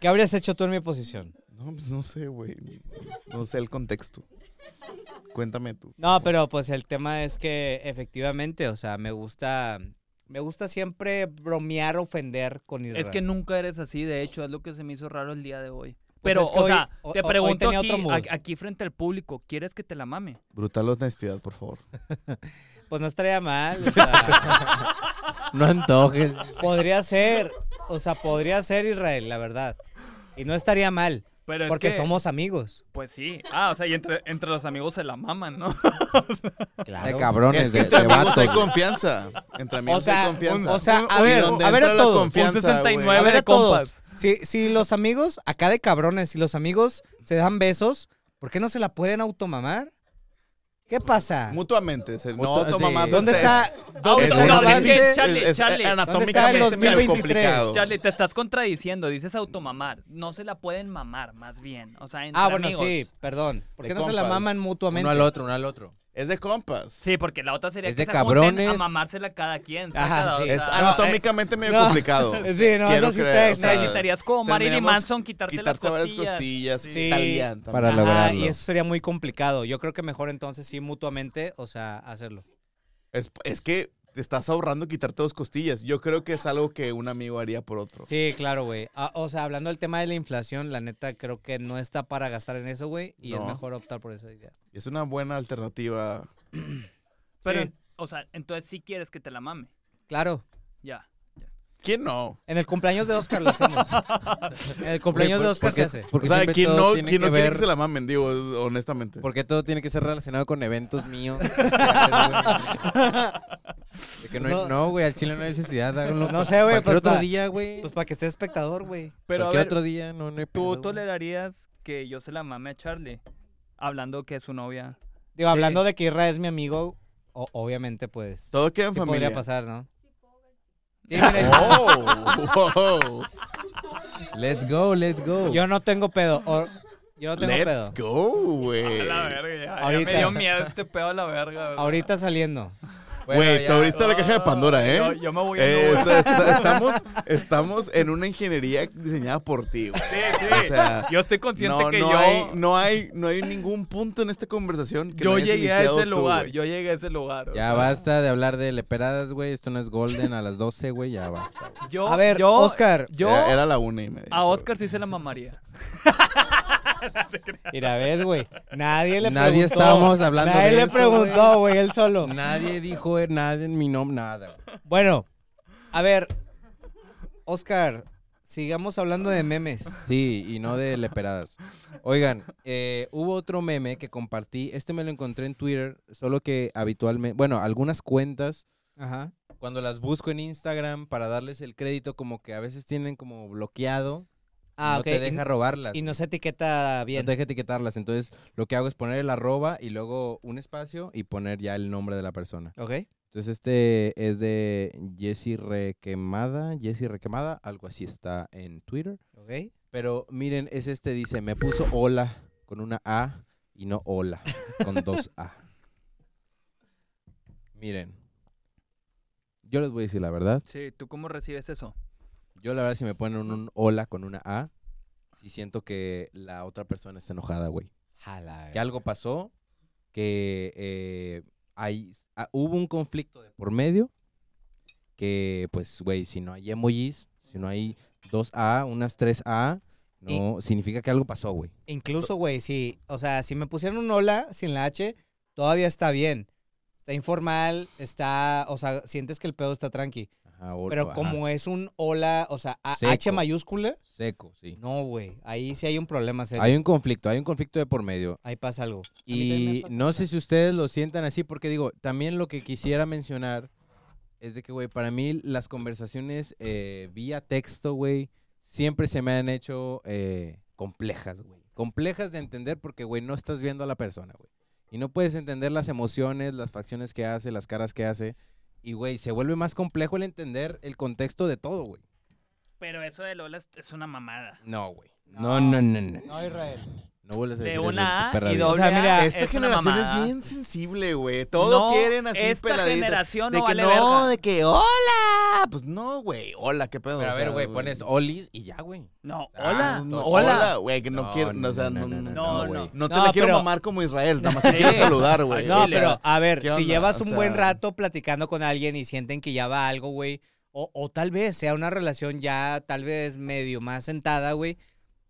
Speaker 1: ¿Qué habrías hecho tú en mi posición?
Speaker 4: No, pues no sé, güey. No sé el contexto. Cuéntame tú.
Speaker 1: No, pero pues el tema es que efectivamente, o sea, me gusta, me gusta siempre bromear, ofender con Israel.
Speaker 2: Es que nunca eres así, de hecho, es lo que se me hizo raro el día de hoy.
Speaker 1: Pues
Speaker 2: Pero,
Speaker 1: es que
Speaker 2: o
Speaker 1: hoy-
Speaker 2: sea,
Speaker 1: ho-
Speaker 2: te
Speaker 1: ho- hoy
Speaker 2: pregunto
Speaker 1: tenía
Speaker 2: aquí,
Speaker 1: otro mood.
Speaker 2: a- aquí frente al público, ¿quieres que te la mame?
Speaker 4: Brutal honestidad, por favor.
Speaker 1: Pues no estaría mal, o sea,
Speaker 3: No antojes.
Speaker 1: podría ser, o sea, podría ser Israel, la verdad. Y no estaría mal,
Speaker 2: Pero es
Speaker 1: porque
Speaker 2: que-
Speaker 1: somos amigos.
Speaker 2: Pues sí. Ah, o sea, y entre, entre los amigos se la maman, ¿no?
Speaker 1: Claro.
Speaker 3: De cabrones,
Speaker 4: es que
Speaker 3: de,
Speaker 4: entre
Speaker 3: de
Speaker 4: amigos
Speaker 3: vatos.
Speaker 4: hay confianza. Entre amigos
Speaker 1: O sea,
Speaker 4: hay confianza.
Speaker 1: o sea, a
Speaker 4: Y
Speaker 1: ver,
Speaker 4: donde
Speaker 1: a ver
Speaker 4: entra
Speaker 1: a
Speaker 4: la
Speaker 1: todos.
Speaker 4: confianza,
Speaker 2: Un 69.
Speaker 1: A
Speaker 4: güey.
Speaker 1: ver a
Speaker 2: de compas.
Speaker 1: todos. Si, si los amigos, acá de cabrones, si los amigos se dan besos, ¿por qué no se la pueden automamar? ¿Qué pasa?
Speaker 4: Mutuamente. se- no
Speaker 3: Mutua- sí.
Speaker 4: toma más. este
Speaker 1: ¿Dónde está? ¿Dónde
Speaker 4: Es,
Speaker 1: está el
Speaker 2: no, es que-
Speaker 1: avance?
Speaker 2: Charlie,
Speaker 4: es- es
Speaker 2: Charlie.
Speaker 4: anatómicamente
Speaker 1: ¿Dónde está el
Speaker 4: medio
Speaker 1: 2023?
Speaker 4: complicado.
Speaker 2: Charlie, te estás contradiciendo. Dices automamar. No se la pueden mamar, más bien. O sea, entre
Speaker 1: Ah, bueno,
Speaker 2: amigos.
Speaker 1: sí, perdón. ¿Por
Speaker 4: De
Speaker 1: qué no se la
Speaker 4: compas.
Speaker 1: maman mutuamente?
Speaker 3: Uno al otro, uno al otro.
Speaker 4: Es de compas.
Speaker 2: Sí, porque la otra sería
Speaker 3: Es
Speaker 2: que
Speaker 3: de
Speaker 2: se junten a
Speaker 3: cabrones.
Speaker 2: mamársela cada quien.
Speaker 1: Ajá,
Speaker 2: sácala,
Speaker 1: sí.
Speaker 2: o
Speaker 4: Es
Speaker 2: sea, eh,
Speaker 4: anatómicamente medio
Speaker 1: Ah, no.
Speaker 4: complicado.
Speaker 1: Sí, no,
Speaker 4: Quiero
Speaker 1: eso sí está
Speaker 4: creer, o sea,
Speaker 1: extraño.
Speaker 2: necesitarías como Marilyn
Speaker 4: Tendríamos
Speaker 2: Manson quitarte, las
Speaker 4: Quitarte varias
Speaker 2: costillas.
Speaker 4: costillas.
Speaker 1: Sí.
Speaker 4: Italian también.
Speaker 3: Para
Speaker 1: Ajá,
Speaker 3: lograrlo.
Speaker 1: y eso sería muy complicado. Yo creo que mejor entonces sí mutuamente, o sea, hacerlo.
Speaker 4: Es, es que te estás ahorrando quitarte dos costillas. Yo creo que es algo que un amigo haría por otro.
Speaker 1: Sí, claro, güey. Ah, o sea, hablando del tema de la inflación, la neta creo que no está para gastar en eso, güey, y es
Speaker 4: No.
Speaker 1: mejor optar por esa idea.
Speaker 4: Es una buena alternativa.
Speaker 2: Pero,
Speaker 1: Sí.
Speaker 2: o sea, entonces sí quieres que te la mame.
Speaker 1: Claro.
Speaker 2: Ya.
Speaker 4: ¿Quién no?
Speaker 1: En el cumpleaños de Oscar lo hacemos. en el cumpleaños de Oscar se hace.
Speaker 3: Porque
Speaker 4: o sea,
Speaker 3: siempre
Speaker 4: ¿quién
Speaker 3: todo
Speaker 4: no,
Speaker 3: tiene
Speaker 4: quién no
Speaker 3: que
Speaker 4: quiere
Speaker 3: ver-
Speaker 4: que se la mamen? Digo, es- honestamente.
Speaker 3: Porque todo tiene que ser relacionado con eventos míos. De que no, hay-
Speaker 1: No.
Speaker 3: no, güey, al chile no hay necesidad. háganlo
Speaker 1: No sé, güey,
Speaker 3: cualquier
Speaker 1: pues,
Speaker 3: otro
Speaker 1: pa-
Speaker 3: día, güey.
Speaker 1: Pues para que esté espectador, güey.
Speaker 2: Pero a
Speaker 3: cualquier
Speaker 2: ver,
Speaker 3: otro día, no, no hay pedo,
Speaker 2: ¿tú
Speaker 3: güey.
Speaker 2: tolerarías que yo se la mame a Charlie? Hablando que es su novia.
Speaker 1: Digo,
Speaker 2: Sí.
Speaker 1: hablando de que Irra es mi amigo, o- obviamente, pues.
Speaker 4: Todo queda en
Speaker 1: sí
Speaker 4: familia.
Speaker 1: podría pasar, ¿no? Sí, mira,
Speaker 4: Oh, wow.
Speaker 3: Let's go, let's go.
Speaker 1: yo no tengo pedo. o- yo no tengo
Speaker 4: Let's
Speaker 1: pedo.
Speaker 4: go, güey.
Speaker 2: verga, ya,
Speaker 1: Ahorita.
Speaker 2: miedo este pedo a la verga. güey.
Speaker 1: Ahorita saliendo.
Speaker 3: Bueno,
Speaker 4: Güey,
Speaker 3: ya.
Speaker 4: te abriste la caja de Pandora, ¿eh?
Speaker 2: Yo, yo me voy a
Speaker 4: Eh,
Speaker 2: Uber.
Speaker 4: o sea, est- estamos, estamos en una ingeniería diseñada por ti, güey. O sea,
Speaker 2: Yo estoy consciente
Speaker 4: no,
Speaker 2: que
Speaker 4: no,
Speaker 2: yo,
Speaker 4: hay, no, hay, no hay ningún punto en esta conversación que no
Speaker 2: yo
Speaker 4: hayas
Speaker 2: llegué a
Speaker 4: iniciado
Speaker 2: ese
Speaker 4: tú,
Speaker 2: lugar.
Speaker 4: güey.
Speaker 2: Yo llegué a ese lugar. o
Speaker 3: Ya
Speaker 2: sea,
Speaker 3: basta de hablar de leperadas, güey. Esto no es Golden a las 12, güey. Ya basta.
Speaker 2: Yo,
Speaker 1: A ver,
Speaker 2: yo,
Speaker 1: Oscar.
Speaker 2: Yo
Speaker 4: Era, era la una y media.
Speaker 2: a Oscar sí se la mamaría.
Speaker 1: Mira, ves, güey. Nadie le preguntó.
Speaker 3: Nadie estábamos hablando
Speaker 1: Nadie
Speaker 3: de
Speaker 1: le
Speaker 3: eso,
Speaker 1: preguntó, güey, él solo.
Speaker 3: Nadie dijo eh, nada en mi nombre, nada. güey.
Speaker 1: Bueno, a ver, Oscar, sigamos hablando de memes.
Speaker 3: Sí, y no de leperadas. Oigan, eh, hubo otro meme que compartí. Este me lo encontré en Twitter, solo que habitualmente, bueno, algunas cuentas
Speaker 1: Ajá.
Speaker 3: cuando las busco en Instagram para darles el crédito, como que a veces tienen como bloqueado.
Speaker 1: Ah,
Speaker 3: no
Speaker 1: ok.
Speaker 3: te deja
Speaker 1: y-
Speaker 3: robarlas.
Speaker 1: Y no se etiqueta
Speaker 3: no
Speaker 1: bien.
Speaker 3: te deja etiquetarlas. Entonces, lo que hago es poner el arroba y luego un espacio y poner ya el nombre de la persona.
Speaker 1: Ok.
Speaker 3: Entonces, este es de Jessy Requemada. Jessy Requemada, algo así está en Twitter.
Speaker 1: Ok.
Speaker 3: Pero miren, es este, dice, me puso hola con una A y no hola con dos A. Miren, yo les voy a decir la verdad.
Speaker 2: Sí, ¿tú cómo recibes eso?
Speaker 3: Yo la verdad si me ponen un, un hola con una A, si siento que la otra persona está enojada, güey.
Speaker 1: Jala.
Speaker 3: Que algo pasó, que eh, hay, ah, hubo un conflicto de por medio, que pues, güey, si no hay emojis, si no hay dos A, unas tres A,
Speaker 1: Y-
Speaker 3: no, significa que algo pasó, güey.
Speaker 1: Incluso, güey, sí. O sea, si me pusieron un hola sin la H, todavía está bien. Está informal, está. O sea, sientes que el pedo está tranqui.
Speaker 3: Ajá, o-
Speaker 1: Pero
Speaker 3: ajá,
Speaker 1: como es un hola, o sea, a-
Speaker 3: Seco.
Speaker 1: H mayúscula,
Speaker 3: Seco, sí.
Speaker 1: no, güey. Ahí sí hay un problema serio.
Speaker 3: Hay un conflicto, hay un conflicto de por medio.
Speaker 1: Ahí pasa algo.
Speaker 3: Y no sé si ustedes lo sientan así, porque digo, también lo que quisiera mencionar es de que, güey, para mí las conversaciones eh, vía texto, güey, siempre se me han hecho eh, complejas, güey. Complejas de entender porque, güey, no estás viendo a la persona, güey. Y no puedes entender las emociones, las facciones que hace, las caras que hace. Y, güey, se vuelve más complejo el entender el contexto de todo, güey.
Speaker 2: Pero eso de Lola es- es una mamada.
Speaker 3: No, güey. No, no, no, no. No,
Speaker 1: Israel.
Speaker 3: no vuelvas a
Speaker 2: De
Speaker 3: decir eso
Speaker 2: una
Speaker 3: tu
Speaker 2: A
Speaker 3: perra
Speaker 2: y
Speaker 3: vida.
Speaker 2: doble
Speaker 1: O sea, mira,
Speaker 2: A
Speaker 4: Esta
Speaker 2: es una
Speaker 4: generación es
Speaker 2: mamada.
Speaker 4: bien sensible, güey. Todo
Speaker 2: No,
Speaker 4: quieren así
Speaker 2: esta
Speaker 4: peladito.
Speaker 2: generación
Speaker 4: de
Speaker 2: no
Speaker 4: que
Speaker 2: vale
Speaker 4: no,
Speaker 2: verga.
Speaker 4: de que hola. Pues no, güey. Hola, qué pedo.
Speaker 3: Pero a
Speaker 4: o
Speaker 3: ver,
Speaker 4: sea,
Speaker 3: güey, pones Olis y ya, güey.
Speaker 2: No,
Speaker 3: Ah,
Speaker 2: hola.
Speaker 4: no,
Speaker 2: hola.
Speaker 4: Hola, güey, que no, quiero, no, o sea, no, no,
Speaker 2: no, no.
Speaker 3: güey.
Speaker 4: te
Speaker 1: No,
Speaker 4: la quiero
Speaker 1: pero-
Speaker 4: mamar como Israel, nada más te
Speaker 2: Sí.
Speaker 4: quiero saludar, güey.
Speaker 2: Al
Speaker 1: No,
Speaker 4: O sea,
Speaker 2: chile.
Speaker 1: pero a ver,
Speaker 4: ¿qué
Speaker 1: si
Speaker 4: onda?
Speaker 1: llevas
Speaker 4: O
Speaker 1: un
Speaker 4: sea-
Speaker 1: buen rato platicando con alguien y sienten que ya va algo, güey, o, o tal vez sea una relación ya tal vez medio más sentada, güey,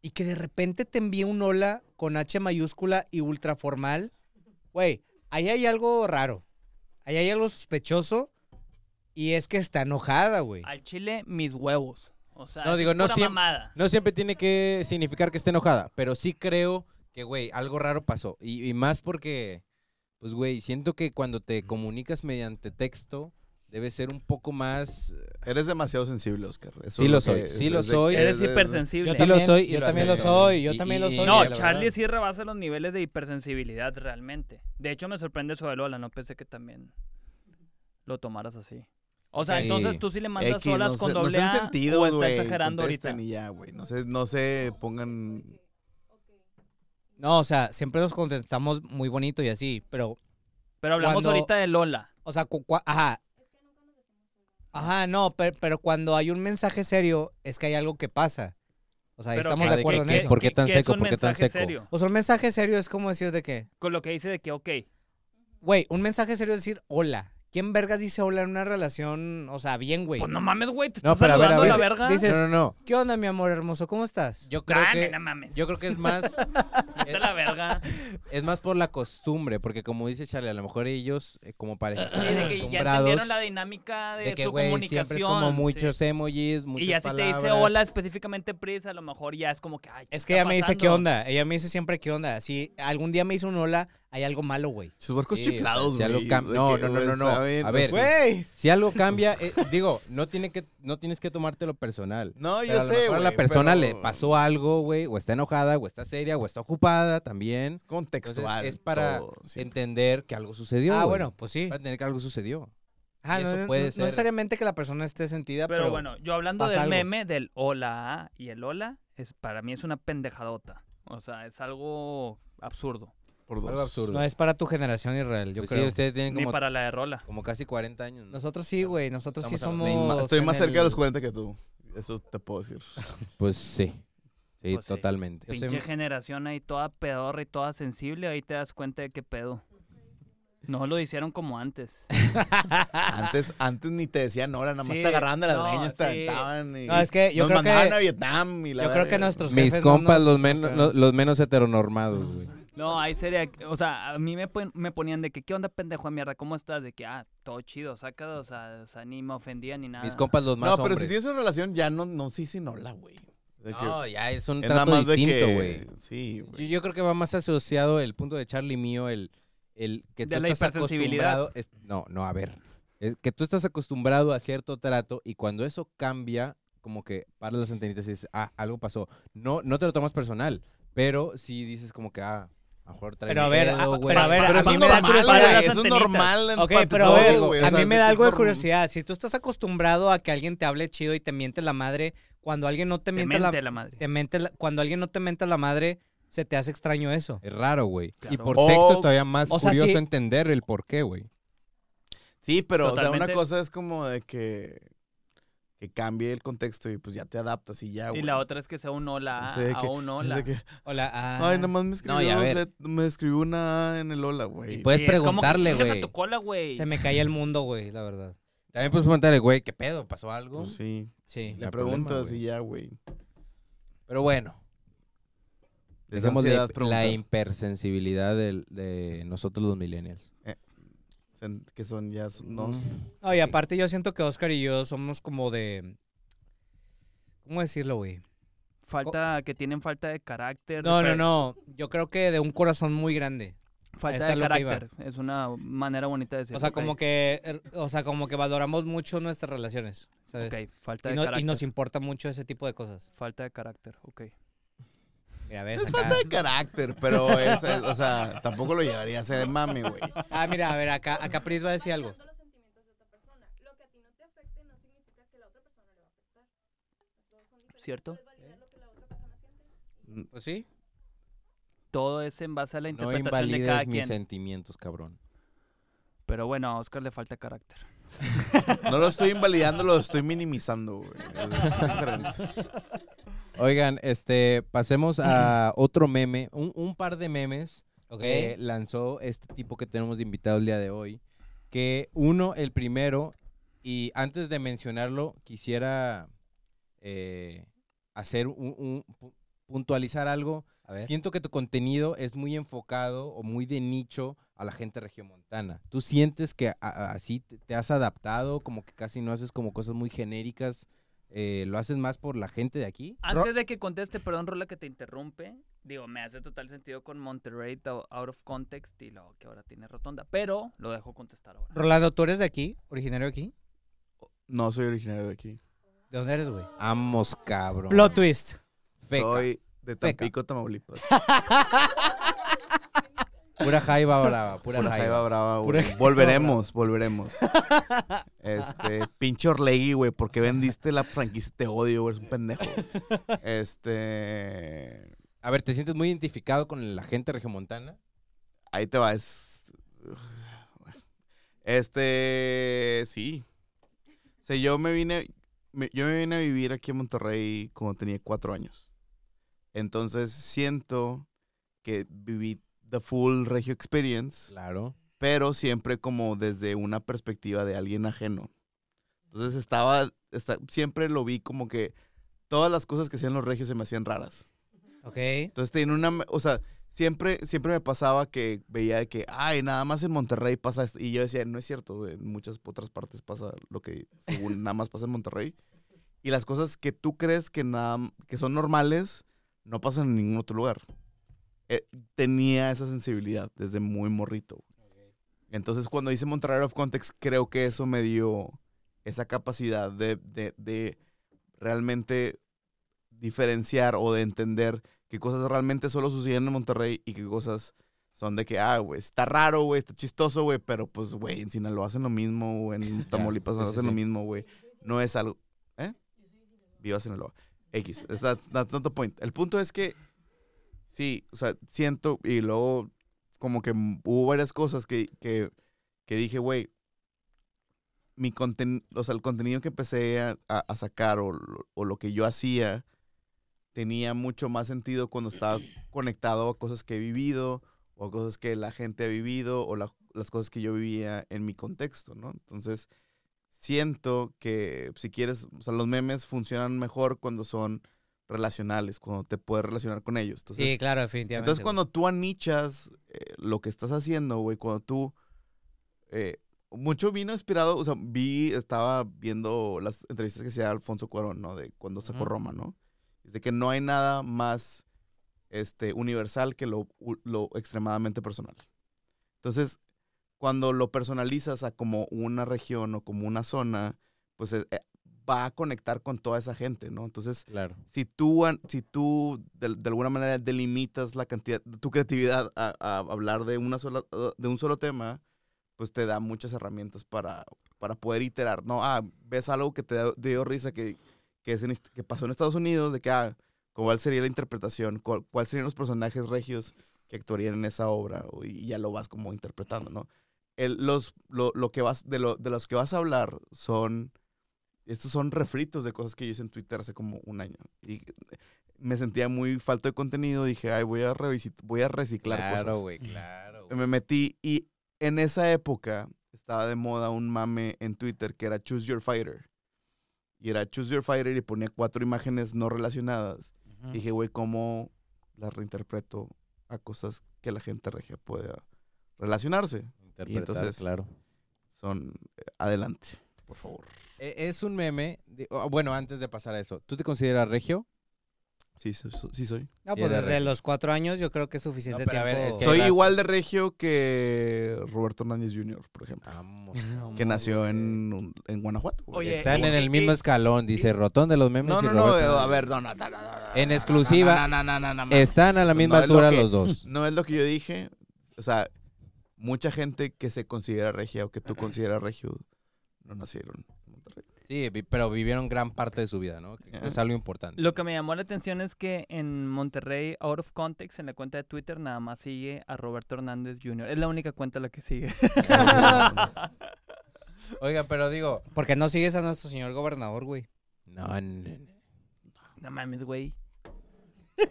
Speaker 1: y que de repente te envíe un hola con H mayúscula y ultra formal, güey, ahí hay algo raro, ahí hay algo sospechoso y es que está enojada, güey.
Speaker 2: Al chile, mis huevos. O sea,
Speaker 3: No,
Speaker 2: es
Speaker 3: digo, no
Speaker 2: pura
Speaker 3: siem-
Speaker 2: mamada.
Speaker 3: No siempre tiene que significar que esté enojada, pero sí creo que, güey, algo raro pasó. Y, y más porque, pues, güey, siento que cuando te comunicas mediante texto, debe ser un poco más... eh,
Speaker 4: Eres demasiado sensible, Oscar. Eso
Speaker 3: Sí
Speaker 4: es
Speaker 3: lo
Speaker 4: que-
Speaker 3: soy, sí
Speaker 4: es-
Speaker 3: lo
Speaker 4: es de-
Speaker 3: soy.
Speaker 4: es-
Speaker 2: Eres
Speaker 4: es-
Speaker 2: hipersensible.
Speaker 3: Sí lo soy y
Speaker 1: yo
Speaker 3: lo
Speaker 1: también lo
Speaker 4: acepto.
Speaker 1: soy, yo
Speaker 3: Y-
Speaker 1: también
Speaker 3: y-
Speaker 1: lo soy.
Speaker 3: la
Speaker 2: No,
Speaker 3: verdad.
Speaker 2: Charlie sí rebasa los niveles de hipersensibilidad realmente. De hecho, me sorprende eso de Lola. No pensé que también lo tomaras así. O sea,
Speaker 3: Ok.
Speaker 2: entonces tú sí le mandas
Speaker 4: X,
Speaker 2: olas
Speaker 4: no
Speaker 2: con
Speaker 4: sé-
Speaker 2: doble
Speaker 4: no sean
Speaker 2: A
Speaker 4: sentidos,
Speaker 2: o está
Speaker 4: güey,
Speaker 2: exagerando ahorita.
Speaker 4: contesten y ya, güey. No se, no se pongan...
Speaker 1: No, o sea, siempre nos contestamos muy bonito y así, pero
Speaker 2: Pero hablamos
Speaker 1: Cuando-
Speaker 2: ahorita de Lola.
Speaker 1: O sea, cu- cua- ajá. Ajá, no, per- pero, cuando hay un mensaje serio, es que hay algo que pasa. O sea, ahí
Speaker 2: Pero
Speaker 1: estamos
Speaker 3: que-
Speaker 1: de acuerdo en
Speaker 3: que-
Speaker 1: eso.
Speaker 3: ¿Por qué tan
Speaker 2: que
Speaker 3: seco?
Speaker 2: Es un
Speaker 3: ¿Por qué tan
Speaker 2: mensaje
Speaker 3: seco?
Speaker 2: serio.
Speaker 1: O sea, un mensaje serio es como decir de que,
Speaker 2: Con lo que dice de que, ok,
Speaker 1: güey, un mensaje serio es decir hola. ¿Quién vergas dice hola en una relación? O sea, bien, güey.
Speaker 2: pues no mames, güey, te
Speaker 3: No,
Speaker 2: estás
Speaker 3: pero a ver, a
Speaker 2: saludando a la
Speaker 3: ver,
Speaker 2: verga.
Speaker 1: dice-
Speaker 3: No, no, no.
Speaker 1: ¿Qué onda, mi amor hermoso? ¿Cómo estás?
Speaker 3: Yo creo
Speaker 2: Ah,
Speaker 3: que...
Speaker 2: no mames.
Speaker 3: Yo creo que es más,
Speaker 2: Vete a la verga.
Speaker 3: es más por la costumbre, porque como dice Charlie, a lo mejor ellos eh, como parejas
Speaker 2: Sí, de que ya entendieron la dinámica de,
Speaker 3: de que,
Speaker 2: su
Speaker 3: güey,
Speaker 2: comunicación.
Speaker 3: siempre es como
Speaker 2: sí.
Speaker 3: muchos emojis, muchas
Speaker 2: Y ya si te
Speaker 3: palabras.
Speaker 2: dice hola específicamente Pris, a lo mejor ya es como que, ay, ¿qué
Speaker 1: Es que
Speaker 2: está
Speaker 1: ella me dice qué
Speaker 2: pasando?
Speaker 1: onda. Ella me dice siempre qué onda. Si algún día me hizo un hola, hay algo malo, güey.
Speaker 4: Sus barcos
Speaker 3: Sí,
Speaker 4: chiflados,
Speaker 3: o sea,
Speaker 4: güey.
Speaker 3: ya lo cam-
Speaker 4: de
Speaker 3: no,
Speaker 4: que,
Speaker 3: no, no,
Speaker 4: güey,
Speaker 3: no, no.
Speaker 4: está bien,
Speaker 3: A ver,
Speaker 4: o sea,
Speaker 1: Güey.
Speaker 3: Si algo cambia, eh, digo, no, tiene que, no tienes que tomártelo personal.
Speaker 4: No,
Speaker 3: Pero
Speaker 4: yo
Speaker 3: a lo
Speaker 4: sé,
Speaker 3: mejor
Speaker 4: güey.
Speaker 3: A la persona
Speaker 4: pero
Speaker 3: le pasó algo, güey, o está enojada, o está seria, o está ocupada también. Entonces,
Speaker 4: Contextual.
Speaker 3: es para
Speaker 4: todo, sí.
Speaker 3: entender que algo sucedió.
Speaker 1: Ah,
Speaker 3: güey.
Speaker 1: bueno, pues sí.
Speaker 3: Para entender que algo sucedió.
Speaker 1: Ah,
Speaker 3: y
Speaker 1: no,
Speaker 3: eso
Speaker 1: no-
Speaker 3: puede
Speaker 1: no- no
Speaker 3: ser.
Speaker 1: necesariamente que la persona esté sentida,
Speaker 2: Pero, bueno, yo hablando
Speaker 1: pasa
Speaker 2: del
Speaker 1: algo.
Speaker 2: meme del hola y el hola, es, para mí es una pendejadota. O sea, es algo absurdo.
Speaker 4: Por dos.
Speaker 3: Algo absurdo.
Speaker 1: No es para tu generación, Israel, yo
Speaker 3: Pues
Speaker 1: creo.
Speaker 3: sí, ustedes tienen
Speaker 2: Ni
Speaker 3: como,
Speaker 2: para la de Rola.
Speaker 3: como casi 40 años. ¿no?
Speaker 1: Nosotros sí, güey. Nosotros sí
Speaker 3: Estamos a
Speaker 1: somos.
Speaker 3: los
Speaker 4: Ma- Estoy
Speaker 1: en
Speaker 4: más cerca de
Speaker 1: el-
Speaker 4: los 40 que tú. Eso te puedo decir.
Speaker 3: Pues sí. Sí,
Speaker 2: Pues sí.
Speaker 3: totalmente.
Speaker 1: Yo soy-
Speaker 2: Pinche generación ahí toda pedorra y toda sensible, ahí te das cuenta de qué pedo. No lo hicieron como antes.
Speaker 4: Antes, antes ni te decían hola, nada más
Speaker 2: Sí,
Speaker 4: te agarraban de las
Speaker 2: no,
Speaker 4: greñas, te
Speaker 2: sí.
Speaker 4: aventaban y
Speaker 1: No, es que yo
Speaker 4: nos
Speaker 1: creo que-
Speaker 4: mandaban a Vietnam y la
Speaker 1: Yo creo que
Speaker 4: verga.
Speaker 1: nuestros
Speaker 3: Mis
Speaker 1: jefes no
Speaker 3: compas,
Speaker 1: nos-
Speaker 3: los, menos, los- los menos heteronormados, güey.
Speaker 2: No, ahí sería, o sea, a mí me, pon- me ponían de que, ¿qué onda pendejo de mierda? ¿Cómo estás? De que, ah, todo chido, sácalo, o sea, o sea, ni me ofendía ni nada.
Speaker 3: Mis compas, los más
Speaker 4: No, pero si
Speaker 3: hombres.
Speaker 4: tienes una relación ya no, no se dicen hola, güey. De que-
Speaker 3: No, ya es un
Speaker 4: es nada
Speaker 3: trato
Speaker 4: más de
Speaker 3: distinto, güey.
Speaker 4: que... Sí,
Speaker 3: Yo,
Speaker 4: güey.
Speaker 3: yo creo que va más asociado el punto de Charlie mío, el, el que tú
Speaker 2: De la
Speaker 3: estás
Speaker 2: hipersensibilidad.
Speaker 3: acostumbrado. es- no, no, a ver. Es que tú estás acostumbrado a cierto trato y cuando eso cambia, como que paras las antenitas y dices, ah, algo pasó. No, no te lo tomas personal, pero sí dices como que, ah, a lo mejor trae
Speaker 1: Pero a ver,
Speaker 3: miedo,
Speaker 1: a-
Speaker 3: güey.
Speaker 1: pero a ver,
Speaker 4: Pero
Speaker 1: a
Speaker 4: eso
Speaker 1: mí
Speaker 4: es
Speaker 1: me da
Speaker 4: normal, güey.
Speaker 2: curiosidad las
Speaker 4: Eso es
Speaker 2: antenitas.
Speaker 4: normal en
Speaker 1: Ok,
Speaker 4: pa-
Speaker 1: pero a
Speaker 4: todo,
Speaker 1: ver,
Speaker 4: güey, o
Speaker 1: a
Speaker 4: sea,
Speaker 1: mí me da
Speaker 4: es
Speaker 1: algo de
Speaker 4: norm-
Speaker 1: curiosidad. Si tú estás acostumbrado a que alguien te hable chido y te miente la madre, cuando alguien no te
Speaker 2: Te
Speaker 1: miente,
Speaker 2: mente
Speaker 1: la,
Speaker 2: la madre.
Speaker 1: te miente la- cuando alguien no te miente la madre, se te hace extraño eso.
Speaker 3: Es raro, güey. Y
Speaker 2: Claro.
Speaker 3: por
Speaker 4: O-
Speaker 3: texto es todavía más
Speaker 1: o sea,
Speaker 3: curioso
Speaker 1: sí.
Speaker 3: entender el por qué, güey.
Speaker 4: Sí, pero o sea,
Speaker 2: Totalmente.
Speaker 4: una cosa es como de que que cambie el contexto y pues ya te adaptas y ya, güey.
Speaker 2: Y la otra es que sea un hola,
Speaker 4: Es de
Speaker 2: a
Speaker 4: que-
Speaker 2: un
Speaker 4: es de
Speaker 2: hola.
Speaker 4: que,
Speaker 1: Hola. ah.
Speaker 4: Ay, nomás me escribió,
Speaker 3: No, y a ver.
Speaker 4: le- me escribió una A en el hola, güey.
Speaker 3: Y puedes
Speaker 2: Sí, es como que
Speaker 3: preguntarle,
Speaker 2: chingas a
Speaker 3: güey.
Speaker 2: tu cola, güey.
Speaker 1: pues, se me caía el mundo, güey, la verdad.
Speaker 3: También puedes preguntarle, güey, ¿qué pedo? ¿Pasó algo?
Speaker 4: Pues sí.
Speaker 1: Sí.
Speaker 3: No
Speaker 4: Le
Speaker 3: hay problema,
Speaker 4: preguntas
Speaker 3: güey.
Speaker 4: y ya, güey.
Speaker 3: Pero bueno,
Speaker 4: Les da
Speaker 3: dejemos la-
Speaker 4: ansiedad
Speaker 3: la,
Speaker 4: preguntar.
Speaker 3: hipersensibilidad del- de nosotros los millennials.
Speaker 4: Sen- que son ya son-
Speaker 3: Mm,
Speaker 4: no,
Speaker 1: No, y aparte yo siento que Oscar y yo somos como de... ¿Cómo decirlo, güey?
Speaker 2: Falta, que tienen falta de carácter.
Speaker 1: No, no,
Speaker 2: fe-
Speaker 1: no. Yo creo que de un corazón muy grande.
Speaker 2: Falta
Speaker 1: Esa
Speaker 2: de
Speaker 1: es lo que iba.
Speaker 2: carácter. Es una manera bonita de decirlo.
Speaker 1: O sea, como
Speaker 2: ok,
Speaker 1: que, er, o sea, como que valoramos mucho nuestras relaciones, ¿sabes?
Speaker 2: ok, falta
Speaker 1: Y,
Speaker 2: de
Speaker 1: no- y
Speaker 2: carácter.
Speaker 1: nos importa mucho ese tipo de cosas.
Speaker 2: Falta de carácter, ok.
Speaker 1: Mira, ves
Speaker 4: Es
Speaker 1: acá.
Speaker 4: falta de carácter, pero es, es- o sea, tampoco lo llevaría a ser mami, güey.
Speaker 1: Ah, mira, a ver, acá, acá Pris va a decir algo.
Speaker 6: Valorando los sentimientos de otra persona. Lo que a ti no te afecte no significa que la otra persona le va a afectar.
Speaker 2: ¿cierto?
Speaker 1: Pues sí.
Speaker 2: Todo es en base a la
Speaker 3: No
Speaker 2: interpretación de cada
Speaker 3: invalides mis
Speaker 2: quien.
Speaker 3: sentimientos, cabrón.
Speaker 2: Pero bueno, a Oscar le falta carácter.
Speaker 4: No lo estoy invalidando, lo estoy minimizando, güey. Es diferente.
Speaker 3: Oigan, este, pasemos a otro meme, un, un par de memes
Speaker 1: Ok.
Speaker 3: que lanzó este tipo que tenemos de invitado el día de hoy. Que uno, el primero, y antes de mencionarlo, quisiera eh, hacer un, un- pu- puntualizar algo.
Speaker 5: A ver.
Speaker 3: Siento que tu contenido es muy enfocado o muy de nicho a la gente regiomontana. ¿Tú sientes que a- a- así te- te has adaptado, como que casi no haces como cosas muy genéricas? eh, ¿Lo haces más por la gente de aquí?
Speaker 2: Antes de que conteste, perdón, Rola, que te interrumpe. Digo, me hace total sentido con Monterrey to- out of context y lo que ahora tiene rotonda. Pero lo dejo contestar ahora.
Speaker 1: Rolando, ¿tú eres de aquí? ¿Originario de aquí?
Speaker 4: No soy originario de aquí.
Speaker 1: ¿De dónde eres, güey?
Speaker 3: Amos, cabrón.
Speaker 1: Plot twist.
Speaker 3: Feca.
Speaker 4: Soy de
Speaker 1: Feca.
Speaker 4: Tampico, Tamaulipas.
Speaker 3: Pura jaiba brava, pura,
Speaker 4: Pura
Speaker 3: jaiba.
Speaker 4: jaiba brava, güey. Volveremos, volveremos. Este, pinche Orlegui, güey, porque vendiste la franquicia, te odio, güey, es un pendejo. Este,
Speaker 3: A ver, ¿te sientes muy identificado con la gente regiomontana?
Speaker 4: ahí te va, es... Este, sí. O sea, yo me vine, me- yo me vine a vivir aquí en Monterrey cuando tenía cuatro años. Entonces siento que viví the full Regio Experience.
Speaker 3: Claro.
Speaker 4: pero siempre como desde una perspectiva de alguien ajeno. Entonces estaba, esta- siempre lo vi como que todas las cosas que hacían los regios se me hacían raras.
Speaker 1: Ok.
Speaker 4: Entonces tenía una, o sea, siempre, siempre me pasaba que veía de que, ay, nada más en Monterrey pasa esto. Y yo decía, no es cierto, en muchas otras partes pasa lo que según nada más pasa en Monterrey. Y las cosas que tú crees que, nada, que son normales no pasan en ningún otro lugar. Eh, tenía esa sensibilidad desde muy morrito. Entonces, cuando hice Monterrey of Context, creo que eso me dio esa capacidad de, de- de realmente diferenciar o de entender qué cosas realmente solo suceden en Monterrey y qué cosas son de que, ah, güey, está raro, güey, está chistoso, güey, pero pues, güey, en Sinaloa hacen lo mismo, güey, en Tamaulipas
Speaker 3: sí, sí,
Speaker 4: hacen
Speaker 3: sí.
Speaker 4: lo mismo, güey. No es algo. ¿Eh? Viva Sinaloa. X. es- That's, that's not the point. El punto es que sí, o sea, siento y luego como que m- hubo varias cosas que, que, que dije, güey, mi conten o sea, el contenido que empecé a, a- a sacar o, lo- o lo que yo hacía tenía mucho más sentido cuando estaba conectado a cosas que he vivido o a cosas que la gente ha vivido o la- las cosas que yo vivía en mi contexto, ¿no? Entonces, siento que si quieres, o sea, los memes funcionan mejor cuando son relacionales, cuando te puedes relacionar con ellos. Entonces,
Speaker 1: Sí, claro, definitivamente.
Speaker 4: entonces, cuando tú anichas eh, lo que estás haciendo, güey, cuando tú. eh, mucho vino inspirado, o sea, vi, estaba viendo las entrevistas que hacía Alfonso Cuarón, ¿no? De cuando sacó
Speaker 1: Ujú.
Speaker 4: Roma, ¿no? De que no hay nada más este, universal que lo, u- lo extremadamente personal. Entonces, cuando lo personalizas a como una región o como una zona, pues eh, eh, va a conectar con toda esa gente, ¿no? Entonces,
Speaker 3: Claro.
Speaker 4: si tú, an- si tú de, de alguna manera delimitas la cantidad, tu creatividad a, a hablar de, una sola, de un solo tema, pues te da muchas herramientas para, para poder iterar, ¿no? Ah, ves algo que te da- te dio risa que, que, es en est- que pasó en Estados Unidos, de que, ah, ¿cuál sería la interpretación? ¿Cuál, cuál serían los personajes regios que actuarían en esa obra? O- Y ya lo vas como interpretando, ¿no? El- los, lo, lo que vas, de, lo, de los que vas a hablar son estos son refritos de cosas que yo hice en Twitter hace como un año. Y me sentía muy falto de contenido. Dije, ay, voy a, revisit- voy a reciclar
Speaker 3: Claro,
Speaker 4: cosas. Em,
Speaker 3: güey, claro. güey.
Speaker 4: Me metí y en esa época estaba de moda un mame en Twitter que era Choose Your Fighter. Y era Choose Your Fighter y ponía cuatro imágenes no relacionadas.
Speaker 1: Ujú.
Speaker 4: Dije, güey, ¿cómo las reinterpreto a cosas que la gente regia pueda relacionarse?
Speaker 3: Interpretar,
Speaker 4: entonces-
Speaker 3: claro.
Speaker 4: Son, eh, adelante, por favor.
Speaker 3: E- Es un meme. de- oh, bueno, antes de pasar a eso, ¿tú te consideras regio?
Speaker 4: Sí, so- so- sí soy.
Speaker 1: No,
Speaker 3: Sí,
Speaker 1: pues
Speaker 3: era
Speaker 1: desde
Speaker 3: regio.
Speaker 1: los cuatro años yo creo que es suficiente
Speaker 3: pero a ver,
Speaker 1: tiempo.
Speaker 3: es que-
Speaker 4: Soy
Speaker 3: raza.
Speaker 4: igual de regio que Roberto Hernández Jr., por ejemplo.
Speaker 3: Vamos.
Speaker 4: Que nació en, un- en Guanajuato. güey.
Speaker 2: Oye,
Speaker 3: Están
Speaker 2: y-
Speaker 3: en el mismo
Speaker 2: y-
Speaker 3: escalón, dice Rotón de los memes.
Speaker 4: No,
Speaker 3: y
Speaker 4: no, no,
Speaker 3: Roberto
Speaker 4: eh,
Speaker 3: Hernández.
Speaker 4: a ver, no, no, no, no, no, no,
Speaker 3: En
Speaker 4: no,
Speaker 3: exclusiva,
Speaker 4: no, no, no, no, no, no,
Speaker 3: Están a la
Speaker 4: no
Speaker 3: misma
Speaker 4: es lo
Speaker 3: altura
Speaker 4: que-
Speaker 3: los dos.
Speaker 4: No es lo que yo dije. O sea, mucha gente que se considera regia o que tú consideras regio no nacieron en Monterrey.
Speaker 3: Sí, vi- pero vivieron gran parte de su vida, ¿no? Que
Speaker 4: Ajá.
Speaker 3: Es algo importante.
Speaker 2: Lo que me llamó la atención es que en Monterrey, out of context, en la cuenta de Twitter, nada más sigue a Roberto Hernández Jr. Es la única cuenta la que sigue.
Speaker 3: Oiga, pero digo...
Speaker 1: Porque no sigues a nuestro señor gobernador, güey.
Speaker 3: No, no, no.
Speaker 2: No mames, güey.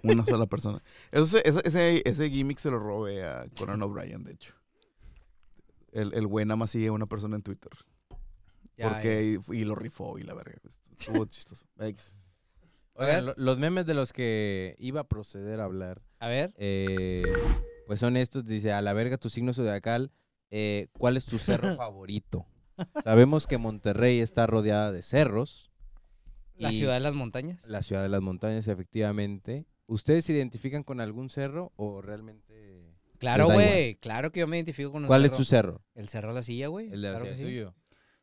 Speaker 4: Una sola persona. Eso se- ese, ese, ese gimmick se lo robé a Conan O'Brien, de hecho. El, el güey nada más sigue a una persona en Twitter.
Speaker 1: Ya, ya.
Speaker 4: porque y, y lo rifó y la verga. Estuvo chistoso. X.
Speaker 1: A ver.
Speaker 3: Oigan, lo- los memes de los que iba a proceder a hablar,
Speaker 1: A ver.
Speaker 3: eh, pues son estos, dice, a la verga tu signo zodiacal, eh, ¿cuál es tu cerro favorito? Sabemos que Monterrey está rodeada de cerros,
Speaker 1: La
Speaker 3: Y-
Speaker 1: ciudad de las montañas.
Speaker 3: la ciudad de las montañas, efectivamente. ¿Ustedes se identifican con algún cerro o realmente...
Speaker 1: Claro,
Speaker 3: da igual.
Speaker 1: güey. Claro que yo me identifico con un
Speaker 3: ¿Cuál es
Speaker 1: cerro.
Speaker 3: tu cerro?
Speaker 1: El cerro de la silla, güey.
Speaker 3: El de la
Speaker 1: claro
Speaker 3: ciudad
Speaker 1: que sí.
Speaker 3: tuyo.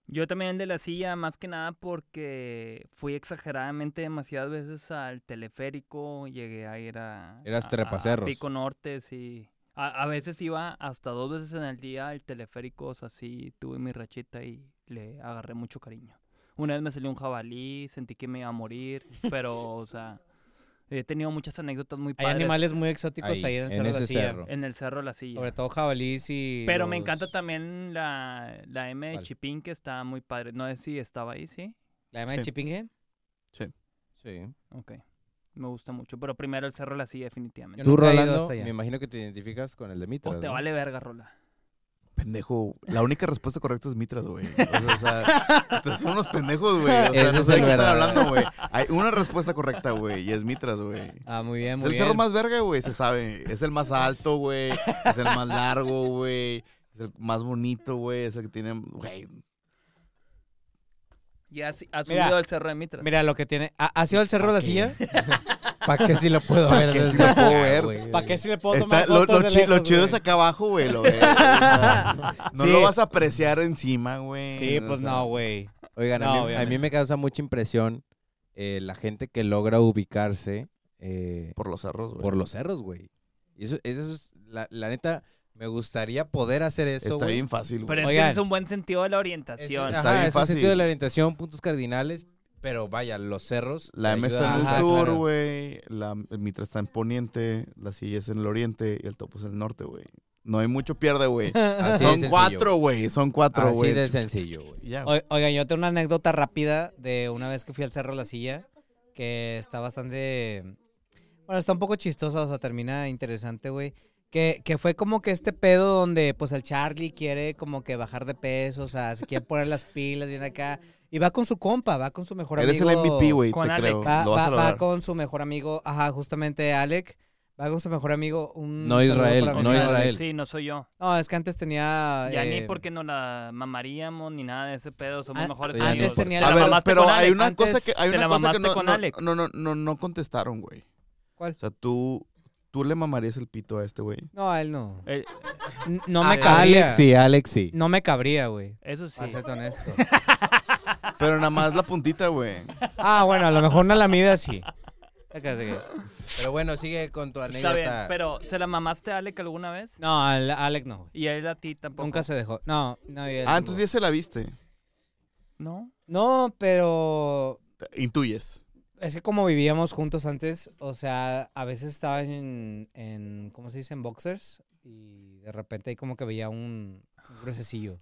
Speaker 2: Yo también de la silla, más que nada porque fui exageradamente demasiadas veces al teleférico, llegué a ir a...
Speaker 3: Eras
Speaker 2: a- a- a
Speaker 3: trepacerros.
Speaker 2: Pico Norte, sí. A, a veces iba hasta dos veces en el día al teleférico, o sea, sí, tuve mi rachita y le agarré mucho cariño. Una vez me salió un jabalí, sentí que me iba a morir, pero, o sea, he tenido muchas anécdotas muy
Speaker 1: Hay
Speaker 2: padres
Speaker 1: animales muy exóticos
Speaker 3: Ahí,
Speaker 1: ahí, en el
Speaker 3: en
Speaker 1: cerro de la
Speaker 3: ese
Speaker 1: silla.
Speaker 3: cerro.
Speaker 2: en el Cerro de la Silla.
Speaker 1: Sobre todo jabalís y.
Speaker 2: Pero me
Speaker 1: los-
Speaker 2: encanta también la, la M de
Speaker 3: ¿Cuál?
Speaker 2: Chipín, que está muy padre. No sé si estaba ahí, ¿sí?
Speaker 1: ¿La llama de
Speaker 4: Sí.
Speaker 1: Chipinge?
Speaker 3: Sí.
Speaker 2: Ok. Me gusta mucho. Pero primero el cerro la silla,
Speaker 1: Yo
Speaker 2: definitivamente.
Speaker 3: Tú,
Speaker 1: nunca he ido
Speaker 3: Rolando,
Speaker 1: hasta allá.
Speaker 3: me imagino que te identificas con el de Mitras,
Speaker 2: O te
Speaker 3: ¿no?
Speaker 2: vale verga, Rola.
Speaker 4: Pendejo. La única respuesta correcta es Mitras, güey. O sea, o sea, ustedes son unos pendejos, güey. O sea,
Speaker 3: Ese
Speaker 4: no
Speaker 3: es
Speaker 4: sé de
Speaker 3: el
Speaker 4: qué están
Speaker 3: verdadero.
Speaker 4: hablando, güey. Hay una respuesta correcta, güey. Y es Mitras, güey.
Speaker 1: Ah, muy bien,
Speaker 4: Es
Speaker 1: muy
Speaker 4: el
Speaker 1: bien.
Speaker 4: cerro más verga, güey, se sabe. Es el más alto, güey. Es el más largo, güey. Es el más bonito, güey. Es el que tiene. Güey.
Speaker 2: Ya has, has
Speaker 1: Mira,
Speaker 2: subido al cerro de Mitras.
Speaker 1: Mira lo que tiene. ¿Ha, ha sido el cerro de la
Speaker 3: qué?
Speaker 1: silla?
Speaker 3: ¿Para qué si lo puedo ver?
Speaker 4: qué si
Speaker 3: desde
Speaker 4: lo puedo
Speaker 3: acá,
Speaker 4: ver?
Speaker 3: güey?
Speaker 1: ¿Para qué si le puedo
Speaker 4: Está,
Speaker 1: tomar
Speaker 4: lo,
Speaker 1: fotos de
Speaker 4: lo chi- lo
Speaker 1: lejos,
Speaker 4: chido
Speaker 1: güey?
Speaker 4: es acá abajo, güey. Lo ves, o sea, no
Speaker 1: Sí.
Speaker 4: lo vas a apreciar encima, güey.
Speaker 1: Sí,
Speaker 4: o
Speaker 1: pues
Speaker 4: sea,
Speaker 1: no, güey.
Speaker 3: Oigan,
Speaker 1: No,
Speaker 3: a, mí, a mí
Speaker 1: obviamente.
Speaker 3: me causa mucha impresión eh, la gente que logra ubicarse eh,
Speaker 4: Por los cerros, güey.
Speaker 3: por los cerros, güey. Y Eso, eso es, la, la neta, me gustaría poder hacer eso,
Speaker 4: Está
Speaker 3: güey.
Speaker 4: bien fácil,
Speaker 2: Pero
Speaker 4: güey.
Speaker 2: es que
Speaker 1: Oigan.
Speaker 2: es un buen sentido de la
Speaker 3: Es-
Speaker 2: orientación.
Speaker 4: Está
Speaker 3: ajá,
Speaker 4: bien
Speaker 3: es un
Speaker 4: fácil.
Speaker 3: sentido de la orientación, puntos cardinales, pero vaya, los cerros.
Speaker 4: La
Speaker 3: te
Speaker 4: M está en el
Speaker 3: ayudan.
Speaker 1: Ajá,
Speaker 4: sur,
Speaker 1: claro.
Speaker 4: güey. La el Mitra está en poniente. La silla es en el oriente. Y el topo es en el norte, güey. No hay mucho pierde, güey.
Speaker 3: Así
Speaker 4: Son
Speaker 3: de sencillo,
Speaker 4: cuatro, güey. Son cuatro,
Speaker 3: Así
Speaker 4: güey.
Speaker 3: de sencillo, güey.
Speaker 4: Ya, Ah, güey.
Speaker 1: O- Oigan, yo tengo una anécdota rápida de una vez que fui al Cerro La Silla, que está bastante... Bueno, está un poco chistosa, o sea, termina interesante, güey. Que, que fue como que este pedo donde, pues, el Charlie quiere como que bajar de peso, o sea, se quiere poner las pilas, viene acá. Y va con su compa, va con su mejor
Speaker 4: Eres
Speaker 1: amigo.
Speaker 4: el MVP, güey. Te
Speaker 2: Con Alec.
Speaker 4: creo.
Speaker 1: Va,
Speaker 4: Lo vas
Speaker 1: va- va
Speaker 4: a lograr.
Speaker 1: con su mejor amigo, ajá, justamente Alec. Va con su mejor amigo. Un
Speaker 3: No
Speaker 1: saludo
Speaker 3: Israel,
Speaker 1: para mi
Speaker 3: no
Speaker 1: amigo
Speaker 3: Israel.
Speaker 1: Alec.
Speaker 2: Sí, no soy yo.
Speaker 1: No, es que antes tenía...
Speaker 2: Ya
Speaker 1: eh,
Speaker 2: ni porque nos la mamaríamos ni nada de ese pedo. Somos
Speaker 1: an-
Speaker 2: mejores
Speaker 3: antes
Speaker 2: amigos.
Speaker 1: tenía
Speaker 2: Te
Speaker 1: la-
Speaker 4: A
Speaker 2: la
Speaker 4: ver,
Speaker 2: mamaste
Speaker 4: pero
Speaker 2: con
Speaker 4: hay
Speaker 2: Alex.
Speaker 4: una
Speaker 2: Antes
Speaker 4: cosa que hay
Speaker 2: te
Speaker 4: una
Speaker 2: la
Speaker 4: cosa que
Speaker 2: mamaste
Speaker 4: no,
Speaker 2: con
Speaker 4: no,
Speaker 2: Alex.
Speaker 4: no, no, no, no contestaron, güey.
Speaker 1: ¿Cuál?
Speaker 4: O sea, tú, tú le mamarías el pito a este güey.
Speaker 1: No, a él no.
Speaker 2: Eh,
Speaker 1: N- No me
Speaker 2: Alex
Speaker 1: cabría.
Speaker 3: Alex sí, Alex sí.
Speaker 1: No me cabría, güey.
Speaker 2: eso sí.
Speaker 1: Para serte honesto.
Speaker 4: Pero nada más la puntita, güey.
Speaker 1: Ah, bueno, a lo mejor una lamida sí. Acá sí que-
Speaker 3: Pero bueno, sigue con tu
Speaker 2: Está
Speaker 3: anécdota.
Speaker 2: bien, pero ¿se la mamaste a Alec alguna vez?
Speaker 1: No, al- Alec no, güey.
Speaker 2: Y a él a ti tampoco.
Speaker 1: Nunca se dejó. No, no. y él
Speaker 4: Ah,
Speaker 1: tampoco.
Speaker 4: entonces ya se la viste.
Speaker 2: ¿No?
Speaker 1: No, pero
Speaker 4: Te- Intuyes.
Speaker 1: es que como vivíamos juntos antes, o sea, a veces estaba en, en ¿cómo se dice? En boxers y de repente ahí como que veía un, un gruesecillo.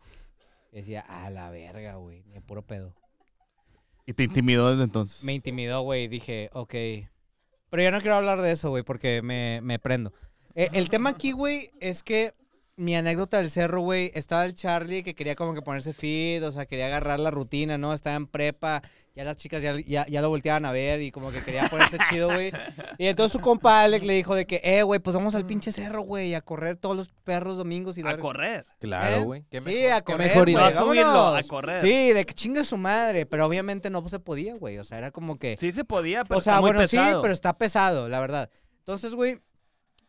Speaker 1: Y decía, a la verga, güey, ni a puro pedo.
Speaker 4: Y te intimidó desde entonces.
Speaker 1: Me intimidó, güey. Dije, ok. Pero yo no quiero hablar de eso, güey, porque me, me prendo. Eh, el tema aquí, güey, es que mi anécdota del cerro, güey, estaba el Charlie que quería como que ponerse fit, o sea, quería agarrar la rutina, ¿no? Estaba en prepa, ya las chicas ya, ya, ya lo volteaban a ver y como que quería ponerse chido, güey. Y entonces su compa Alex le dijo de que, eh, güey, pues vamos al pinche cerro, güey, a correr todos los perros domingos y la
Speaker 2: A
Speaker 1: verga".
Speaker 2: correr.
Speaker 3: Claro,
Speaker 1: ¿Eh?
Speaker 3: güey. Qué
Speaker 1: Sí, a
Speaker 3: qué
Speaker 1: correr,
Speaker 3: mejor
Speaker 1: güey,
Speaker 2: Va a
Speaker 3: idea.
Speaker 2: subirlo, a
Speaker 1: vámonos.
Speaker 2: correr.
Speaker 1: Sí, de que chingue su madre, pero obviamente no se podía, güey, o sea, era como que...
Speaker 2: Sí se podía, pero
Speaker 1: o sea,
Speaker 2: está muy
Speaker 1: bueno, sí,
Speaker 2: pesado.
Speaker 1: pero está pesado, la verdad. Entonces, güey,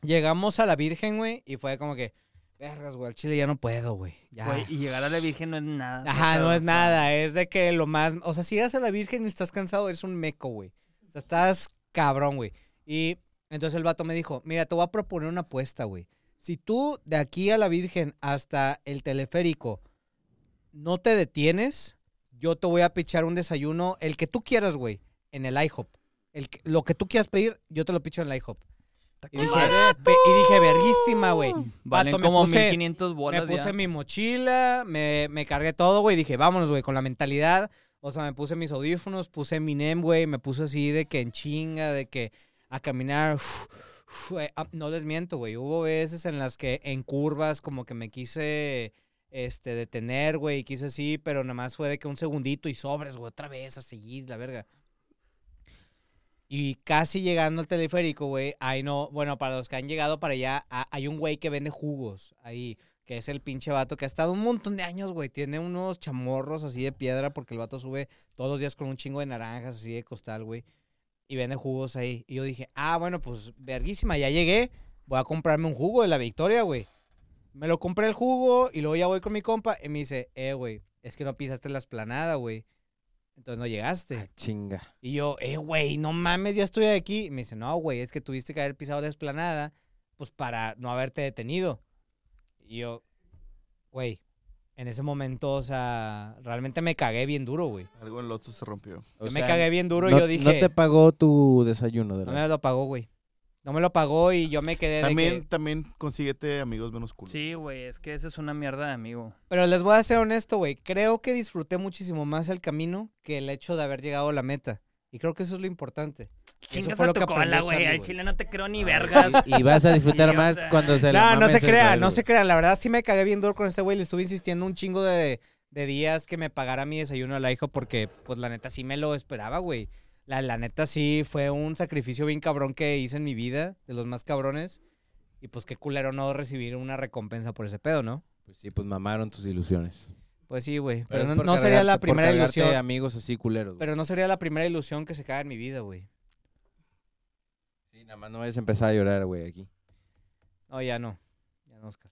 Speaker 1: llegamos a la Virgen, güey, y fue como que, vergas, güey, al chile ya no puedo, güey. Ya.
Speaker 2: Güey, y llegar a la Virgen no es nada.
Speaker 1: Ajá,
Speaker 2: pero,
Speaker 1: no
Speaker 2: o
Speaker 1: es
Speaker 2: sea,
Speaker 1: nada, es de que lo más, o sea, si llegas a la Virgen y estás cansado, eres un meco, güey. O sea, estás cabrón, güey. Y entonces el vato me dijo, mira, te voy a proponer una apuesta, güey. Si tú de aquí a la Virgen hasta el teleférico no te detienes, yo te voy a pichar un desayuno, el que tú quieras, güey, en el IHOP. El que- lo que tú quieras pedir, yo te lo picho en el IHOP. Y dije, ve- y dije, verguísima, Ah, güey.
Speaker 2: Valen
Speaker 1: Vato, me
Speaker 2: como
Speaker 1: puse-
Speaker 2: 1500 bolas.
Speaker 1: Me puse
Speaker 2: ya.
Speaker 1: mi mochila, me, me cargué todo, güey. Dije, vámonos, güey, con la mentalidad. O sea, me puse mis audífonos, puse mi NEM, güey. Me puse así de que en chinga, de que a caminar. uf, uf, eh, ah, no les miento, güey. Hubo veces en las que en curvas como que me quise este, detener, güey. y Quise así, pero nada más fue de que un segundito y sobres, güey. Otra vez a seguir, la verga. Y casi llegando al teleférico, güey, ahí no, bueno, para los que han llegado para allá, ha- hay un güey que vende jugos ahí, que es el pinche vato que ha estado un montón de años, güey. Tiene unos chamorros así de piedra porque el vato sube todos los días con un chingo de naranjas así de costal, güey. Y vende jugos ahí. Y yo dije, ah, bueno, pues verguísima, ya llegué. Voy a comprarme un jugo de la victoria, güey. Me lo compré el jugo y luego ya voy con mi compa y me dice, eh, güey, es que no pisaste la esplanada, güey. Entonces no llegaste.
Speaker 3: Ah, Chinga.
Speaker 1: Y yo, eh, güey, no mames, ya estoy aquí. Y me dice, no, güey, es que tuviste que haber pisado la esplanada, pues para no haberte detenido. Y yo, güey, en ese momento, o sea, realmente me cagué bien duro, güey.
Speaker 4: Algo en Lotus se rompió.
Speaker 1: Yo me cagué bien duro y
Speaker 3: no,
Speaker 1: yo dije,
Speaker 3: No te pagó tu desayuno, de
Speaker 1: no
Speaker 3: la-
Speaker 1: me lo pagó, güey. No me lo pagó y yo me quedé de
Speaker 4: También,
Speaker 1: que-
Speaker 4: también consíguete amigos menos culos.
Speaker 2: Sí, güey, es que esa es una mierda de amigo.
Speaker 1: Pero les voy a ser honesto, güey. Creo que disfruté muchísimo más el camino que el hecho de haber llegado a la meta. Y creo que eso es lo importante. Y Eso
Speaker 2: Chingas
Speaker 1: fue
Speaker 2: a
Speaker 1: lo que
Speaker 2: tu
Speaker 1: aprendí,
Speaker 2: cola, güey.
Speaker 1: Charlie,
Speaker 2: Al
Speaker 1: güey.
Speaker 2: chile no te creo ni
Speaker 3: Ah,
Speaker 2: vergas.
Speaker 3: Y, y vas a disfrutar
Speaker 2: Sí, o
Speaker 3: más
Speaker 2: sea.
Speaker 3: cuando se la
Speaker 1: No, no
Speaker 3: mames
Speaker 1: se
Speaker 3: el
Speaker 1: crean,
Speaker 3: Israel,
Speaker 1: no
Speaker 3: güey.
Speaker 1: se crean. La verdad sí me cagué bien duro con ese güey. Le estuve insistiendo un chingo de, de días que me pagara mi desayuno al hijo porque, pues, la neta sí me lo esperaba, güey. La, la neta sí fue un sacrificio bien cabrón que hice en mi vida, de los más cabrones. Y pues qué culero no recibir una recompensa por ese pedo, ¿no?
Speaker 3: Pues sí, pues mamaron tus ilusiones.
Speaker 1: Pues sí, güey.
Speaker 3: Pero
Speaker 1: Pero,
Speaker 3: es
Speaker 1: no,
Speaker 3: por
Speaker 1: no sería
Speaker 3: cargarte-
Speaker 1: la
Speaker 3: por
Speaker 1: primera
Speaker 3: cargarte
Speaker 1: ilusión.
Speaker 3: amigos así culeros. güey.
Speaker 1: Pero no sería la primera ilusión que se cae en mi vida, güey.
Speaker 3: Sí, nada más no vayas a empezar a llorar, güey, aquí.
Speaker 1: No, ya no. Ya no, Oscar.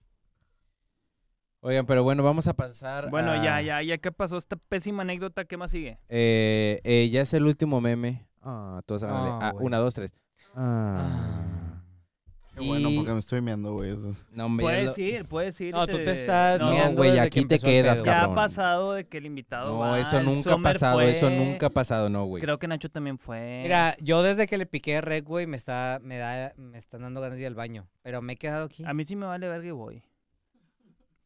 Speaker 3: Oigan, pero bueno, vamos a pasar
Speaker 2: Bueno,
Speaker 3: a-
Speaker 2: ya, ya, ya que pasó esta pésima anécdota, ¿qué más sigue?
Speaker 3: Eh, eh, ya es el último meme. Ah, todos háganle.
Speaker 1: Ah,
Speaker 3: Ah,
Speaker 1: güey.
Speaker 3: una, dos, tres. Ah.
Speaker 4: Qué bueno,
Speaker 3: Y-
Speaker 4: porque me estoy meando, güey. eso es-
Speaker 3: No, hombre, ya
Speaker 2: Puedes
Speaker 3: lo-
Speaker 2: ir, puedes ir.
Speaker 1: No, tú te estás
Speaker 3: No,
Speaker 1: meando
Speaker 3: güey,
Speaker 1: desde
Speaker 3: aquí
Speaker 1: que
Speaker 3: te
Speaker 1: empezó el
Speaker 3: quedas,
Speaker 1: pedo.
Speaker 2: Ya
Speaker 3: cabrón.
Speaker 2: ha pasado de que el invitado
Speaker 3: No,
Speaker 2: ah, va,
Speaker 3: eso
Speaker 2: el
Speaker 3: nunca ha
Speaker 2: Sommer
Speaker 3: pasado,
Speaker 2: fue,
Speaker 3: eso nunca ha pasado, no, güey.
Speaker 2: Creo que Nacho también fue.
Speaker 1: Mira, yo desde que le piqué rec, güey, me está, me da, me están dando ganas de ir al baño. Pero me he quedado aquí.
Speaker 2: A mí sí me vale verga y voy.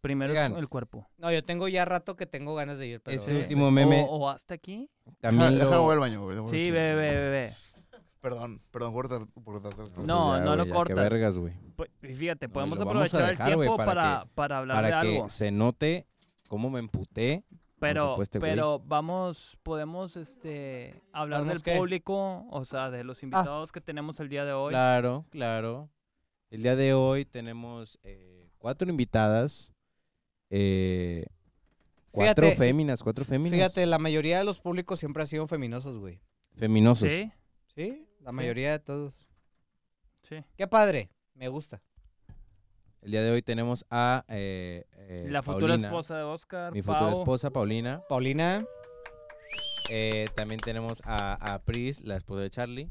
Speaker 2: Primero es
Speaker 3: Oigan.
Speaker 2: el cuerpo.
Speaker 1: No, yo tengo ya rato que tengo ganas de ir, pero
Speaker 3: Este
Speaker 1: no
Speaker 3: último
Speaker 2: O,
Speaker 3: meme
Speaker 2: o hasta aquí.
Speaker 4: Deja-
Speaker 3: también lo-
Speaker 4: Déjame voy al baño, güey. déjame voy
Speaker 2: Sí,
Speaker 4: al
Speaker 2: ve,
Speaker 4: baño.
Speaker 2: ve, ve, ve.
Speaker 4: Perdón, perdón por cortar- por cortarte.
Speaker 3: Pues
Speaker 2: No, no lo
Speaker 3: güey,
Speaker 2: cortas.
Speaker 3: Qué vergas, güey.
Speaker 2: Pues, y Fíjate,
Speaker 3: No, y
Speaker 2: podemos
Speaker 3: lo vamos a
Speaker 2: aprovechar
Speaker 3: dejar,
Speaker 2: el
Speaker 3: güey,
Speaker 2: tiempo
Speaker 3: para
Speaker 2: para,
Speaker 3: que-
Speaker 2: para hablar
Speaker 3: Para
Speaker 2: de
Speaker 3: que
Speaker 2: algo.
Speaker 3: se note cómo me emputé.
Speaker 2: Pero,
Speaker 3: fue este güey.
Speaker 2: pero vamos, podemos este hablar
Speaker 1: ¿Podemos
Speaker 2: del
Speaker 1: qué? Ah.
Speaker 2: público, o sea, de los invitados que tenemos el día de hoy.
Speaker 3: Claro, claro. El día de hoy tenemos eh, cuatro invitadas. eh, cuatro
Speaker 1: Fíjate,
Speaker 3: féminas, cuatro féminas.
Speaker 1: Fíjate, la mayoría de los públicos siempre han sido feminosos, güey.
Speaker 3: Feminosos.
Speaker 2: Sí,
Speaker 1: Sí, la mayoría de todos.
Speaker 2: sí.
Speaker 1: Qué padre, me gusta.
Speaker 3: El día de hoy tenemos a eh, eh,
Speaker 2: La futura
Speaker 3: Paulina,
Speaker 2: esposa de Oscar.
Speaker 3: Mi futura
Speaker 2: Pau.
Speaker 3: esposa, Paulina.
Speaker 1: Paulina,
Speaker 3: Eh, también tenemos a, a Pris, la esposa de Charlie,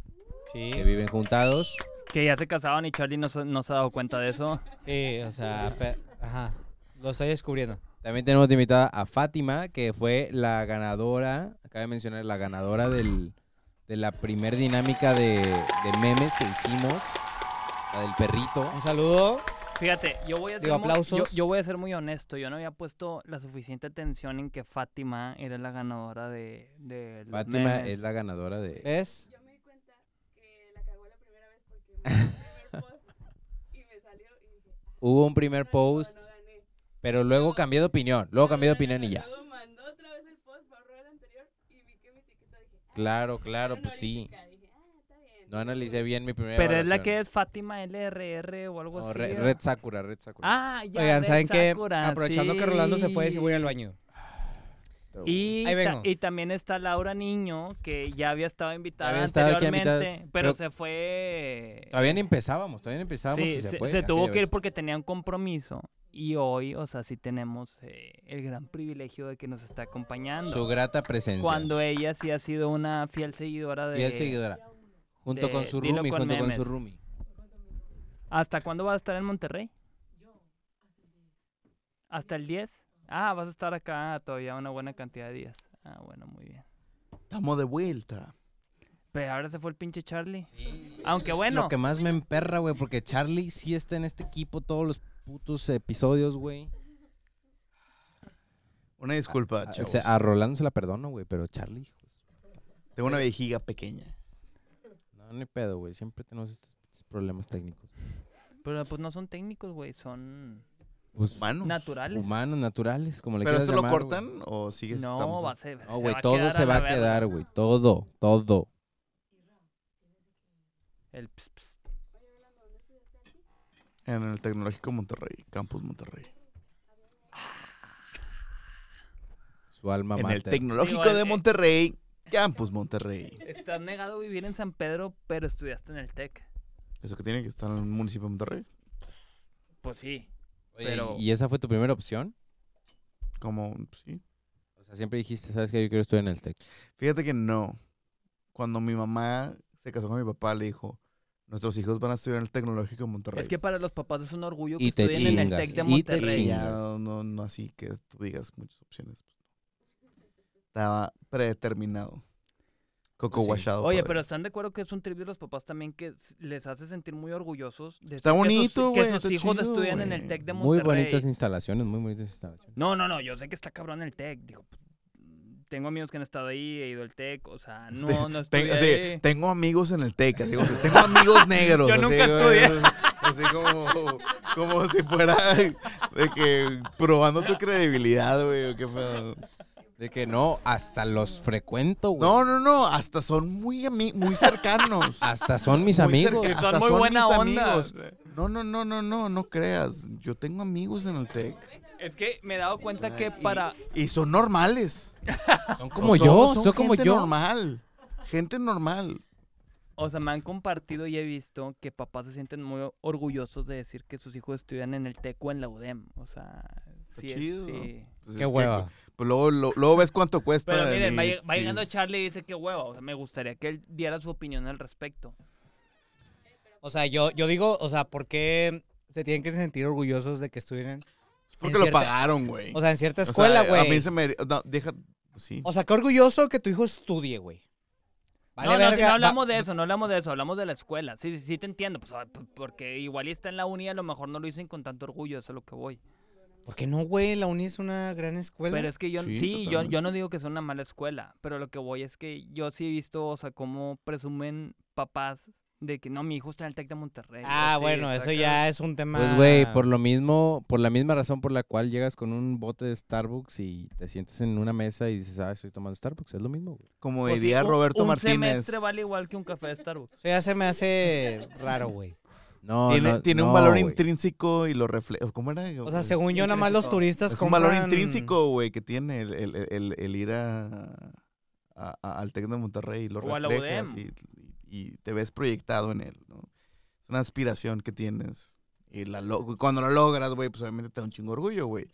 Speaker 1: sí,
Speaker 3: que viven juntados.
Speaker 2: Que ya se casaron y Charlie no, se- no se ha dado cuenta de eso.
Speaker 1: sí, o sea, pe- ajá, lo estoy descubriendo.
Speaker 3: También tenemos de invitada a Fátima, que fue la ganadora, acaba de mencionar, la ganadora del, de la primer dinámica de, de memes que hicimos, la del perrito.
Speaker 1: Un saludo.
Speaker 2: Fíjate, yo voy a ser
Speaker 1: Digo,
Speaker 2: muy,
Speaker 1: aplausos.
Speaker 2: yo, yo voy a ser muy honesto. Yo no había puesto la suficiente atención en que Fátima era la ganadora de, de los
Speaker 3: Fátima
Speaker 2: memes.
Speaker 3: es la ganadora de...
Speaker 1: ¿Ves?
Speaker 6: Yo me di cuenta que la cagó la primera vez porque me salió el primer post y me salió y dije, "Ah,
Speaker 3: Hubo un primer
Speaker 6: no,
Speaker 3: post,
Speaker 6: no gané".
Speaker 3: pero luego cambié de opinión, luego cambié de
Speaker 6: No, no,
Speaker 3: opinión
Speaker 6: no,
Speaker 3: y ya.
Speaker 6: Luego mandó otra vez el post para borrar el anterior y vi que mi etiqueta dije, "Ah,
Speaker 3: Claro,
Speaker 6: era
Speaker 3: claro, pues sí.
Speaker 6: honorífica". Dije, "Ah, está bien".
Speaker 3: No analicé bien mi primera
Speaker 2: Pero es la
Speaker 3: evaluación.
Speaker 2: que es Fátima LRR o algo
Speaker 3: No,
Speaker 2: así.
Speaker 3: Re-
Speaker 2: ¿verdad?
Speaker 3: Red Sakura, Red Sakura.
Speaker 2: Ah, ya.
Speaker 1: Oigan,
Speaker 2: Red
Speaker 1: ¿saben qué?
Speaker 2: Sakura,
Speaker 1: Aprovechando que Rolando se fue, sí voy a ir al
Speaker 2: sí.
Speaker 1: baño.
Speaker 2: Y,
Speaker 1: Ahí
Speaker 2: ta-
Speaker 1: vengo.
Speaker 2: y también está Laura Niño, que ya había estado invitada
Speaker 3: Había estado aquí
Speaker 2: anteriormente,
Speaker 3: invitada,
Speaker 2: pero
Speaker 3: pero-
Speaker 2: se fue.
Speaker 3: Todavía ni empezábamos, todavía ni empezábamos.
Speaker 2: Sí,
Speaker 3: y se,
Speaker 2: se,
Speaker 3: fue,
Speaker 2: se
Speaker 3: ya
Speaker 2: tuvo
Speaker 3: quería
Speaker 2: que ir
Speaker 3: verse.
Speaker 2: porque tenía un compromiso. Y hoy, o sea, sí tenemos eh, el gran privilegio de que nos está acompañando.
Speaker 3: Su grata presencia.
Speaker 2: cuando ella sí ha sido una fiel seguidora de...
Speaker 3: Fiel seguidora. Junto
Speaker 2: de
Speaker 3: con su
Speaker 2: Dilo
Speaker 3: roomie,
Speaker 2: con
Speaker 3: junto con
Speaker 2: Memes.
Speaker 3: su roomie.
Speaker 2: ¿Hasta cuándo vas a estar en Monterrey? ¿Hasta el 10? Ah, vas a estar acá todavía una buena cantidad de días. Ah, bueno, muy bien.
Speaker 4: Estamos de vuelta.
Speaker 2: Pero ahora se fue el pinche Charlie. Aunque bueno,
Speaker 3: Lo que más me emperra, güey, porque Charlie sí está en este equipo todos los putos episodios, güey.
Speaker 4: Una
Speaker 1: Ah,
Speaker 4: disculpa,
Speaker 3: A, o
Speaker 4: Ah, chavos.
Speaker 3: sea, a Rolando se la perdono, güey, pero Charlie, hijo de su-
Speaker 4: Tengo
Speaker 3: Pues,
Speaker 4: una vejiga pequeña.
Speaker 3: No, no hay pedo, güey. Siempre tenemos estos pinches problemas técnicos.
Speaker 2: pero pues no son técnicos, güey, son
Speaker 3: Pues,
Speaker 4: Manos.
Speaker 2: naturales.
Speaker 3: humanos, naturales, como le
Speaker 4: ¿Pero
Speaker 3: quieras
Speaker 4: esto lo
Speaker 3: llamar,
Speaker 4: cortan
Speaker 3: güey.
Speaker 4: o sigues
Speaker 2: No,
Speaker 4: estamos-
Speaker 2: va a ser.
Speaker 3: No, güey, todo se va a
Speaker 2: la verga.
Speaker 3: quedar, güey. Todo, todo.
Speaker 2: El ps, ps.
Speaker 4: En el Tecnológico Monterrey, Campus Monterrey.
Speaker 3: Su alma
Speaker 4: en
Speaker 3: mater.
Speaker 4: el Tecnológico
Speaker 2: Digo,
Speaker 4: de
Speaker 2: eh,
Speaker 4: Monterrey, Campus Monterrey.
Speaker 2: Estás negado a vivir en San Pedro, pero estudiaste en el TEC.
Speaker 4: Eso que tiene que estar en el municipio de Monterrey.
Speaker 2: Pues sí.
Speaker 3: Oye,
Speaker 2: pero-
Speaker 3: ¿Y esa fue tu primera opción?
Speaker 4: Como, sí.
Speaker 3: O sea, siempre dijiste, ¿sabes qué? Yo quiero estudiar en el TEC.
Speaker 4: Fíjate que no. Cuando mi mamá se casó con mi papá, le dijo, nuestros hijos van a estudiar en el Tecnológico de Monterrey.
Speaker 2: Es que para los papás es un orgullo que
Speaker 3: Y te
Speaker 2: estudien en el
Speaker 3: chingas,
Speaker 2: TEC de
Speaker 3: y te
Speaker 4: Y
Speaker 2: Monterrey.
Speaker 3: chingas.
Speaker 4: ya no, no- no así que tú digas muchas opciones. Estaba predeterminado. Coco
Speaker 3: Pues sí.
Speaker 4: guachado.
Speaker 2: Oye,
Speaker 4: para-
Speaker 2: pero ¿están de acuerdo que es un trip de los papás también que s- les hace sentir muy orgullosos? De
Speaker 4: Está
Speaker 2: decir
Speaker 4: bonito,
Speaker 2: que sus,
Speaker 4: güey,
Speaker 2: que sus
Speaker 4: está
Speaker 2: hijos
Speaker 4: chido,
Speaker 2: estudian en
Speaker 4: güey.
Speaker 2: el TEC de
Speaker 3: Muy
Speaker 2: Monterrey.
Speaker 3: bonitas instalaciones, muy bonitas instalaciones.
Speaker 2: No, no, no, yo sé que está cabrón el TEC. Digo, pues, tengo amigos que han estado ahí, he ido al TEC, o sea, no, no estoy
Speaker 4: Este, Ten- así, tengo amigos en el TEC, así, o sea, tengo amigos negros.
Speaker 2: Yo
Speaker 4: así,
Speaker 2: nunca
Speaker 4: güey, Así como, como si fuera de que probando tu credibilidad, güey. o qué pedo.
Speaker 3: De que no, hasta los frecuento, güey.
Speaker 4: No, no, no, hasta son muy, ami- muy cercanos.
Speaker 3: Hasta son mis
Speaker 4: Muy
Speaker 3: amigos.
Speaker 4: cerca-
Speaker 2: Son
Speaker 4: hasta
Speaker 2: muy
Speaker 4: son
Speaker 2: buena
Speaker 4: mis
Speaker 2: onda.
Speaker 4: amigos. No, no, no, no, no, no creas. Yo tengo amigos en el TEC.
Speaker 2: Es que me he dado cuenta que
Speaker 4: Y-
Speaker 2: para...
Speaker 4: Y son normales.
Speaker 3: Son como
Speaker 4: O son-
Speaker 3: yo,
Speaker 4: son
Speaker 3: son como
Speaker 4: gente
Speaker 3: yo.
Speaker 4: normal. Gente normal.
Speaker 2: O sea, me han compartido y he visto que papás se sienten muy orgullosos de decir que sus hijos estudian en el TEC o en la UDEM. O sea, sí, es-
Speaker 4: chido.
Speaker 2: sí.
Speaker 4: Pues
Speaker 1: Qué
Speaker 4: es que,
Speaker 1: hueva.
Speaker 4: pues luego, lo- luego ves cuánto cuesta.
Speaker 2: Pero
Speaker 4: de
Speaker 2: miren, va,
Speaker 4: mí,
Speaker 2: lleg- va
Speaker 4: sí.
Speaker 2: llegando Charlie y dice que hueva. O sea, me gustaría que él diera su opinión al respecto.
Speaker 1: O sea, yo, yo digo, o sea, ¿por qué se tienen que sentir orgullosos de que estuvieran?
Speaker 4: Porque
Speaker 1: en
Speaker 4: lo
Speaker 1: cierta-
Speaker 4: pagaron, güey.
Speaker 1: O sea, en cierta
Speaker 4: O sea,
Speaker 1: escuela,
Speaker 4: A mí
Speaker 1: güey.
Speaker 4: se me. no, deja. pues sí.
Speaker 1: O sea, qué orgulloso que tu hijo estudie, güey. Vale,
Speaker 2: no, no, si
Speaker 1: verga,
Speaker 2: no
Speaker 1: va-
Speaker 2: hablamos de eso, no hablamos de eso, hablamos de la escuela. Sí, sí, sí te entiendo, pues, ah, p- porque igual y está en la uni, a lo mejor no lo dicen con tanto orgullo, eso es a lo que voy.
Speaker 1: ¿Por qué no, güey? La uni es una gran escuela.
Speaker 2: Pero es que yo,
Speaker 4: Sí,
Speaker 2: sí, yo, yo
Speaker 4: totalmente.
Speaker 2: no digo que sea una mala escuela, pero lo que voy es que yo sí he visto, o sea, cómo presumen papás de que no, mi hijo está en el TEC de Monterrey.
Speaker 1: ah,
Speaker 2: así,
Speaker 1: bueno, eso
Speaker 2: sacas-
Speaker 1: ya es un tema.
Speaker 3: Pues, güey, por lo mismo, por la misma razón por la cual llegas con un bote de Starbucks y te sientes en una mesa y dices, ah, estoy tomando Starbucks, es lo mismo, güey.
Speaker 4: como
Speaker 2: Pues sí,
Speaker 4: diría
Speaker 2: un-
Speaker 4: Roberto Martínez.
Speaker 2: Un semestre vale igual que un café de Starbucks.
Speaker 1: Eso ya se me hace raro, güey.
Speaker 3: No,
Speaker 4: tiene
Speaker 3: no,
Speaker 4: tiene
Speaker 3: no,
Speaker 4: un valor
Speaker 3: güey.
Speaker 4: intrínseco y lo refleja. ¿Cómo era?
Speaker 1: O sea, según yo, nada más los
Speaker 2: Intrínseco.
Speaker 1: turistas
Speaker 4: Es un valor
Speaker 1: compran-
Speaker 4: intrínseco, güey, que tiene el, el, el, el ir a, a- a- al Tec de Monterrey y lo
Speaker 2: O a la
Speaker 4: reflejas y,
Speaker 2: UDEM.
Speaker 4: y te ves proyectado en él, ¿no? Es una aspiración que tienes. Y la lo- cuando la logras, güey, pues obviamente te da un chingo de orgullo, güey.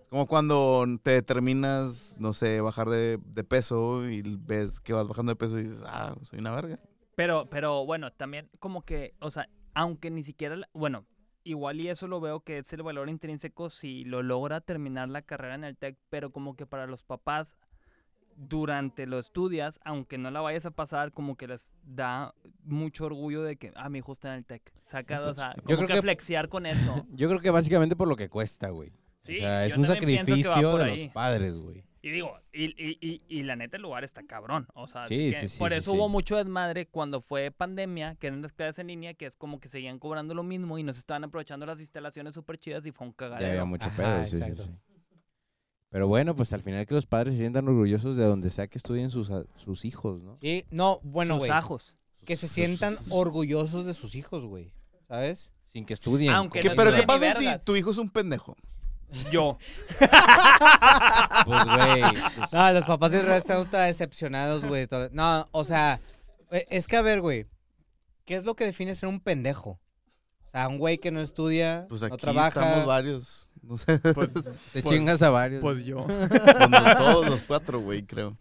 Speaker 4: Es como cuando te determinas, no sé, bajar de, de peso y ves que vas bajando de peso y dices, ah, soy una verga.
Speaker 2: Pero, pero bueno, también como que, o sea, aunque ni siquiera, la- bueno, igual y eso lo veo que es el valor intrínseco si lo logra terminar la carrera en el TEC, pero como que para los papás, durante lo estudias, aunque no la vayas a pasar, como que les da mucho orgullo de que, ah, mi hijo está en el TEC. Sacado, o sea, como
Speaker 3: creo
Speaker 2: que,
Speaker 3: que-
Speaker 2: flexear con eso.
Speaker 3: Yo creo que básicamente por lo que cuesta, güey.
Speaker 2: Sí,
Speaker 3: o sea, es
Speaker 2: yo
Speaker 3: un
Speaker 2: también pienso que va
Speaker 3: sacrificio
Speaker 2: por
Speaker 3: de
Speaker 2: ahí.
Speaker 3: los padres, güey.
Speaker 2: Y digo, y, y, y, y la neta el lugar está cabrón. O sea, así
Speaker 3: Sí,
Speaker 2: que
Speaker 3: sí, sí,
Speaker 2: por
Speaker 3: sí,
Speaker 2: eso
Speaker 3: sí.
Speaker 2: hubo mucho desmadre cuando fue pandemia, que eran las clases en línea, que es como que seguían cobrando lo mismo y no se estaban aprovechando las instalaciones súper chidas y fue un
Speaker 3: Ya había
Speaker 2: cagadero.
Speaker 3: mucho
Speaker 1: Ajá,
Speaker 3: pedo, sí, sí,
Speaker 1: exacto.
Speaker 3: sí. Pero bueno, pues al final que los padres se sientan orgullosos de donde sea que estudien sus, a- sus hijos, ¿no?
Speaker 1: Sí, no, bueno,
Speaker 2: Sus
Speaker 1: güey.
Speaker 2: ajos.
Speaker 1: Que se sientan orgullosos de sus hijos, güey. ¿Sabes?
Speaker 3: Sin que estudien.
Speaker 2: Aunque
Speaker 4: ¿Qué-
Speaker 2: no
Speaker 4: pero
Speaker 2: sé,
Speaker 4: ¿qué
Speaker 2: ni
Speaker 4: pasa si
Speaker 2: vergas.
Speaker 4: tu hijo es un pendejo?
Speaker 2: Yo.
Speaker 3: Pues, güey. pues,
Speaker 1: No, los papás de verdad están ultra decepcionados, güey. todo- No, o sea, eh, es que a ver, güey, ¿qué es lo que define ser un pendejo? O sea, un güey que no estudia,
Speaker 4: Pues
Speaker 1: no
Speaker 4: aquí estamos
Speaker 1: trabaja.
Speaker 4: varios. No sé,
Speaker 2: Pues,
Speaker 3: te chingas a varios.
Speaker 4: pues,
Speaker 2: yo.
Speaker 4: como todos los cuatro, güey, creo.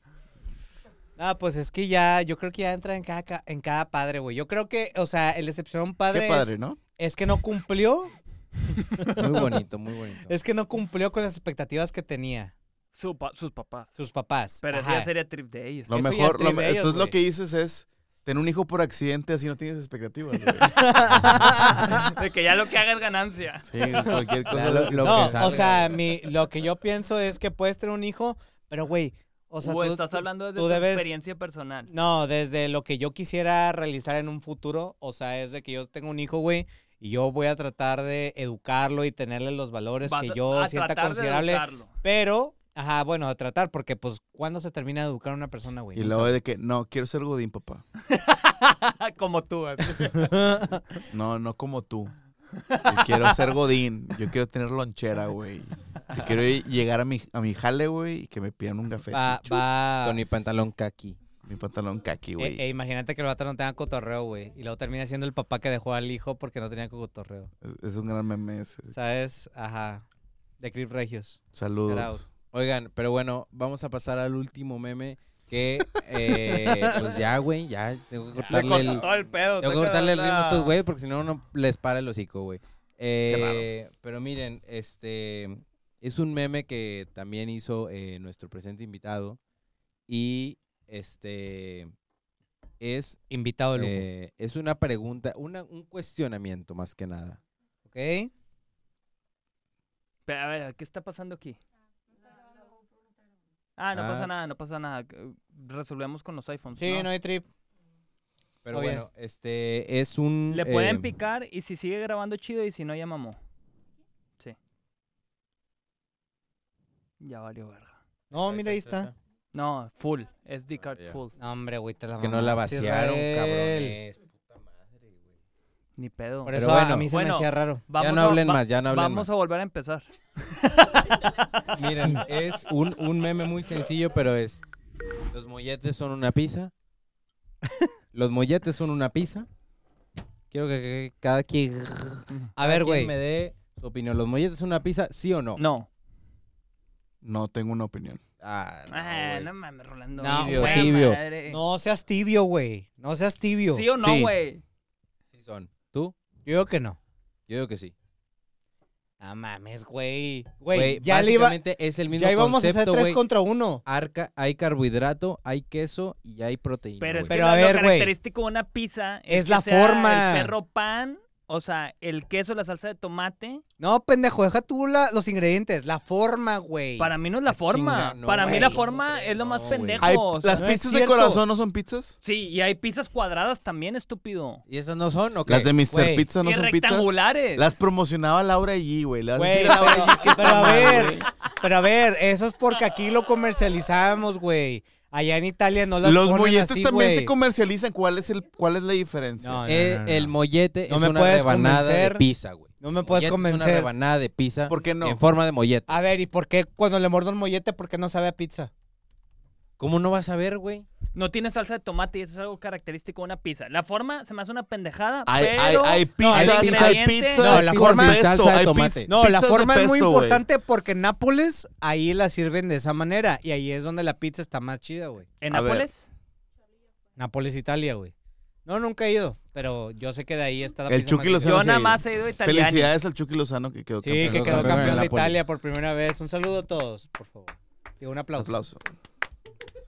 Speaker 1: Ah, pues es que ya, yo creo que ya entra en cada, ca- en cada padre, güey. Yo creo que, o sea, el decepcionar a un padre,
Speaker 4: Qué
Speaker 1: es-
Speaker 4: padre, ¿no?
Speaker 1: Es, que no cumplió,
Speaker 3: pues, Muy bonito, muy bonito.
Speaker 1: es que no cumplió con las expectativas que tenía.
Speaker 2: Su pa- sus papás.
Speaker 1: Sus papás.
Speaker 2: Pero ese
Speaker 1: Ajá.
Speaker 2: ya sería trip de ellos.
Speaker 4: Lo
Speaker 1: Eso ya es
Speaker 4: mejor, lo
Speaker 1: trip
Speaker 4: me-
Speaker 1: de ellos,
Speaker 4: entonces
Speaker 1: güey.
Speaker 4: lo que dices es tener un hijo por accidente, así no tienes expectativas. güey.
Speaker 2: De que ya lo que haga es ganancia.
Speaker 4: Sí, cualquier cosa.
Speaker 3: Ya lo- lo
Speaker 1: no,
Speaker 3: que salga,
Speaker 1: o sea, mi, lo que yo pienso es que puedes tener un hijo, pero güey, o sea,
Speaker 2: o
Speaker 1: tú-
Speaker 2: Uh, estás
Speaker 1: tú-
Speaker 2: hablando desde
Speaker 1: tú
Speaker 2: tu
Speaker 1: debes-
Speaker 2: experiencia personal.
Speaker 1: No, desde lo que yo quisiera realizar en un futuro, o sea, es de que yo tengo un hijo, güey, y yo voy a tratar de educarlo y tenerle los valores
Speaker 2: Vas
Speaker 1: que
Speaker 2: a-
Speaker 1: yo
Speaker 2: a
Speaker 1: sienta
Speaker 2: tratar de
Speaker 1: considerable,
Speaker 2: educarlo.
Speaker 1: pero, ajá, bueno, a tratar, porque pues, ¿cuándo se termina de educar a una persona, güey?
Speaker 4: Y luego de que, no, quiero ser Godín, papá.
Speaker 2: Como tú. así.
Speaker 4: No, no como tú. Yo quiero ser Godín. Yo quiero tener lonchera, güey. Yo quiero ir- llegar a mi, a mi jale, güey, y que me pidan un café.
Speaker 1: Va,
Speaker 4: chuchu,
Speaker 1: va,
Speaker 3: Con mi pantalón kaki.
Speaker 4: Mi pantalón caqui,
Speaker 1: eh,
Speaker 4: güey.
Speaker 1: eh, imagínate que el vato no tenga cotorreo, güey, y luego termina siendo el papá que dejó al hijo porque no tenía cotorreo,
Speaker 4: Es, es un gran meme ese.
Speaker 1: ¿sabes? Ajá, de Clip Regios.
Speaker 4: Saludos.
Speaker 3: Oigan, pero bueno, vamos a pasar al último meme que, eh, pues ya, güey, ya, tengo
Speaker 2: Le
Speaker 3: que cortarle
Speaker 2: cortó
Speaker 3: el...
Speaker 2: todo el pedo.
Speaker 3: Tengo que
Speaker 2: saca
Speaker 3: cortarle el ritmo a
Speaker 2: la-
Speaker 3: estos güeyes porque si no, no les para el hocico, güey. Eh, pero miren, este es un meme que también hizo eh, nuestro presente invitado y este es,
Speaker 1: Invitado de lujo,
Speaker 3: eh, es una pregunta, una, un cuestionamiento más que nada.
Speaker 1: ¿ok?
Speaker 2: Pero, A ver, ¿qué está pasando aquí? Ah, no
Speaker 3: Ah.
Speaker 2: pasa nada, no pasa nada. Resolvemos con los iPhones.
Speaker 1: Sí,
Speaker 2: ¿no?
Speaker 1: no hay trip.
Speaker 3: Pero
Speaker 1: Muy bien.
Speaker 3: bueno, este es un...
Speaker 2: Le pueden
Speaker 3: eh,
Speaker 2: picar y si sigue grabando chido y si no ya mamó. Sí. Ya valió verga.
Speaker 1: No, mira, ahí está.
Speaker 2: No, full. SD card
Speaker 3: ya.
Speaker 2: full.
Speaker 1: No, hombre, güey, te la
Speaker 3: Que no la
Speaker 1: mamaste,
Speaker 3: vaciaron,
Speaker 1: Israel.
Speaker 3: cabrones.
Speaker 2: Ni pedo.
Speaker 1: Por
Speaker 3: Pero
Speaker 1: eso
Speaker 3: bueno.
Speaker 1: a mí se me
Speaker 2: Bueno.
Speaker 1: hacía raro.
Speaker 2: Vamos
Speaker 3: ya no
Speaker 2: a-
Speaker 3: hablen
Speaker 2: va-
Speaker 3: más, ya no hablen
Speaker 2: Vamos
Speaker 3: más.
Speaker 2: a volver a empezar.
Speaker 3: Miren, es un, un meme muy sencillo, pero es... Los molletes son una pizza. Los molletes son una pizza. Quiero que, que cada quien...
Speaker 1: A ver,
Speaker 3: quien
Speaker 1: güey.
Speaker 3: me dé su opinión. ¿Los molletes son una pizza, sí o no?
Speaker 2: No.
Speaker 4: No tengo una opinión.
Speaker 3: Ah, no,
Speaker 2: Ah,
Speaker 3: güey.
Speaker 2: no mames, Rolando.
Speaker 1: No,
Speaker 3: Tibio,
Speaker 2: güey,
Speaker 3: tibio.
Speaker 2: madre.
Speaker 1: No seas tibio, güey. No seas tibio.
Speaker 2: ¿Sí o no,
Speaker 4: Sí.
Speaker 2: güey?
Speaker 3: Sí son. ¿Tú?
Speaker 1: Yo digo que no.
Speaker 3: Yo digo que sí.
Speaker 1: Ah, mames, güey.
Speaker 3: Güey,
Speaker 1: Güey, ya le iba.
Speaker 3: básicamente es el mismo
Speaker 1: Ya íbamos a hacer
Speaker 3: concepto,
Speaker 1: tres
Speaker 3: güey.
Speaker 1: contra uno.
Speaker 3: Arca- hay carbohidrato, hay queso y hay proteína.
Speaker 2: Pero es
Speaker 3: güey.
Speaker 2: que
Speaker 1: Pero a
Speaker 2: lo- lo
Speaker 1: ver, güey.
Speaker 2: característico de una pizza
Speaker 1: Es
Speaker 2: que
Speaker 1: la
Speaker 2: sea
Speaker 1: forma.
Speaker 2: El perro pan, o sea, el queso, la salsa de tomate.
Speaker 1: No, pendejo, deja tú la- los ingredientes, la forma, güey.
Speaker 2: Para mí no es la forma.
Speaker 3: chinga, no,
Speaker 2: Para mí
Speaker 3: güey.
Speaker 2: la
Speaker 3: No,
Speaker 2: forma
Speaker 3: güey,
Speaker 2: es lo más
Speaker 3: no, güey.
Speaker 2: pendejo.
Speaker 4: Hay-
Speaker 2: o sea,
Speaker 4: ¿Las
Speaker 1: no es
Speaker 4: pizzas de
Speaker 1: cierto.
Speaker 4: corazón no son pizzas?
Speaker 2: Sí, y hay pizzas cuadradas también, estúpido.
Speaker 3: ¿Y esas no son o qué?
Speaker 4: ¿Las de Mr.
Speaker 1: Güey.
Speaker 4: Pizza no
Speaker 2: y
Speaker 4: son pizzas?
Speaker 2: rectangulares.
Speaker 4: Las promocionaba Laura G, güey. Las
Speaker 1: Güey,
Speaker 4: decir a Laura
Speaker 1: pero,
Speaker 4: G que
Speaker 1: pero
Speaker 4: está
Speaker 1: a
Speaker 4: mal,
Speaker 1: ver,
Speaker 4: güey.
Speaker 1: pero a ver, eso es porque aquí lo comercializamos, güey. Allá en Italia no las
Speaker 4: Los
Speaker 1: ponen
Speaker 4: molletes
Speaker 1: así,
Speaker 4: también
Speaker 1: güey.
Speaker 4: se comercializan. ¿Cuál es, el, cuál es la diferencia?
Speaker 1: No, no,
Speaker 3: Eh,
Speaker 1: no, no.
Speaker 3: El mollete
Speaker 1: No
Speaker 3: es
Speaker 1: me
Speaker 3: una
Speaker 1: puedes
Speaker 3: rebanada de
Speaker 1: convencer.
Speaker 3: pizza, güey.
Speaker 1: No me puedes
Speaker 3: Mollete Es una
Speaker 1: convencer.
Speaker 3: rebanada de pizza
Speaker 4: ¿Por qué no?
Speaker 3: en forma de mollete.
Speaker 1: A ver, ¿y por qué cuando le mordo el mollete, por qué no sabe a pizza?
Speaker 3: ¿Cómo no vas a ver, güey?
Speaker 2: No tiene salsa de tomate y eso es algo característico de una pizza. La forma se me hace una pendejada,
Speaker 4: Hay,
Speaker 2: pero...
Speaker 4: hay, hay
Speaker 1: hay
Speaker 4: pizzas, hay
Speaker 2: ingredientes.
Speaker 4: pizzas,
Speaker 1: No, la
Speaker 4: con
Speaker 1: forma-
Speaker 4: pesto,
Speaker 3: salsa de
Speaker 4: hay
Speaker 3: tomate.
Speaker 4: piz-
Speaker 1: No, la
Speaker 4: pizzas de
Speaker 1: forma es muy
Speaker 4: pesto, güey.
Speaker 1: importante porque en Nápoles ahí la sirven de esa manera y ahí es donde la pizza está más chida, güey.
Speaker 2: ¿En
Speaker 4: A ver.
Speaker 2: Nápoles?
Speaker 1: Nápoles, Italia, güey. No, nunca he ido, pero yo sé que de ahí está la
Speaker 4: El
Speaker 1: pizza
Speaker 4: Chucky
Speaker 1: más
Speaker 4: Lozano
Speaker 2: Yo
Speaker 4: se
Speaker 2: nada
Speaker 4: ha
Speaker 2: más he ido a italiano.
Speaker 4: Felicidades al Chucky Lozano que quedó
Speaker 1: Sí, que
Speaker 4: campeón.
Speaker 3: Quedó
Speaker 1: quedó
Speaker 3: campeón en
Speaker 1: campeón de
Speaker 3: Nápoles.
Speaker 1: Italia por primera vez. Un saludo a todos, por favor. Digo, un aplauso.
Speaker 4: Aplauso.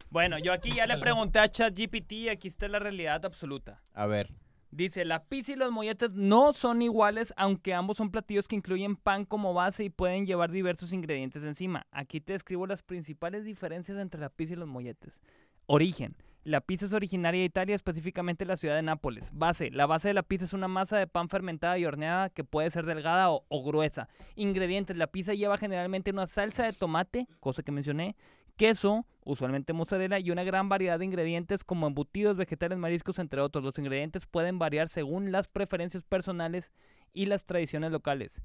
Speaker 2: Bueno, yo aquí ya le pregunté a ChatGPT y aquí está la realidad absoluta.
Speaker 3: A ver.
Speaker 2: Dice, la pizza y los molletes no son iguales, aunque ambos son platillos que incluyen pan como base y pueden llevar diversos ingredientes encima. Aquí te describo las principales diferencias entre la pizza y los molletes. Origen. La pizza es originaria de Italia, específicamente de la ciudad de Nápoles. Base. La base de la pizza es una masa de pan fermentada y horneada que puede ser delgada o, o gruesa. Ingredientes. La pizza lleva generalmente una salsa de tomate, cosa que mencioné, queso, usualmente mozzarella, y una gran variedad de ingredientes como embutidos, vegetales, mariscos, entre otros. Los ingredientes pueden variar según las preferencias personales y las tradiciones locales.
Speaker 4: ¿Y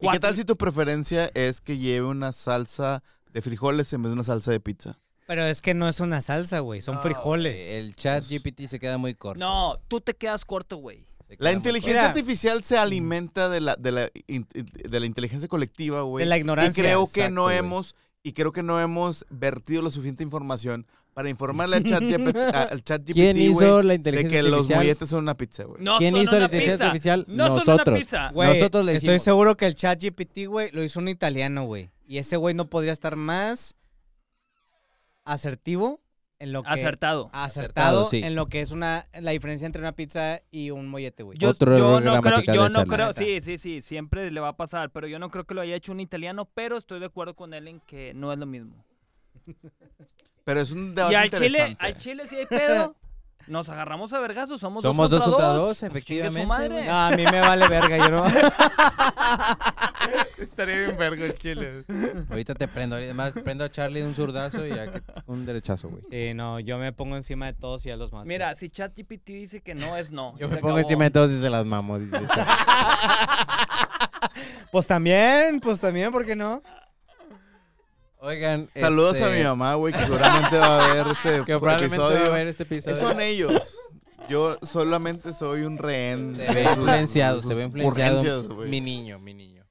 Speaker 4: qué
Speaker 2: Cuatro-
Speaker 4: tal si tu preferencia es que lleve una salsa de frijoles en vez de una salsa de pizza?
Speaker 1: Pero es que no es una salsa, güey. Son
Speaker 3: No,
Speaker 1: frijoles.
Speaker 3: güey, Eh, El chat GPT se queda muy corto.
Speaker 2: No, tú te quedas corto, güey.
Speaker 3: Se queda
Speaker 4: La
Speaker 3: muy
Speaker 4: inteligencia
Speaker 1: Mira.
Speaker 4: artificial se alimenta de la, de la, in- de la inteligencia colectiva, güey.
Speaker 1: de la
Speaker 4: Y
Speaker 1: ignorancia.
Speaker 4: creo que
Speaker 3: exacto,
Speaker 4: no
Speaker 3: güey.
Speaker 4: hemos, y creo que no hemos vertido la suficiente información para informarle al chat GPT, a- al chat
Speaker 3: corto. ¿Quién
Speaker 4: GPT,
Speaker 3: hizo
Speaker 4: güey,
Speaker 3: la
Speaker 4: de
Speaker 3: inteligencia
Speaker 4: que los
Speaker 3: artificial?
Speaker 4: molletes son una pizza, güey.
Speaker 2: No
Speaker 3: ¿Quién
Speaker 2: son
Speaker 3: hizo la
Speaker 2: una
Speaker 3: inteligencia
Speaker 2: pizza.
Speaker 3: artificial?
Speaker 2: No son una
Speaker 3: Nosotros.
Speaker 2: pizza.
Speaker 1: Güey,
Speaker 3: Nosotros le
Speaker 1: estoy
Speaker 3: hicimos.
Speaker 1: seguro que el chat GPT, güey, lo hizo un italiano, güey. Y ese güey no podría estar más asertivo en lo que...
Speaker 2: Acertado.
Speaker 1: Acertado,
Speaker 3: Acertado, sí.
Speaker 1: en lo que es una la diferencia entre una pizza y un mollete, güey.
Speaker 2: Yo,
Speaker 3: Otro
Speaker 2: yo
Speaker 3: error
Speaker 2: no creo,
Speaker 3: gramatical
Speaker 2: yo
Speaker 3: de
Speaker 2: no
Speaker 3: Charlie.
Speaker 2: creo, sí, sí, sí, siempre le va a pasar, pero yo no creo que lo haya hecho un italiano, pero estoy de acuerdo con él en que no es lo mismo.
Speaker 4: Pero es un
Speaker 2: y
Speaker 4: debate
Speaker 2: al Chile,
Speaker 4: interesante.
Speaker 2: al Chile si hay pedo, nos agarramos a vergazos, somos,
Speaker 3: Somos dos
Speaker 2: contra
Speaker 3: contra
Speaker 2: dos. Pues
Speaker 3: dos, efectivamente.
Speaker 2: su madre.
Speaker 1: No, a mí me vale verga, yo no.
Speaker 2: Estaría bien vergo el Chile.
Speaker 3: Ahorita te prendo, además prendo a Charlie de un zurdazo y a que- un derechazo, güey.
Speaker 1: Sí, no, yo me pongo encima de todos y ya los mato.
Speaker 2: Mira, si ChatGPT dice que no es no.
Speaker 3: Yo
Speaker 2: Se
Speaker 3: me pongo
Speaker 2: acabó.
Speaker 3: encima de todos y se las mamo, dice Charlie.
Speaker 1: Pues también, pues también, ¿por qué no?
Speaker 3: Oigan,
Speaker 4: Saludos
Speaker 3: este,
Speaker 4: a mi mamá, güey, que seguramente va a ver este
Speaker 3: Que probablemente
Speaker 4: episodio.
Speaker 3: va a ver este episodio.
Speaker 4: Son ellos. Yo solamente soy un rehén.
Speaker 3: Se
Speaker 4: de
Speaker 3: ve
Speaker 4: sus-
Speaker 3: influenciado,
Speaker 4: sus
Speaker 3: se ve influenciado.
Speaker 4: urgencias, güey.
Speaker 3: Mi niño, mi niño.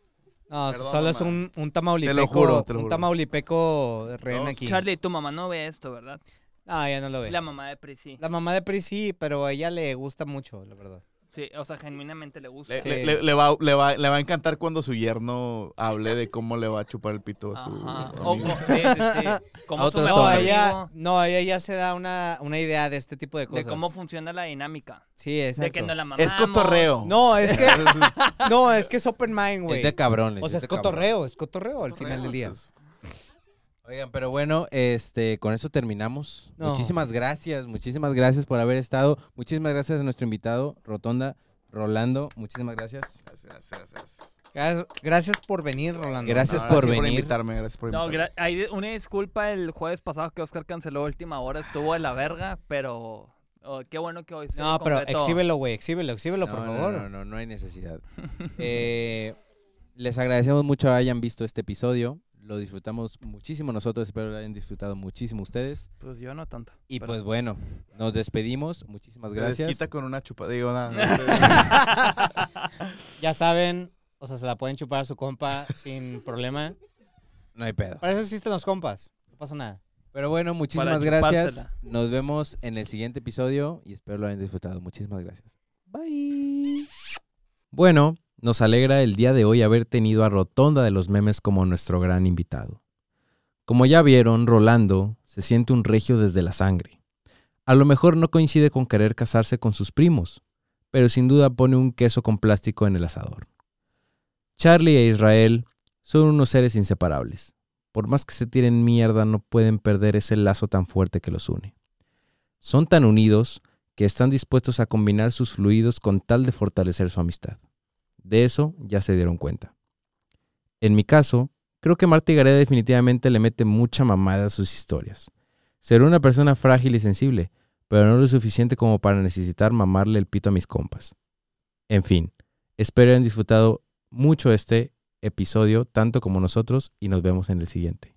Speaker 1: No,
Speaker 4: Perdón,
Speaker 1: solo es
Speaker 4: mamá.
Speaker 1: un, un tamaulipeco.
Speaker 4: Te lo juro, te lo
Speaker 1: Un
Speaker 4: juro.
Speaker 1: tamaulipeco rehén
Speaker 4: No,
Speaker 1: aquí.
Speaker 2: Charlie, tu mamá no ve esto, ¿verdad?
Speaker 1: Ah, ya no lo ve.
Speaker 2: La
Speaker 1: La,
Speaker 2: mamá de Prissy.
Speaker 1: mamá de Pri sí, pero a ella le gusta mucho, la verdad.
Speaker 2: Sí, o sea, genuinamente le gusta.
Speaker 4: Le,
Speaker 1: Sí.
Speaker 4: le- le- le va, le, va, le va a encantar cuando su yerno hable de cómo le va a chupar el pito a su.
Speaker 2: Ajá. Oh,
Speaker 4: amigo.
Speaker 2: O, co- sí, sí, sí. Como
Speaker 3: A
Speaker 2: su
Speaker 3: otros
Speaker 2: mejor
Speaker 1: No,
Speaker 3: hombres.
Speaker 1: ella,
Speaker 2: amigo,
Speaker 1: no, ella ya se da una, una idea de este tipo de
Speaker 2: de
Speaker 1: cosas.
Speaker 2: cómo funciona la dinámica.
Speaker 1: Sí, exacto.
Speaker 2: De que no la mamamos.
Speaker 4: Es cotorreo.
Speaker 1: No, es que,
Speaker 4: Entonces, es-
Speaker 1: no, es que es open mind, güey.
Speaker 3: Es de cabrones.
Speaker 1: O sea, es
Speaker 3: de cabrones.
Speaker 1: cotorreo, es cotorreo al final del día.
Speaker 4: Entonces,
Speaker 3: Oigan, pero bueno, este, con eso terminamos.
Speaker 1: No.
Speaker 3: Muchísimas gracias, muchísimas gracias por haber estado. Muchísimas gracias a nuestro invitado, Rotonda, Rolando. Muchísimas gracias.
Speaker 4: Gracias, gracias, gracias.
Speaker 1: Gracias, gracias por venir, Rolando.
Speaker 3: Gracias.
Speaker 4: No,
Speaker 3: por
Speaker 4: Por
Speaker 3: venir.
Speaker 4: invitarme, gracias por
Speaker 2: No,
Speaker 4: invitarme.
Speaker 2: gra- hay una disculpa el jueves pasado que Oscar canceló a última hora, estuvo de la verga, pero oh, qué bueno que hoy se
Speaker 1: No, pero
Speaker 2: concretó.
Speaker 1: exhíbelo, güey, exhíbelo, exhíbelo, por
Speaker 3: no, no,
Speaker 1: favor.
Speaker 3: No, no, no, hay necesidad. Eh, les agradecemos mucho hayan visto este episodio. Lo disfrutamos muchísimo nosotros. Espero lo hayan disfrutado muchísimo ustedes.
Speaker 2: Pues yo no tanto.
Speaker 3: Y
Speaker 2: pero-
Speaker 3: pues bueno, nos despedimos. Muchísimas
Speaker 4: Se
Speaker 3: gracias.
Speaker 4: desquita con una chupa. Digo, nada. no,
Speaker 1: Ya saben, o sea, se la pueden chupar a su compa sin problema.
Speaker 3: No hay pedo.
Speaker 1: Para eso existen los compas, no pasa nada.
Speaker 3: Pero bueno, muchísimas
Speaker 2: chupársela.
Speaker 3: gracias. Nos vemos en el siguiente episodio y espero lo hayan disfrutado. Muchísimas gracias. Bye. Bueno, nos alegra el día de hoy haber tenido a Rotonda de los Memes como nuestro gran invitado. Como ya vieron, Rolando se siente un regio desde la sangre. A lo mejor no coincide con querer casarse con sus primos, pero sin duda pone un queso con plástico en el asador. Charlie e Israel son unos seres inseparables. Por más que se tiren mierda, no pueden perder ese lazo tan fuerte que los une. Son tan unidos que están dispuestos a combinar sus fluidos con tal de fortalecer su amistad. De eso ya se dieron cuenta. En mi caso, creo que Marta Gareda definitivamente le mete mucha mamada a sus historias. Seré una persona frágil y sensible, pero no lo suficiente como para necesitar mamarle el pito a mis compas. En fin, espero hayan disfrutado mucho este episodio tanto como nosotros y nos vemos en el siguiente.